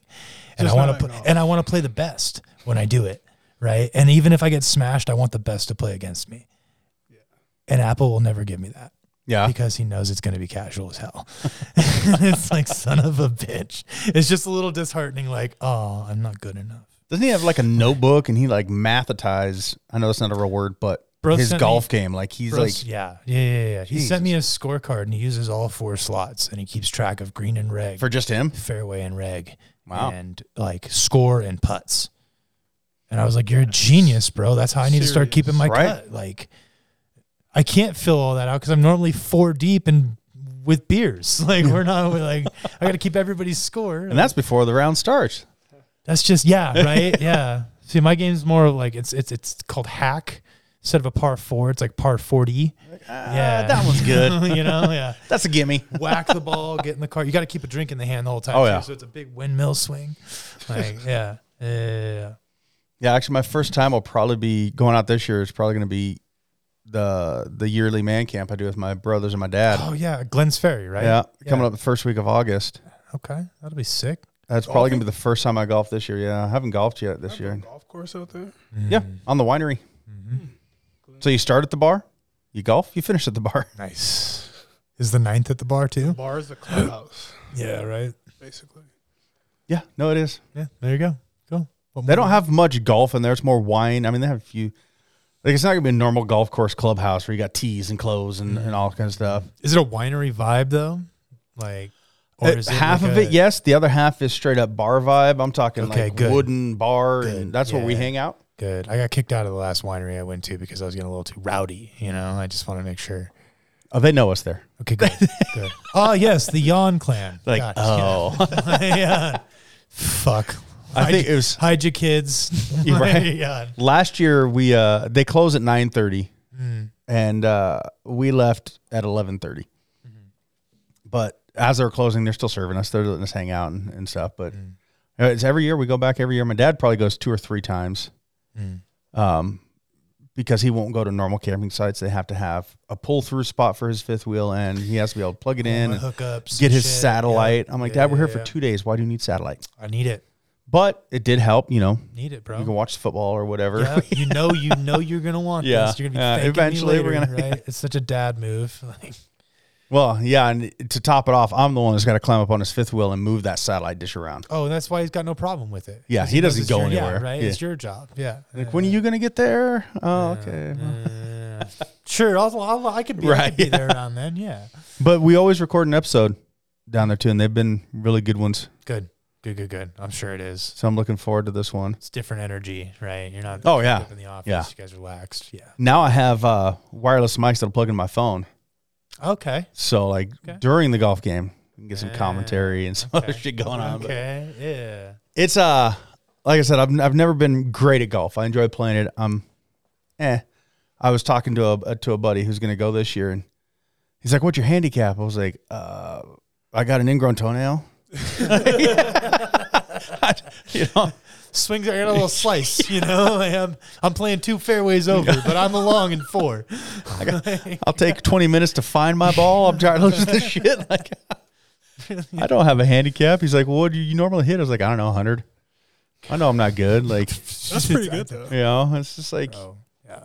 [SPEAKER 5] and
[SPEAKER 7] Just
[SPEAKER 5] I want
[SPEAKER 7] not
[SPEAKER 5] to
[SPEAKER 7] at
[SPEAKER 5] play
[SPEAKER 7] all.
[SPEAKER 5] and I want to play the best when I do it right and even if I get smashed I want the best to play against me and Apple will never give me that
[SPEAKER 4] Yeah.
[SPEAKER 5] because he knows it's going to be casual as hell. *laughs* it's like son of a bitch. It's just a little disheartening. Like, oh, I'm not good enough.
[SPEAKER 4] Doesn't he have like a notebook and he like mathetize? I know that's not a real word, but
[SPEAKER 5] Bro
[SPEAKER 4] his
[SPEAKER 5] sent
[SPEAKER 4] golf game, like he's
[SPEAKER 5] Bro,
[SPEAKER 4] like
[SPEAKER 5] yeah, yeah, yeah, yeah. He sent me a scorecard and he uses all four slots and he keeps track of green and reg,
[SPEAKER 4] for just him.
[SPEAKER 5] fairway and reg,
[SPEAKER 4] Wow.
[SPEAKER 5] and like score and putts. And I was like, "You're a genius, bro. That's how I need to start
[SPEAKER 7] Serious,
[SPEAKER 5] keeping my
[SPEAKER 4] right?
[SPEAKER 5] cut. Like, I can't fill all that out because I'm normally four deep and with beers. *laughs* Like, we're not we're like I got to keep everybody's score.
[SPEAKER 4] And that's before the round starts.
[SPEAKER 5] That's
[SPEAKER 4] *laughs*
[SPEAKER 5] just yeah, right? yeah. See, my game's more of like it's it's it's called hack instead of a par four. It's like par forty. yeah,
[SPEAKER 4] Ah, that *laughs* one's
[SPEAKER 5] *laughs*
[SPEAKER 4] good.
[SPEAKER 5] you know, yeah.
[SPEAKER 4] That's a gimme.
[SPEAKER 5] Whack the ball, get in the car. You got to keep a drink in the hand the whole time.
[SPEAKER 4] Oh,
[SPEAKER 5] too,
[SPEAKER 4] yeah.
[SPEAKER 5] So it's a big
[SPEAKER 4] *laughs*
[SPEAKER 5] windmill swing. Like yeah, yeah, yeah, yeah.
[SPEAKER 4] Yeah, actually, my first time will probably be going out this year. It's probably going to be the the yearly man camp I do with my brothers and my dad.
[SPEAKER 5] Oh yeah, Glens Ferry, right?
[SPEAKER 4] yeah, coming up the first week of August.
[SPEAKER 5] Okay, that'll be sick.
[SPEAKER 4] That's probably going to be the first time I golf this year. Yeah, I haven't golfed yet this
[SPEAKER 5] Mm-hmm.
[SPEAKER 4] year.
[SPEAKER 7] golf course out *laughs* there.
[SPEAKER 4] Yeah,
[SPEAKER 5] Mm.
[SPEAKER 4] on the winery. So you start at the bar, you golf, you finish at the bar. *laughs*
[SPEAKER 5] Nice. Is the ninth at the bar too?
[SPEAKER 7] Bar is the clubhouse,
[SPEAKER 5] Yeah, right.
[SPEAKER 7] basically.
[SPEAKER 4] Yeah, no, it is.
[SPEAKER 5] Yeah, there you go. Cool. What
[SPEAKER 4] They
[SPEAKER 5] more?
[SPEAKER 4] don't have much golf in there. It's more wine. I mean, they have a few. Like it's not gonna be a normal golf course clubhouse where you got tees and clothes and, and all kind of stuff.
[SPEAKER 5] Is it a winery vibe though? Like, or
[SPEAKER 4] Uh,
[SPEAKER 5] is it
[SPEAKER 4] half
[SPEAKER 5] like
[SPEAKER 4] of it,
[SPEAKER 5] a-
[SPEAKER 4] yes. The other half is straight up bar vibe. I'm talking
[SPEAKER 5] Okay,
[SPEAKER 4] like
[SPEAKER 5] good.
[SPEAKER 4] wooden bar,
[SPEAKER 5] Good,
[SPEAKER 4] and that's where we
[SPEAKER 5] yeah.
[SPEAKER 4] hang out.
[SPEAKER 5] Good. I got kicked out of the last winery I went to because I was getting a little too rowdy. You know, I just want to make sure.
[SPEAKER 4] Oh, they know us there.
[SPEAKER 5] Okay, good. good.
[SPEAKER 4] *laughs*
[SPEAKER 5] Oh yes, the Yawn Clan. God, yeah. *laughs* yeah. Fuck.
[SPEAKER 4] oh. I
[SPEAKER 5] Hide
[SPEAKER 4] think
[SPEAKER 5] y-
[SPEAKER 4] it was-
[SPEAKER 5] hide your kids.
[SPEAKER 4] *laughs* You're
[SPEAKER 5] *laughs*
[SPEAKER 4] right.
[SPEAKER 5] yeah.
[SPEAKER 4] last year we uh they close at 9:30
[SPEAKER 5] Mm.
[SPEAKER 4] and uh we left at 11:30.
[SPEAKER 5] Mm-hmm.
[SPEAKER 4] But as they're closing they're still serving us. They're letting us hang out and, and stuff, but
[SPEAKER 5] Mm.
[SPEAKER 4] uh, it's every year we go back every year. My dad probably goes two or three times.
[SPEAKER 5] Mm.
[SPEAKER 4] Um because he won't go to normal camping sites, they have to have a pull through spot for his fifth wheel, and he has to be able to plug it in,
[SPEAKER 5] My
[SPEAKER 4] and
[SPEAKER 5] hookups.
[SPEAKER 4] get
[SPEAKER 5] and
[SPEAKER 4] his
[SPEAKER 5] shit.
[SPEAKER 4] satellite.
[SPEAKER 5] Yeah.
[SPEAKER 4] I'm like,
[SPEAKER 5] Yeah,
[SPEAKER 4] Dad, we're here
[SPEAKER 5] yeah,
[SPEAKER 4] for
[SPEAKER 5] yeah.
[SPEAKER 4] two days. Why do you need satellite?
[SPEAKER 5] I need it.
[SPEAKER 4] But it did help, you know.
[SPEAKER 5] Need it, bro.
[SPEAKER 4] You can watch football or whatever.
[SPEAKER 5] Yeah, you know, you
[SPEAKER 4] *laughs*
[SPEAKER 5] know, you're gonna want
[SPEAKER 4] Yeah.
[SPEAKER 5] this. You're gonna be
[SPEAKER 4] Yeah,
[SPEAKER 5] thanking
[SPEAKER 4] eventually
[SPEAKER 5] me
[SPEAKER 4] we're
[SPEAKER 5] later,
[SPEAKER 4] gonna-
[SPEAKER 5] right. It's such a dad move. *laughs* Like,
[SPEAKER 4] Well, yeah, and to top it off, I'm the one that's got to climb up on his fifth wheel and move that satellite dish around.
[SPEAKER 5] Oh, and that's why he's got no problem with it.
[SPEAKER 4] Yeah,
[SPEAKER 5] 'Cause
[SPEAKER 4] he
[SPEAKER 5] knows
[SPEAKER 4] doesn't
[SPEAKER 5] it's
[SPEAKER 4] go
[SPEAKER 5] your- yeah,
[SPEAKER 4] anywhere.
[SPEAKER 5] right?
[SPEAKER 4] Yeah.
[SPEAKER 5] It's your job. Yeah.
[SPEAKER 4] Like, when are you gonna get there? Oh, okay.
[SPEAKER 5] Uh, sure, I'll, I'll, I could be, I
[SPEAKER 4] Right,
[SPEAKER 5] could be
[SPEAKER 4] yeah.
[SPEAKER 5] there around then. Yeah.
[SPEAKER 4] But we always record an episode down there too, and they've been really good ones.
[SPEAKER 5] Good. Good, good, good. I'm sure it is.
[SPEAKER 4] So I'm looking forward to this one.
[SPEAKER 5] It's different energy, right? You're not
[SPEAKER 4] Oh, yeah.
[SPEAKER 5] up in the office.
[SPEAKER 4] Yeah.
[SPEAKER 5] You guys relaxed. Yeah.
[SPEAKER 4] Now I have uh, wireless mics that'll plug in my phone,
[SPEAKER 5] Okay.
[SPEAKER 4] so like
[SPEAKER 5] Okay.
[SPEAKER 4] during the golf game, you can get some
[SPEAKER 5] Yeah.
[SPEAKER 4] commentary and some other
[SPEAKER 5] Okay.
[SPEAKER 4] shit going on. but-
[SPEAKER 5] Okay. Yeah.
[SPEAKER 4] it's uh like I said, I've I've never been great at golf. I enjoy playing it. Um, eh. I was talking to a uh, to a buddy who's gonna go this year, and he's like, "What's your handicap?" I was like, "Uh, I got an ingrown toenail." *laughs* you know,
[SPEAKER 5] Swings. I got a little slice. You know, I am. I'm playing two fairways over, but I'm along in four.
[SPEAKER 4] I'll take twenty minutes to find my ball. I'm tired of losing this shit. Like, *laughs* I don't have a handicap. He's like, well, "What do you normally hit?" I was like, "I don't know, hundred. I know I'm not good. Like,
[SPEAKER 7] That's pretty good though.
[SPEAKER 4] you know, it's just like."
[SPEAKER 5] Oh, yeah.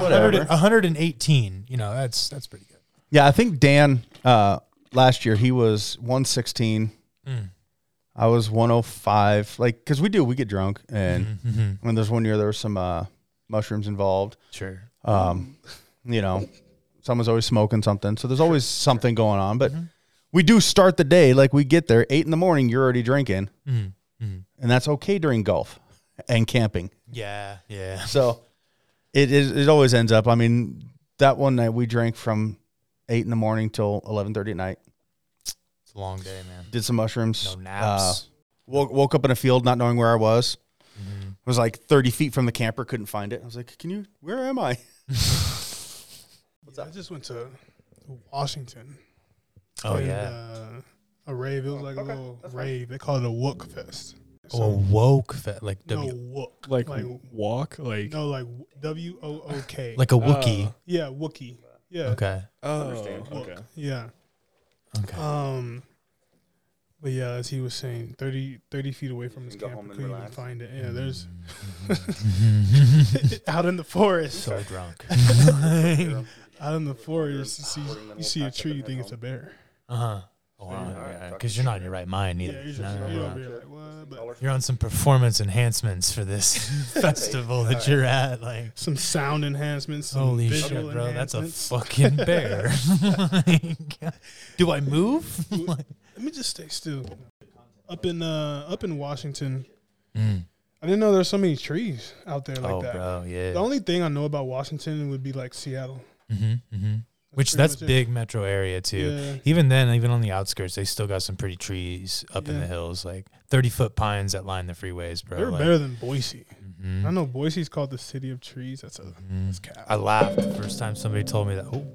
[SPEAKER 4] Whatever.
[SPEAKER 5] 100 118. You know, that's that's pretty good.
[SPEAKER 4] Yeah, I think Dan uh, last year he was 116. I was 105. Like, because we do, we get drunk, and when there's one year there was some uh, mushrooms involved.
[SPEAKER 5] Sure.
[SPEAKER 4] Um, you know, someone's always smoking something, so there's always something going on. But we do start the day like we get there eight in the morning. You're already drinking, and that's okay during golf and camping.
[SPEAKER 5] Yeah. Yeah.
[SPEAKER 4] So it is. It always ends up. I mean, that one night we drank from eight in the morning till eleven thirty at night.
[SPEAKER 5] It's a long day, man.
[SPEAKER 4] Did some mushrooms. Uh,
[SPEAKER 5] No naps.
[SPEAKER 4] woke, woke up in a field, not knowing where I was. Was like thirty feet from the camper, couldn't find it. I was like, "Can you? Where am I?"
[SPEAKER 7] Yeah, I just went to Washington.
[SPEAKER 5] oh
[SPEAKER 7] Played,
[SPEAKER 5] yeah.
[SPEAKER 7] uh, a rave. It was like a little rave. They call it a wook fest. So,
[SPEAKER 5] oh, woke fe- like
[SPEAKER 7] no
[SPEAKER 5] w-
[SPEAKER 7] wook.
[SPEAKER 6] Like,
[SPEAKER 7] like
[SPEAKER 6] walk, like
[SPEAKER 7] no like W O O K.
[SPEAKER 5] like a wookie.
[SPEAKER 7] yeah, Wookie. Yeah.
[SPEAKER 5] okay.
[SPEAKER 6] oh,
[SPEAKER 7] Wook.
[SPEAKER 6] okay.
[SPEAKER 7] Yeah.
[SPEAKER 5] Okay.
[SPEAKER 7] Um. But yeah, as he was saying, 30, 30 feet away from
[SPEAKER 8] You
[SPEAKER 7] his
[SPEAKER 8] can go
[SPEAKER 7] camper,
[SPEAKER 8] home and
[SPEAKER 7] couldn't even
[SPEAKER 8] relax.
[SPEAKER 7] find it.
[SPEAKER 5] Mm.
[SPEAKER 7] Yeah, there's
[SPEAKER 5] *laughs*
[SPEAKER 7] *laughs* out in the forest.
[SPEAKER 5] so drunk.
[SPEAKER 7] *laughs* out in the forest, you see,
[SPEAKER 8] Recording, then
[SPEAKER 7] you
[SPEAKER 8] we'll
[SPEAKER 7] see a
[SPEAKER 8] pack up
[SPEAKER 7] tree,
[SPEAKER 8] and
[SPEAKER 7] you
[SPEAKER 8] head
[SPEAKER 7] think it's a
[SPEAKER 8] home.
[SPEAKER 7] bear.
[SPEAKER 5] Uh huh. Oh, wow.
[SPEAKER 8] all right,
[SPEAKER 5] Because you're not in your right mind
[SPEAKER 7] Yeah,
[SPEAKER 5] either.
[SPEAKER 7] you're just
[SPEAKER 5] No, no,
[SPEAKER 7] you're
[SPEAKER 5] no.
[SPEAKER 7] over here like what? But
[SPEAKER 5] You're on some performance enhancements
[SPEAKER 7] *laughs*
[SPEAKER 5] for this festival that you're at. Like,
[SPEAKER 7] some sound enhancements. Some
[SPEAKER 5] holy shit,
[SPEAKER 7] visual
[SPEAKER 5] bro, that's a
[SPEAKER 7] enhancements.
[SPEAKER 5] fucking bear.
[SPEAKER 7] *laughs*
[SPEAKER 5] Like, *laughs* do I move?
[SPEAKER 7] Mm. Let me just stay still. Up in uh, up in Washington,
[SPEAKER 5] Mm.
[SPEAKER 7] I didn't know there's so many trees out there like
[SPEAKER 5] oh,
[SPEAKER 7] that.
[SPEAKER 5] bro, yeah.
[SPEAKER 7] The only thing I know about Washington would be like Seattle,
[SPEAKER 5] mm-hmm, mm-hmm. Which
[SPEAKER 7] pretty
[SPEAKER 5] that's
[SPEAKER 7] much it.
[SPEAKER 5] big metro area too.
[SPEAKER 7] Yeah.
[SPEAKER 5] Even then, even on the outskirts, they still got some pretty trees up in the
[SPEAKER 7] Yeah.
[SPEAKER 5] hills, like thirty foot pines that line the freeways, bro.
[SPEAKER 7] They're
[SPEAKER 5] like,
[SPEAKER 7] better than Boise.
[SPEAKER 5] mhm.
[SPEAKER 7] I know Boise's called the city of trees. That's a that's cap.
[SPEAKER 5] I laughed the first time somebody told me that. Oh,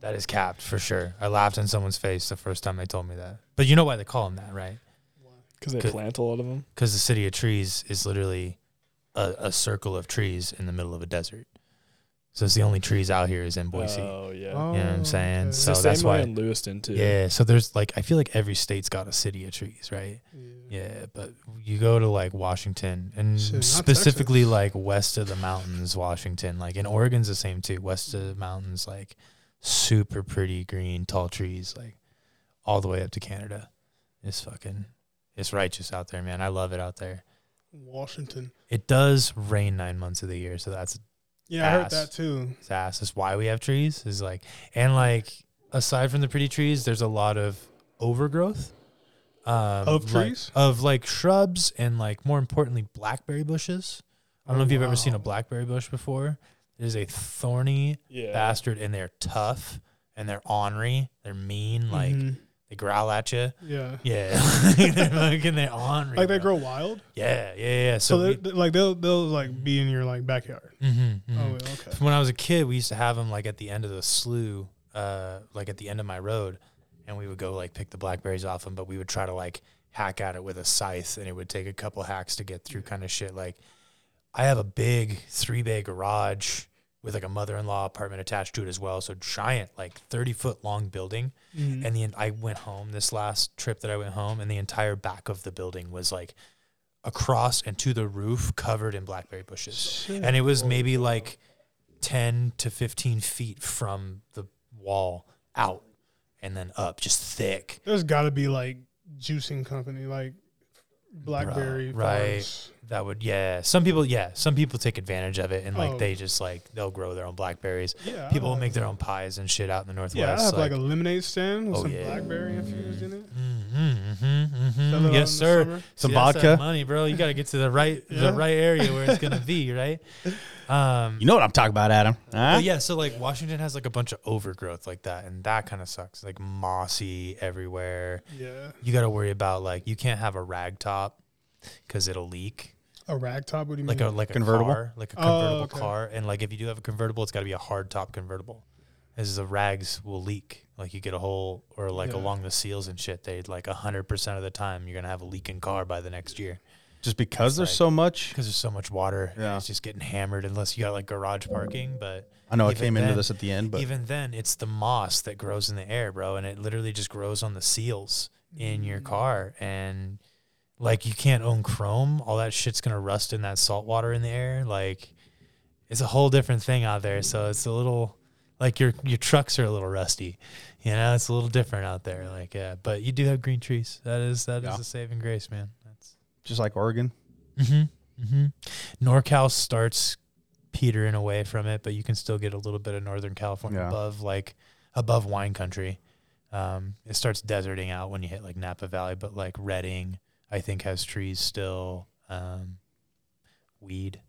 [SPEAKER 5] that is capped for sure. I laughed in someone's face the first time they told me that. But you know why they call them that, right?
[SPEAKER 6] Because they
[SPEAKER 5] Good.
[SPEAKER 6] plant a lot of them.
[SPEAKER 5] Because the city of trees is literally a, a circle of trees in the middle of a desert. So it's the only trees out here is in Boise.
[SPEAKER 6] Oh
[SPEAKER 5] you
[SPEAKER 6] yeah.
[SPEAKER 5] know what I'm saying?
[SPEAKER 7] okay.
[SPEAKER 5] So
[SPEAKER 6] It's the
[SPEAKER 5] that's
[SPEAKER 6] same way
[SPEAKER 5] why-
[SPEAKER 6] in Lewiston too.
[SPEAKER 5] yeah. So there's like I feel like every state's got a city of trees, right?
[SPEAKER 7] Yeah.
[SPEAKER 5] Yeah, but you go to like Washington and
[SPEAKER 7] Shit, not
[SPEAKER 5] specifically
[SPEAKER 7] Texas.
[SPEAKER 5] like west of the mountains, Washington. Like in Oregon's the same too. West of the mountains, like super pretty green, tall trees, like all the way up to Canada. It's fucking it's righteous out there, man. I love it out there.
[SPEAKER 7] Washington.
[SPEAKER 5] It does rain nine months of the year, so that's
[SPEAKER 7] Yeah, I heard
[SPEAKER 5] Ass.
[SPEAKER 7] that too.
[SPEAKER 5] it's ass. That's why we have trees. Is like and like aside from the pretty trees, there's a lot of overgrowth. Um,
[SPEAKER 7] Of
[SPEAKER 5] like-
[SPEAKER 7] trees?
[SPEAKER 5] of like shrubs and like more importantly blackberry bushes. I don't know
[SPEAKER 7] Oh,
[SPEAKER 5] if you've ever seen a
[SPEAKER 7] wow.
[SPEAKER 5] blackberry bush before. It is a thorny
[SPEAKER 6] Yeah.
[SPEAKER 5] bastard, and they're tough and they're ornery. They're mean. Like
[SPEAKER 7] Mhm.
[SPEAKER 5] they growl at you.
[SPEAKER 7] yeah.
[SPEAKER 5] *laughs* Yeah, they're fucking they're ornery.
[SPEAKER 7] Like they
[SPEAKER 5] bro.
[SPEAKER 7] grow wild,
[SPEAKER 5] Yeah, yeah, yeah.
[SPEAKER 7] so,
[SPEAKER 5] So,
[SPEAKER 7] they they, like they'll they'll like be in your like backyard.
[SPEAKER 5] we- mhm, mhm.
[SPEAKER 7] Oh, okay.
[SPEAKER 5] when I was a kid, we used to have them like at the end of the slough, uh, like at the end of my road, and we would go like pick the blackberries off them, but we would try to like hack at it with a scythe, and it would take a couple hacks to get through, kind of shit. Like, I have a big three bay garage with like a mother in law apartment attached to it as well, so giant, like thirty foot long building, *laughs*
[SPEAKER 7] Mm-hmm.
[SPEAKER 5] and
[SPEAKER 7] Mm,
[SPEAKER 5] the I went home this last trip that I went home, and the entire back of the building was like across and to the roof covered in blackberry bushes and it was maybe like 10 to 15 feet from the wall out and then up, just thick.
[SPEAKER 7] There's got to be like juicing company, like blackberry.
[SPEAKER 5] right.
[SPEAKER 7] farms.
[SPEAKER 5] That would yeah. Some people yeah. Some people take advantage of it and like
[SPEAKER 7] Oh.
[SPEAKER 5] they just like they'll grow their own blackberries.
[SPEAKER 7] Yeah.
[SPEAKER 5] People will
[SPEAKER 7] I'll
[SPEAKER 5] make
[SPEAKER 7] have-
[SPEAKER 5] their own pies and shit out in the
[SPEAKER 7] Yeah, I
[SPEAKER 5] northwest.
[SPEAKER 7] have like,
[SPEAKER 5] like,
[SPEAKER 7] a lemonade stand with
[SPEAKER 5] Oh,
[SPEAKER 7] some
[SPEAKER 5] yeah.
[SPEAKER 7] blackberry infused in it. Sell
[SPEAKER 5] mm-hmm,
[SPEAKER 7] it
[SPEAKER 5] mm-hmm.
[SPEAKER 7] out in the
[SPEAKER 5] Yes, sir.
[SPEAKER 7] summer.
[SPEAKER 4] Some
[SPEAKER 5] See, that's that
[SPEAKER 4] vodka.
[SPEAKER 5] money, bro. You got to get to the right
[SPEAKER 7] Yeah.
[SPEAKER 5] the right area where it's gonna
[SPEAKER 7] *laughs*
[SPEAKER 5] be, right?
[SPEAKER 4] *laughs*
[SPEAKER 5] Um,
[SPEAKER 4] You know what I'm talking about, Adam. Huh?
[SPEAKER 5] but yeah. So like Washington has like a bunch of overgrowth like that, and that kind of sucks. Like mossy everywhere.
[SPEAKER 7] Yeah,
[SPEAKER 5] You got to worry about like you can't have a rag top because it'll leak.
[SPEAKER 7] a rag top. What do you
[SPEAKER 5] like a
[SPEAKER 7] mean?
[SPEAKER 5] like
[SPEAKER 4] Convertible?
[SPEAKER 5] a car, like a
[SPEAKER 7] Mm-hmm. Oh,
[SPEAKER 5] convertible
[SPEAKER 7] okay.
[SPEAKER 5] car, and like if you do have a convertible, it's got to be a hard top convertible, as the rags will leak. Like you get a hole, or like
[SPEAKER 7] Yeah.
[SPEAKER 5] along the seals and shit, they like hundred percent of the time you're gonna have a leaking car by the next year
[SPEAKER 4] Just because there's so much.
[SPEAKER 5] because there's so much water. and
[SPEAKER 4] Yeah.
[SPEAKER 5] it's just getting hammered unless you got like garage parking. But
[SPEAKER 4] I know I
[SPEAKER 5] even
[SPEAKER 4] came into
[SPEAKER 5] then-
[SPEAKER 4] this at the end, but
[SPEAKER 5] even then, it's the moss that grows in the air, bro, and it literally just grows on the seals in your car. And like, you can't own chrome; all that shit's gonna rust in that salt water in the air. Like, it's a whole different thing out there. So it's a little like your your trucks are a little rusty. You know, it's a little different out there. Like, yeah, but you do have green trees. That is that is
[SPEAKER 4] Yeah.
[SPEAKER 5] a saving grace, man. That's
[SPEAKER 4] just like Oregon.
[SPEAKER 5] mm-hmm, mm-hmm. NorCal starts petering away from it, but you can still get a little bit of Northern California
[SPEAKER 4] Yeah.
[SPEAKER 5] above like above wine country. Um, it starts deserting out when you hit like Napa Valley, but like Redding, I think has trees still. Um, weed,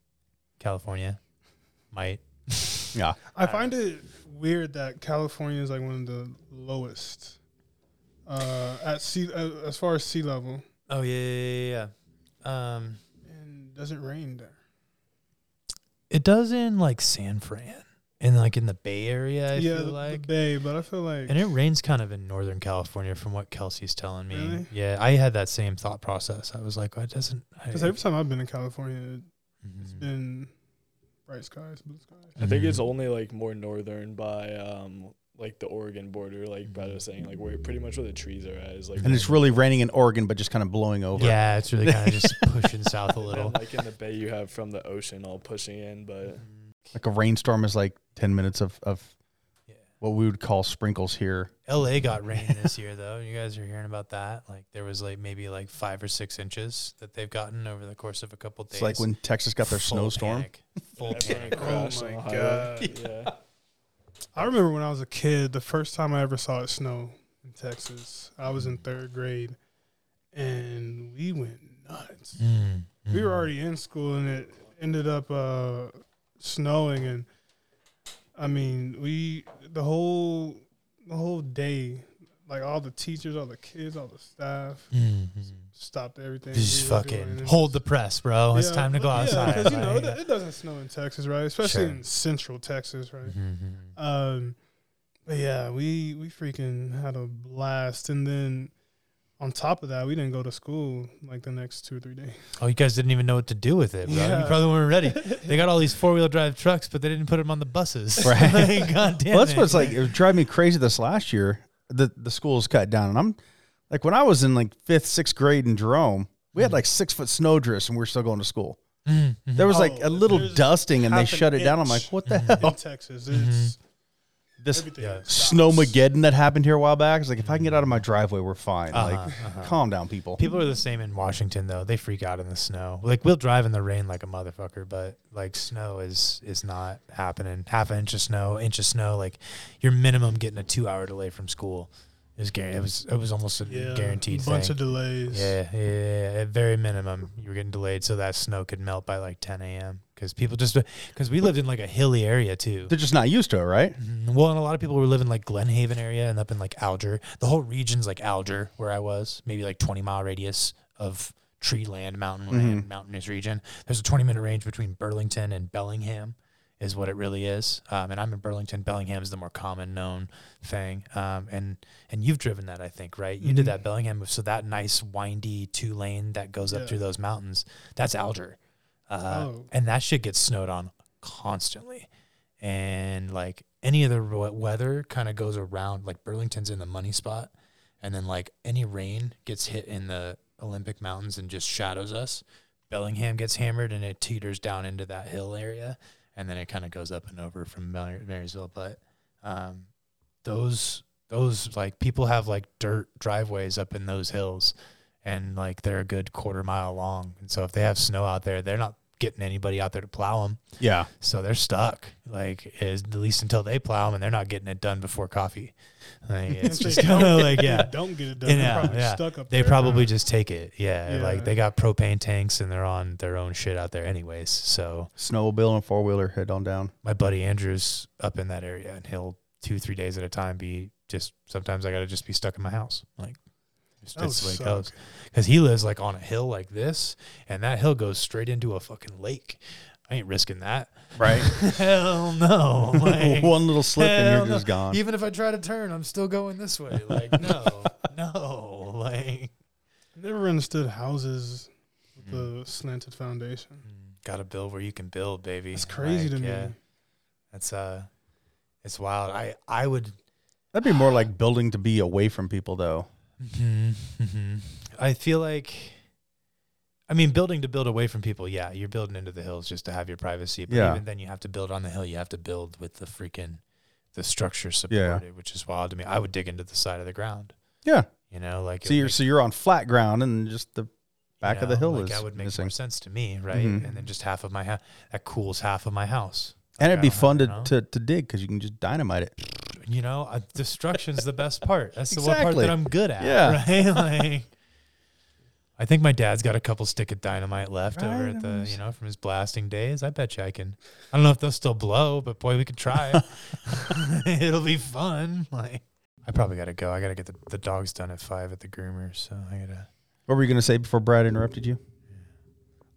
[SPEAKER 5] California, might.
[SPEAKER 4] Yeah.
[SPEAKER 7] I find it weird that California is like one of the lowest uh, at sea uh, as far as sea level,
[SPEAKER 5] Oh yeah, yeah, yeah. yeah. Um,
[SPEAKER 7] and doesn't rain there.
[SPEAKER 5] it does in like San Fran and like in the Bay Area. I
[SPEAKER 7] yeah,
[SPEAKER 5] feel
[SPEAKER 7] the,
[SPEAKER 5] like
[SPEAKER 7] the bay, but I feel like
[SPEAKER 5] And it rains kind of in Northern California, from what Kelsey's telling me.
[SPEAKER 7] Really?
[SPEAKER 5] Yeah, I had that same thought process. I was like, well, it doesn't. I,
[SPEAKER 7] because every time I've been in California, it's
[SPEAKER 5] Mhm.
[SPEAKER 7] been bright skies, blue skies.
[SPEAKER 6] I think it's
[SPEAKER 5] Mhm.
[SPEAKER 6] only like more northern by um like the Oregon border, like Brad was saying, like where pretty much where the trees are at is like
[SPEAKER 4] And it's really raining in Oregon, but just kind of blowing over.
[SPEAKER 5] yeah, it's really kind of
[SPEAKER 7] *laughs*
[SPEAKER 5] just pushing south a
[SPEAKER 6] And
[SPEAKER 4] *laughs*
[SPEAKER 6] then,
[SPEAKER 5] little.
[SPEAKER 6] like in the bay you have from the ocean all pushing in, but
[SPEAKER 5] Mm-hmm.
[SPEAKER 4] Like a rainstorm is like 10 minutes of, of
[SPEAKER 5] Yeah.
[SPEAKER 4] what we would call sprinkles here.
[SPEAKER 5] LA got rain this year though. You guys are hearing about that? Like there was like maybe like five or six inches that they've gotten over the course of a couple days.
[SPEAKER 4] It's like when Texas got their
[SPEAKER 5] Full
[SPEAKER 4] snowstorm.
[SPEAKER 5] panic.
[SPEAKER 7] *laughs*
[SPEAKER 5] Full
[SPEAKER 6] everyone
[SPEAKER 5] panic.
[SPEAKER 6] crashed
[SPEAKER 7] my
[SPEAKER 6] on the highway.
[SPEAKER 7] God.
[SPEAKER 5] *laughs*
[SPEAKER 6] *laughs* Yeah.
[SPEAKER 7] I remember when I was a kid, the first time I ever saw it snow in Texas, I was in third grade, and we went nuts.
[SPEAKER 5] Mm,
[SPEAKER 7] we were
[SPEAKER 5] mhm.
[SPEAKER 7] already in school and it ended up uh, snowing and i mean we the whole the whole day like all the teachers all the kids all the staff
[SPEAKER 5] Mhm.
[SPEAKER 7] stopped everything
[SPEAKER 5] Just
[SPEAKER 7] we were doing,
[SPEAKER 5] fucking
[SPEAKER 7] and
[SPEAKER 5] hold the
[SPEAKER 7] it's-
[SPEAKER 5] press, bro. It's
[SPEAKER 7] Yeah,
[SPEAKER 5] time to go
[SPEAKER 7] but yeah,
[SPEAKER 5] outside.
[SPEAKER 7] 'cause, you know
[SPEAKER 5] like-
[SPEAKER 7] it, it doesn't snow in texas right especially
[SPEAKER 5] Sure.
[SPEAKER 7] in central texas right
[SPEAKER 5] Mhm.
[SPEAKER 7] um, but yeah, we we freaking had a blast, and then on top of that, we didn't go to school like the next two or three
[SPEAKER 5] *laughs*
[SPEAKER 7] days.
[SPEAKER 5] Oh, you guys didn't even know what to do with it, bro. You
[SPEAKER 7] Yeah.
[SPEAKER 5] probably weren't ready. They got all these four wheel drive trucks, but they didn't put them on the buses. *laughs*
[SPEAKER 4] Right.
[SPEAKER 5] Like, God damn
[SPEAKER 4] well, that's
[SPEAKER 5] it.
[SPEAKER 4] what's like. It was driving me crazy this last year. The the schools cut down, and I'm like, when I was in like fifth, sixth grade in Jerome, we
[SPEAKER 5] Hmm.
[SPEAKER 4] had like six foot snow drifts, and we are still going to school.
[SPEAKER 5] Mm, mhm.
[SPEAKER 4] There was like
[SPEAKER 7] Oh,
[SPEAKER 4] a little
[SPEAKER 7] there's
[SPEAKER 4] dusting, and they
[SPEAKER 7] half an
[SPEAKER 4] shut it down. I'm like,
[SPEAKER 7] inch.
[SPEAKER 4] what
[SPEAKER 5] *laughs*
[SPEAKER 4] the
[SPEAKER 7] in
[SPEAKER 4] hell?
[SPEAKER 7] Texas,
[SPEAKER 5] Mm-hmm.
[SPEAKER 7] it's
[SPEAKER 4] This
[SPEAKER 7] everything.
[SPEAKER 5] yeah.
[SPEAKER 7] stops.
[SPEAKER 4] snowmageddon that happened here a while back. It's like, if I can get out of my driveway, we're fine.
[SPEAKER 5] Uh-huh,
[SPEAKER 4] Like, calm down, people.
[SPEAKER 5] People are the same in Washington, though. They freak out in the snow. Like, we'll drive in the rain like a motherfucker, but like, snow is is not happening. Half an inch of snow, inch of snow. Like, your minimum getting a two hour delay from school is guar- It was, it was almost a
[SPEAKER 7] Yeah,
[SPEAKER 5] guaranteed
[SPEAKER 7] bunch
[SPEAKER 5] thing.
[SPEAKER 7] of delays.
[SPEAKER 5] Yeah, yeah, yeah, yeah. At very minimum, you were getting delayed so that snow could melt by like 10 a.m. Because people just because we lived in like a hilly area too.
[SPEAKER 4] They're just not used to it, right?
[SPEAKER 5] Mhm. Well, and a lot of people were living like Glen Haven area and up in like Alger. The whole region's like Alger, where I was, maybe like 20 mile radius of tree land, mountain land, mountainous region. There's a 20 minute range between Burlington and Bellingham, is what it really is. Um, and I'm in Burlington. Bellingham is the more common known thing. Um, and and you've driven that, I think, right? You did
[SPEAKER 7] Mm-hmm.
[SPEAKER 5] that Bellingham, so that nice windy two lane that goes up
[SPEAKER 7] Yeah.
[SPEAKER 5] through those mountains. That's Alger, uh,
[SPEAKER 7] Oh.
[SPEAKER 5] and that shit gets snowed on constantly and like any of the we- weather kind of goes around like burlington's in the money spot and then like any rain gets hit in the olympic mountains and just shadows us bellingham gets hammered and it teeters down into that hill area and then it kind of goes up and over from Mar- marysville but um, those those like people have like dirt driveways up in those hills and like they're a good quarter mile long. And so if they have snow out there, they're not getting anybody out there to plow them.
[SPEAKER 4] Yeah.
[SPEAKER 5] So they're stuck, like is, at least until they plow them, and they're not getting it done before coffee.
[SPEAKER 7] *laughs*
[SPEAKER 5] Like, it's
[SPEAKER 7] If they
[SPEAKER 5] just kind of
[SPEAKER 7] don't-
[SPEAKER 5] like
[SPEAKER 7] if they
[SPEAKER 5] yeah,
[SPEAKER 7] *laughs* don't get it done.
[SPEAKER 5] yeah,
[SPEAKER 7] they're probably
[SPEAKER 5] yeah.
[SPEAKER 7] stuck up
[SPEAKER 5] They
[SPEAKER 7] there.
[SPEAKER 5] probably just take it. Yeah,
[SPEAKER 7] Yeah.
[SPEAKER 5] like they got propane tanks and they're on their own shit out there, anyways. So
[SPEAKER 4] Snowmobile and four wheeler head on down.
[SPEAKER 5] my buddy Andrew's up in that area, and he'll two three days at a time be just. Sometimes I gotta just be stuck in my house, like it's
[SPEAKER 7] That would
[SPEAKER 5] just the way it
[SPEAKER 7] suck.
[SPEAKER 5] goes. Because he lives like on a hill like this, and that hill goes straight into a fucking lake. I ain't risking that.
[SPEAKER 4] *laughs* Right.
[SPEAKER 5] Hell no.
[SPEAKER 4] *laughs*
[SPEAKER 5] Like,
[SPEAKER 4] One little slip and
[SPEAKER 5] hell
[SPEAKER 4] you're
[SPEAKER 5] no.
[SPEAKER 4] just gone.
[SPEAKER 5] Even if I try to turn, I'm still going this *laughs* way. Like, no, no. *laughs* Like,
[SPEAKER 7] I never understood houses
[SPEAKER 5] Mm.
[SPEAKER 7] with the slanted foundation.
[SPEAKER 5] gotta build where you can build, baby.
[SPEAKER 7] It's crazy
[SPEAKER 5] Like,
[SPEAKER 7] to me.
[SPEAKER 5] yeah, that's uh, it's wild. I I would.
[SPEAKER 4] That'd be more like building to be away from people, though. Mm-hmm.
[SPEAKER 5] I feel like. I mean, building to build away from people, yeah, you're building into the hills just to have your privacy. But
[SPEAKER 4] Yeah.
[SPEAKER 5] even then, you have to build on the hill. You have to build with the freaking, the structure
[SPEAKER 4] Yeah.
[SPEAKER 5] supported, which is wild to me. I would dig into the side of the ground.
[SPEAKER 4] Yeah.
[SPEAKER 5] You know, like it
[SPEAKER 4] So you're
[SPEAKER 5] makes-
[SPEAKER 4] so you're on flat ground and just the
[SPEAKER 5] you
[SPEAKER 4] back of the
[SPEAKER 5] know,
[SPEAKER 4] hill
[SPEAKER 5] like
[SPEAKER 4] is
[SPEAKER 5] that would make
[SPEAKER 4] missing.
[SPEAKER 5] more sense to me, right?
[SPEAKER 4] Mhm.
[SPEAKER 5] And then just half of my house that cools half of my house.
[SPEAKER 4] And
[SPEAKER 5] Like,
[SPEAKER 4] it'd
[SPEAKER 5] I
[SPEAKER 4] be
[SPEAKER 5] don't have-
[SPEAKER 4] fun
[SPEAKER 5] you
[SPEAKER 4] to,
[SPEAKER 5] know?
[SPEAKER 4] to, to dig because you can just dynamite it.
[SPEAKER 5] you know, uh, destruction's the best part. That's the one part
[SPEAKER 4] Exactly.
[SPEAKER 5] that I'm good at.
[SPEAKER 4] Yeah.
[SPEAKER 5] Right? *laughs* Like, I think my dad's got a couple stick of dynamite left over
[SPEAKER 4] Right,
[SPEAKER 5] at
[SPEAKER 4] I mean,
[SPEAKER 5] the, you know, from his blasting days. I bet you I can. I don't know if they'll still blow, but boy, we could try.
[SPEAKER 4] *laughs*
[SPEAKER 5] *laughs* It'll be fun. Like, I probably got to go. I got to get the, the dogs done at five at the groomer. So I got to.
[SPEAKER 4] What were you going to say before Brad interrupted you?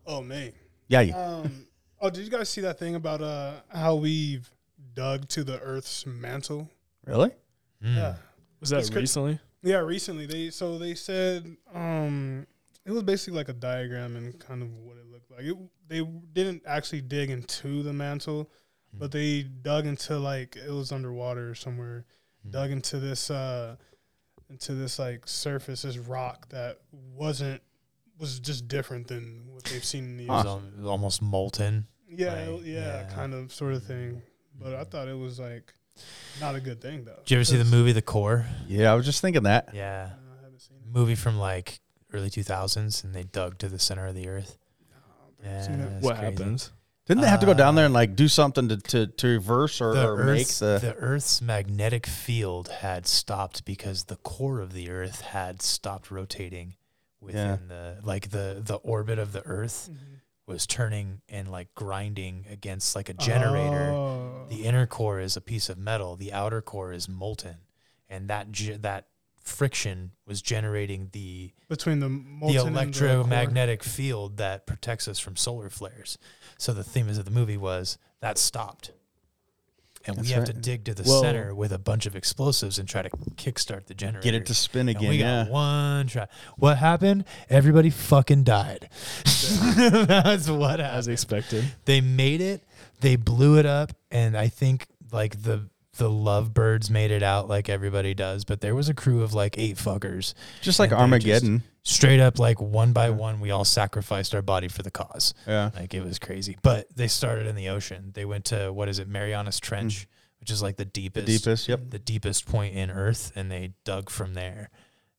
[SPEAKER 7] Oh man.
[SPEAKER 4] Yeah, you.
[SPEAKER 7] Um, oh, did you guys see that thing about uh how we've dug to the Earth's mantle?
[SPEAKER 4] Really?
[SPEAKER 5] Mm.
[SPEAKER 7] Yeah.
[SPEAKER 6] Was that
[SPEAKER 7] It's good.
[SPEAKER 6] recently?
[SPEAKER 7] Yeah, recently they so they said um it was basically like a diagram and kind of what it looked like. It, they didn't actually dig into the mantle, but they dug into like it was underwater somewhere.
[SPEAKER 5] Mm-hmm.
[SPEAKER 7] Dug into this uh into this like surface, this rock that wasn't was just different than what they've seen in the
[SPEAKER 5] It was
[SPEAKER 4] Ah.
[SPEAKER 5] al- it was almost molten.
[SPEAKER 7] yeah,
[SPEAKER 5] Right,
[SPEAKER 7] it- yeah,
[SPEAKER 5] yeah.
[SPEAKER 7] kind of sort of thing.
[SPEAKER 5] Mm-hmm.
[SPEAKER 7] But I thought it was like not a good thing though.
[SPEAKER 5] Did you ever see the
[SPEAKER 7] 'cause-
[SPEAKER 5] movie The Core?
[SPEAKER 4] Yeah, I was just thinking that.
[SPEAKER 5] Yeah.
[SPEAKER 7] No, I haven't seen it.
[SPEAKER 5] Movie from like early 2000s, and they dug to the center of the earth.
[SPEAKER 7] I've seen that.
[SPEAKER 5] That's
[SPEAKER 6] what
[SPEAKER 5] crazy.
[SPEAKER 6] happens?
[SPEAKER 4] Didn't they have to go down
[SPEAKER 5] Uh,
[SPEAKER 4] there and like do something to, to, to reverse or,
[SPEAKER 5] the
[SPEAKER 4] or make
[SPEAKER 5] Earth's-
[SPEAKER 4] the,
[SPEAKER 5] the Earth's magnetic field had stopped because the core of the Earth had stopped rotating within the like the the orbit of the Earth was turning and like grinding against like a generator.
[SPEAKER 7] Oh.
[SPEAKER 5] The inner core is a piece of metal. The outer core is molten, and that ge- that friction was generating the
[SPEAKER 7] between the
[SPEAKER 5] the
[SPEAKER 7] molten and
[SPEAKER 5] electromagnetic field that protects us from solar flares. So the theme of the movie was that stopped. And we
[SPEAKER 4] That's
[SPEAKER 5] have
[SPEAKER 4] right.
[SPEAKER 5] to dig to the
[SPEAKER 6] Well-
[SPEAKER 5] center with a bunch of explosives and try to kickstart the generator.
[SPEAKER 4] get it to spin
[SPEAKER 5] And
[SPEAKER 4] again?
[SPEAKER 5] we
[SPEAKER 4] Yeah.
[SPEAKER 5] got one try. What happened? Everybody fucking died. *laughs* That's what
[SPEAKER 6] As
[SPEAKER 5] happened.
[SPEAKER 6] expected.
[SPEAKER 5] They made it. They blew it up, and I think like the the lovebirds made it out like everybody does. But there was a crew of like eight fuckers
[SPEAKER 4] Just like
[SPEAKER 5] and they just-
[SPEAKER 4] Armageddon.
[SPEAKER 5] straight up like one by one we all sacrificed our body for the cause
[SPEAKER 4] yeah.
[SPEAKER 5] like it was crazy but they started in the ocean they went to what is it marianas trench which is like the
[SPEAKER 4] Mm. The
[SPEAKER 5] deepest
[SPEAKER 4] deepest, yep.
[SPEAKER 5] the deepest point in earth and they dug from there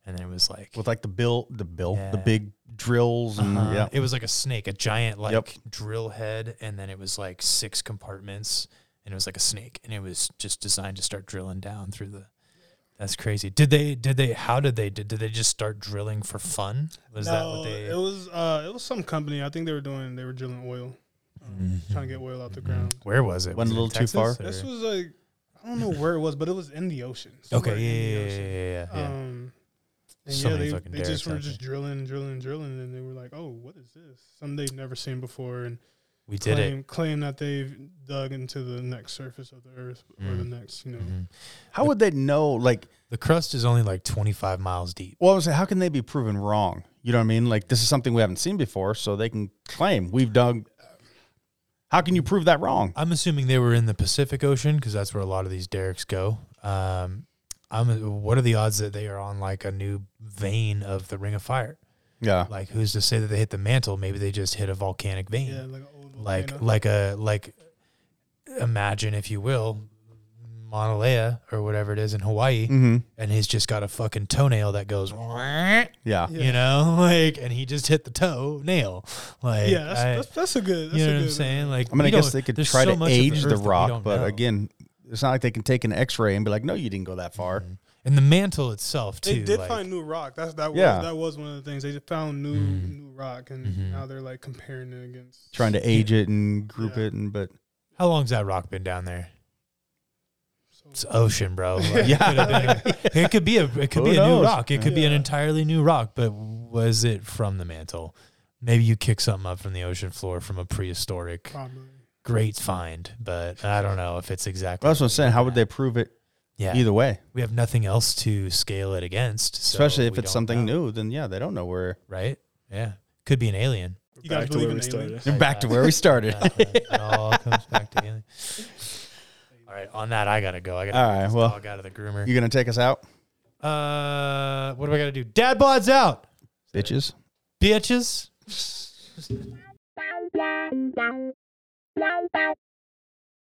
[SPEAKER 5] and it was like uh-huh.
[SPEAKER 4] With like the bill, the bill, the
[SPEAKER 5] Yeah.
[SPEAKER 4] big drills and
[SPEAKER 5] uh,
[SPEAKER 4] yeah.
[SPEAKER 5] it was like a snake a giant like
[SPEAKER 4] Yep.
[SPEAKER 5] drill head and then it was like six compartments and it was like a snake and it was just designed to start drilling down through the that's crazy. Did they? Did they? How did they? Did, did they just start drilling for fun? Was that what they?
[SPEAKER 7] It was uh, it was some company. I think they were doing. They were drilling oil, um,
[SPEAKER 5] Mm-hmm.
[SPEAKER 7] trying to get oil out the ground.
[SPEAKER 5] Mm. Where was it?
[SPEAKER 4] Went a
[SPEAKER 5] Was it in
[SPEAKER 4] little too far?
[SPEAKER 5] Texas,
[SPEAKER 7] This
[SPEAKER 5] or-
[SPEAKER 7] was like I don't know where it was, but it was in the ocean. somewhere in the
[SPEAKER 5] *laughs* okay. Yeah,
[SPEAKER 7] ocean.
[SPEAKER 5] yeah, yeah, yeah, yeah.
[SPEAKER 7] Um, and
[SPEAKER 5] So
[SPEAKER 7] yeah,
[SPEAKER 5] many
[SPEAKER 7] they,
[SPEAKER 5] fucking
[SPEAKER 7] they just
[SPEAKER 5] derricks
[SPEAKER 7] were
[SPEAKER 5] out
[SPEAKER 7] just drilling, drilling, drilling, and they were like, "Oh, what is this?" Something they've never seen before, and
[SPEAKER 5] we did
[SPEAKER 7] claim,
[SPEAKER 5] it.
[SPEAKER 7] claim that they've dug into the next surface of the earth or the next, you know,
[SPEAKER 5] Mhm.
[SPEAKER 4] How would they know? Like,
[SPEAKER 5] The crust is only like 25 miles deep.
[SPEAKER 4] well, I was like, how can they be proven wrong? You know what I mean? Like, this is something we haven't seen before, so they can claim we've dug. How can you prove that wrong?
[SPEAKER 5] I'm assuming they were in the Pacific Ocean because that's where a lot of these derricks go. Um, I'm. What are the odds that they are on like a new vein of the Ring of Fire?
[SPEAKER 4] Yeah.
[SPEAKER 5] Like, who's to say that they hit the mantle? Maybe they just hit a volcanic vein.
[SPEAKER 7] yeah, like an old
[SPEAKER 5] like
[SPEAKER 7] volcano.
[SPEAKER 5] like a like imagine if you will Mauna Lea or whatever it is in Hawaii,
[SPEAKER 4] Mm-hmm.
[SPEAKER 5] and he's just got a fucking toenail that goes,
[SPEAKER 4] Yeah.
[SPEAKER 5] you know, *laughs* like, and he just hit the toe nail, like,
[SPEAKER 7] yeah, that's,
[SPEAKER 5] I-
[SPEAKER 7] that's, that's a good. That's
[SPEAKER 5] you
[SPEAKER 7] a
[SPEAKER 5] know what
[SPEAKER 7] good, uh,
[SPEAKER 5] I'm saying? Like,
[SPEAKER 4] I mean,
[SPEAKER 5] we
[SPEAKER 4] I guess
[SPEAKER 5] don't-
[SPEAKER 4] they could
[SPEAKER 5] there's
[SPEAKER 4] try
[SPEAKER 5] so
[SPEAKER 4] to
[SPEAKER 5] much of the
[SPEAKER 4] age
[SPEAKER 5] earth
[SPEAKER 4] the
[SPEAKER 5] that we
[SPEAKER 4] rock,
[SPEAKER 5] don't
[SPEAKER 4] but
[SPEAKER 5] know.
[SPEAKER 4] again, it's not like they can take an X-ray and be like, "No, you didn't go that
[SPEAKER 5] Mm-hmm.
[SPEAKER 4] far."
[SPEAKER 5] and the mantle itself too.
[SPEAKER 7] They did
[SPEAKER 5] like-
[SPEAKER 7] find new rock. That's that.
[SPEAKER 4] Yeah.
[SPEAKER 7] Was, that was one of the things they just found new
[SPEAKER 5] Mhm.
[SPEAKER 7] new rock, and
[SPEAKER 5] Mhm.
[SPEAKER 7] now they're like comparing it against.
[SPEAKER 4] Trying to age it and group
[SPEAKER 7] Yeah.
[SPEAKER 4] it, and
[SPEAKER 5] *laughs*
[SPEAKER 4] but
[SPEAKER 5] How long's that rock been down there? It's
[SPEAKER 7] So, *laughs*
[SPEAKER 5] ocean, bro. Like,
[SPEAKER 4] Yeah.
[SPEAKER 5] it, could
[SPEAKER 4] *laughs*
[SPEAKER 5] have been- *laughs* it could be a it could
[SPEAKER 4] Who
[SPEAKER 5] be a
[SPEAKER 4] knows?
[SPEAKER 5] new rock. It could be an
[SPEAKER 7] Yeah.
[SPEAKER 5] entirely new rock. But was it from the mantle? Maybe you kick something up from the ocean floor from a prehistoric
[SPEAKER 7] probably.
[SPEAKER 5] great find, but I don't know if it's exactly.
[SPEAKER 4] Well, that's what I'm
[SPEAKER 5] what
[SPEAKER 4] saying.
[SPEAKER 5] we
[SPEAKER 4] How would they
[SPEAKER 5] have.
[SPEAKER 4] prove it
[SPEAKER 5] Yeah,
[SPEAKER 4] either way?
[SPEAKER 5] we have nothing else to scale it against, so
[SPEAKER 4] Especially if
[SPEAKER 5] we
[SPEAKER 4] it's
[SPEAKER 5] don't
[SPEAKER 4] something
[SPEAKER 5] know,
[SPEAKER 4] new, then yeah, they don't know where.
[SPEAKER 5] right? Yeah, could be an alien.
[SPEAKER 7] You guys believe in aliens?
[SPEAKER 6] started.
[SPEAKER 4] Back to where we started.
[SPEAKER 5] *laughs* Yeah, it all comes back to alien. All right, on that I gotta go. I gotta
[SPEAKER 4] All
[SPEAKER 5] get
[SPEAKER 4] right,
[SPEAKER 5] this
[SPEAKER 4] well,
[SPEAKER 5] dog out of the groomer.
[SPEAKER 4] You gonna take us out,
[SPEAKER 5] Uh, what do I got to do? Dad bod's out,
[SPEAKER 4] bitches?
[SPEAKER 5] bitches.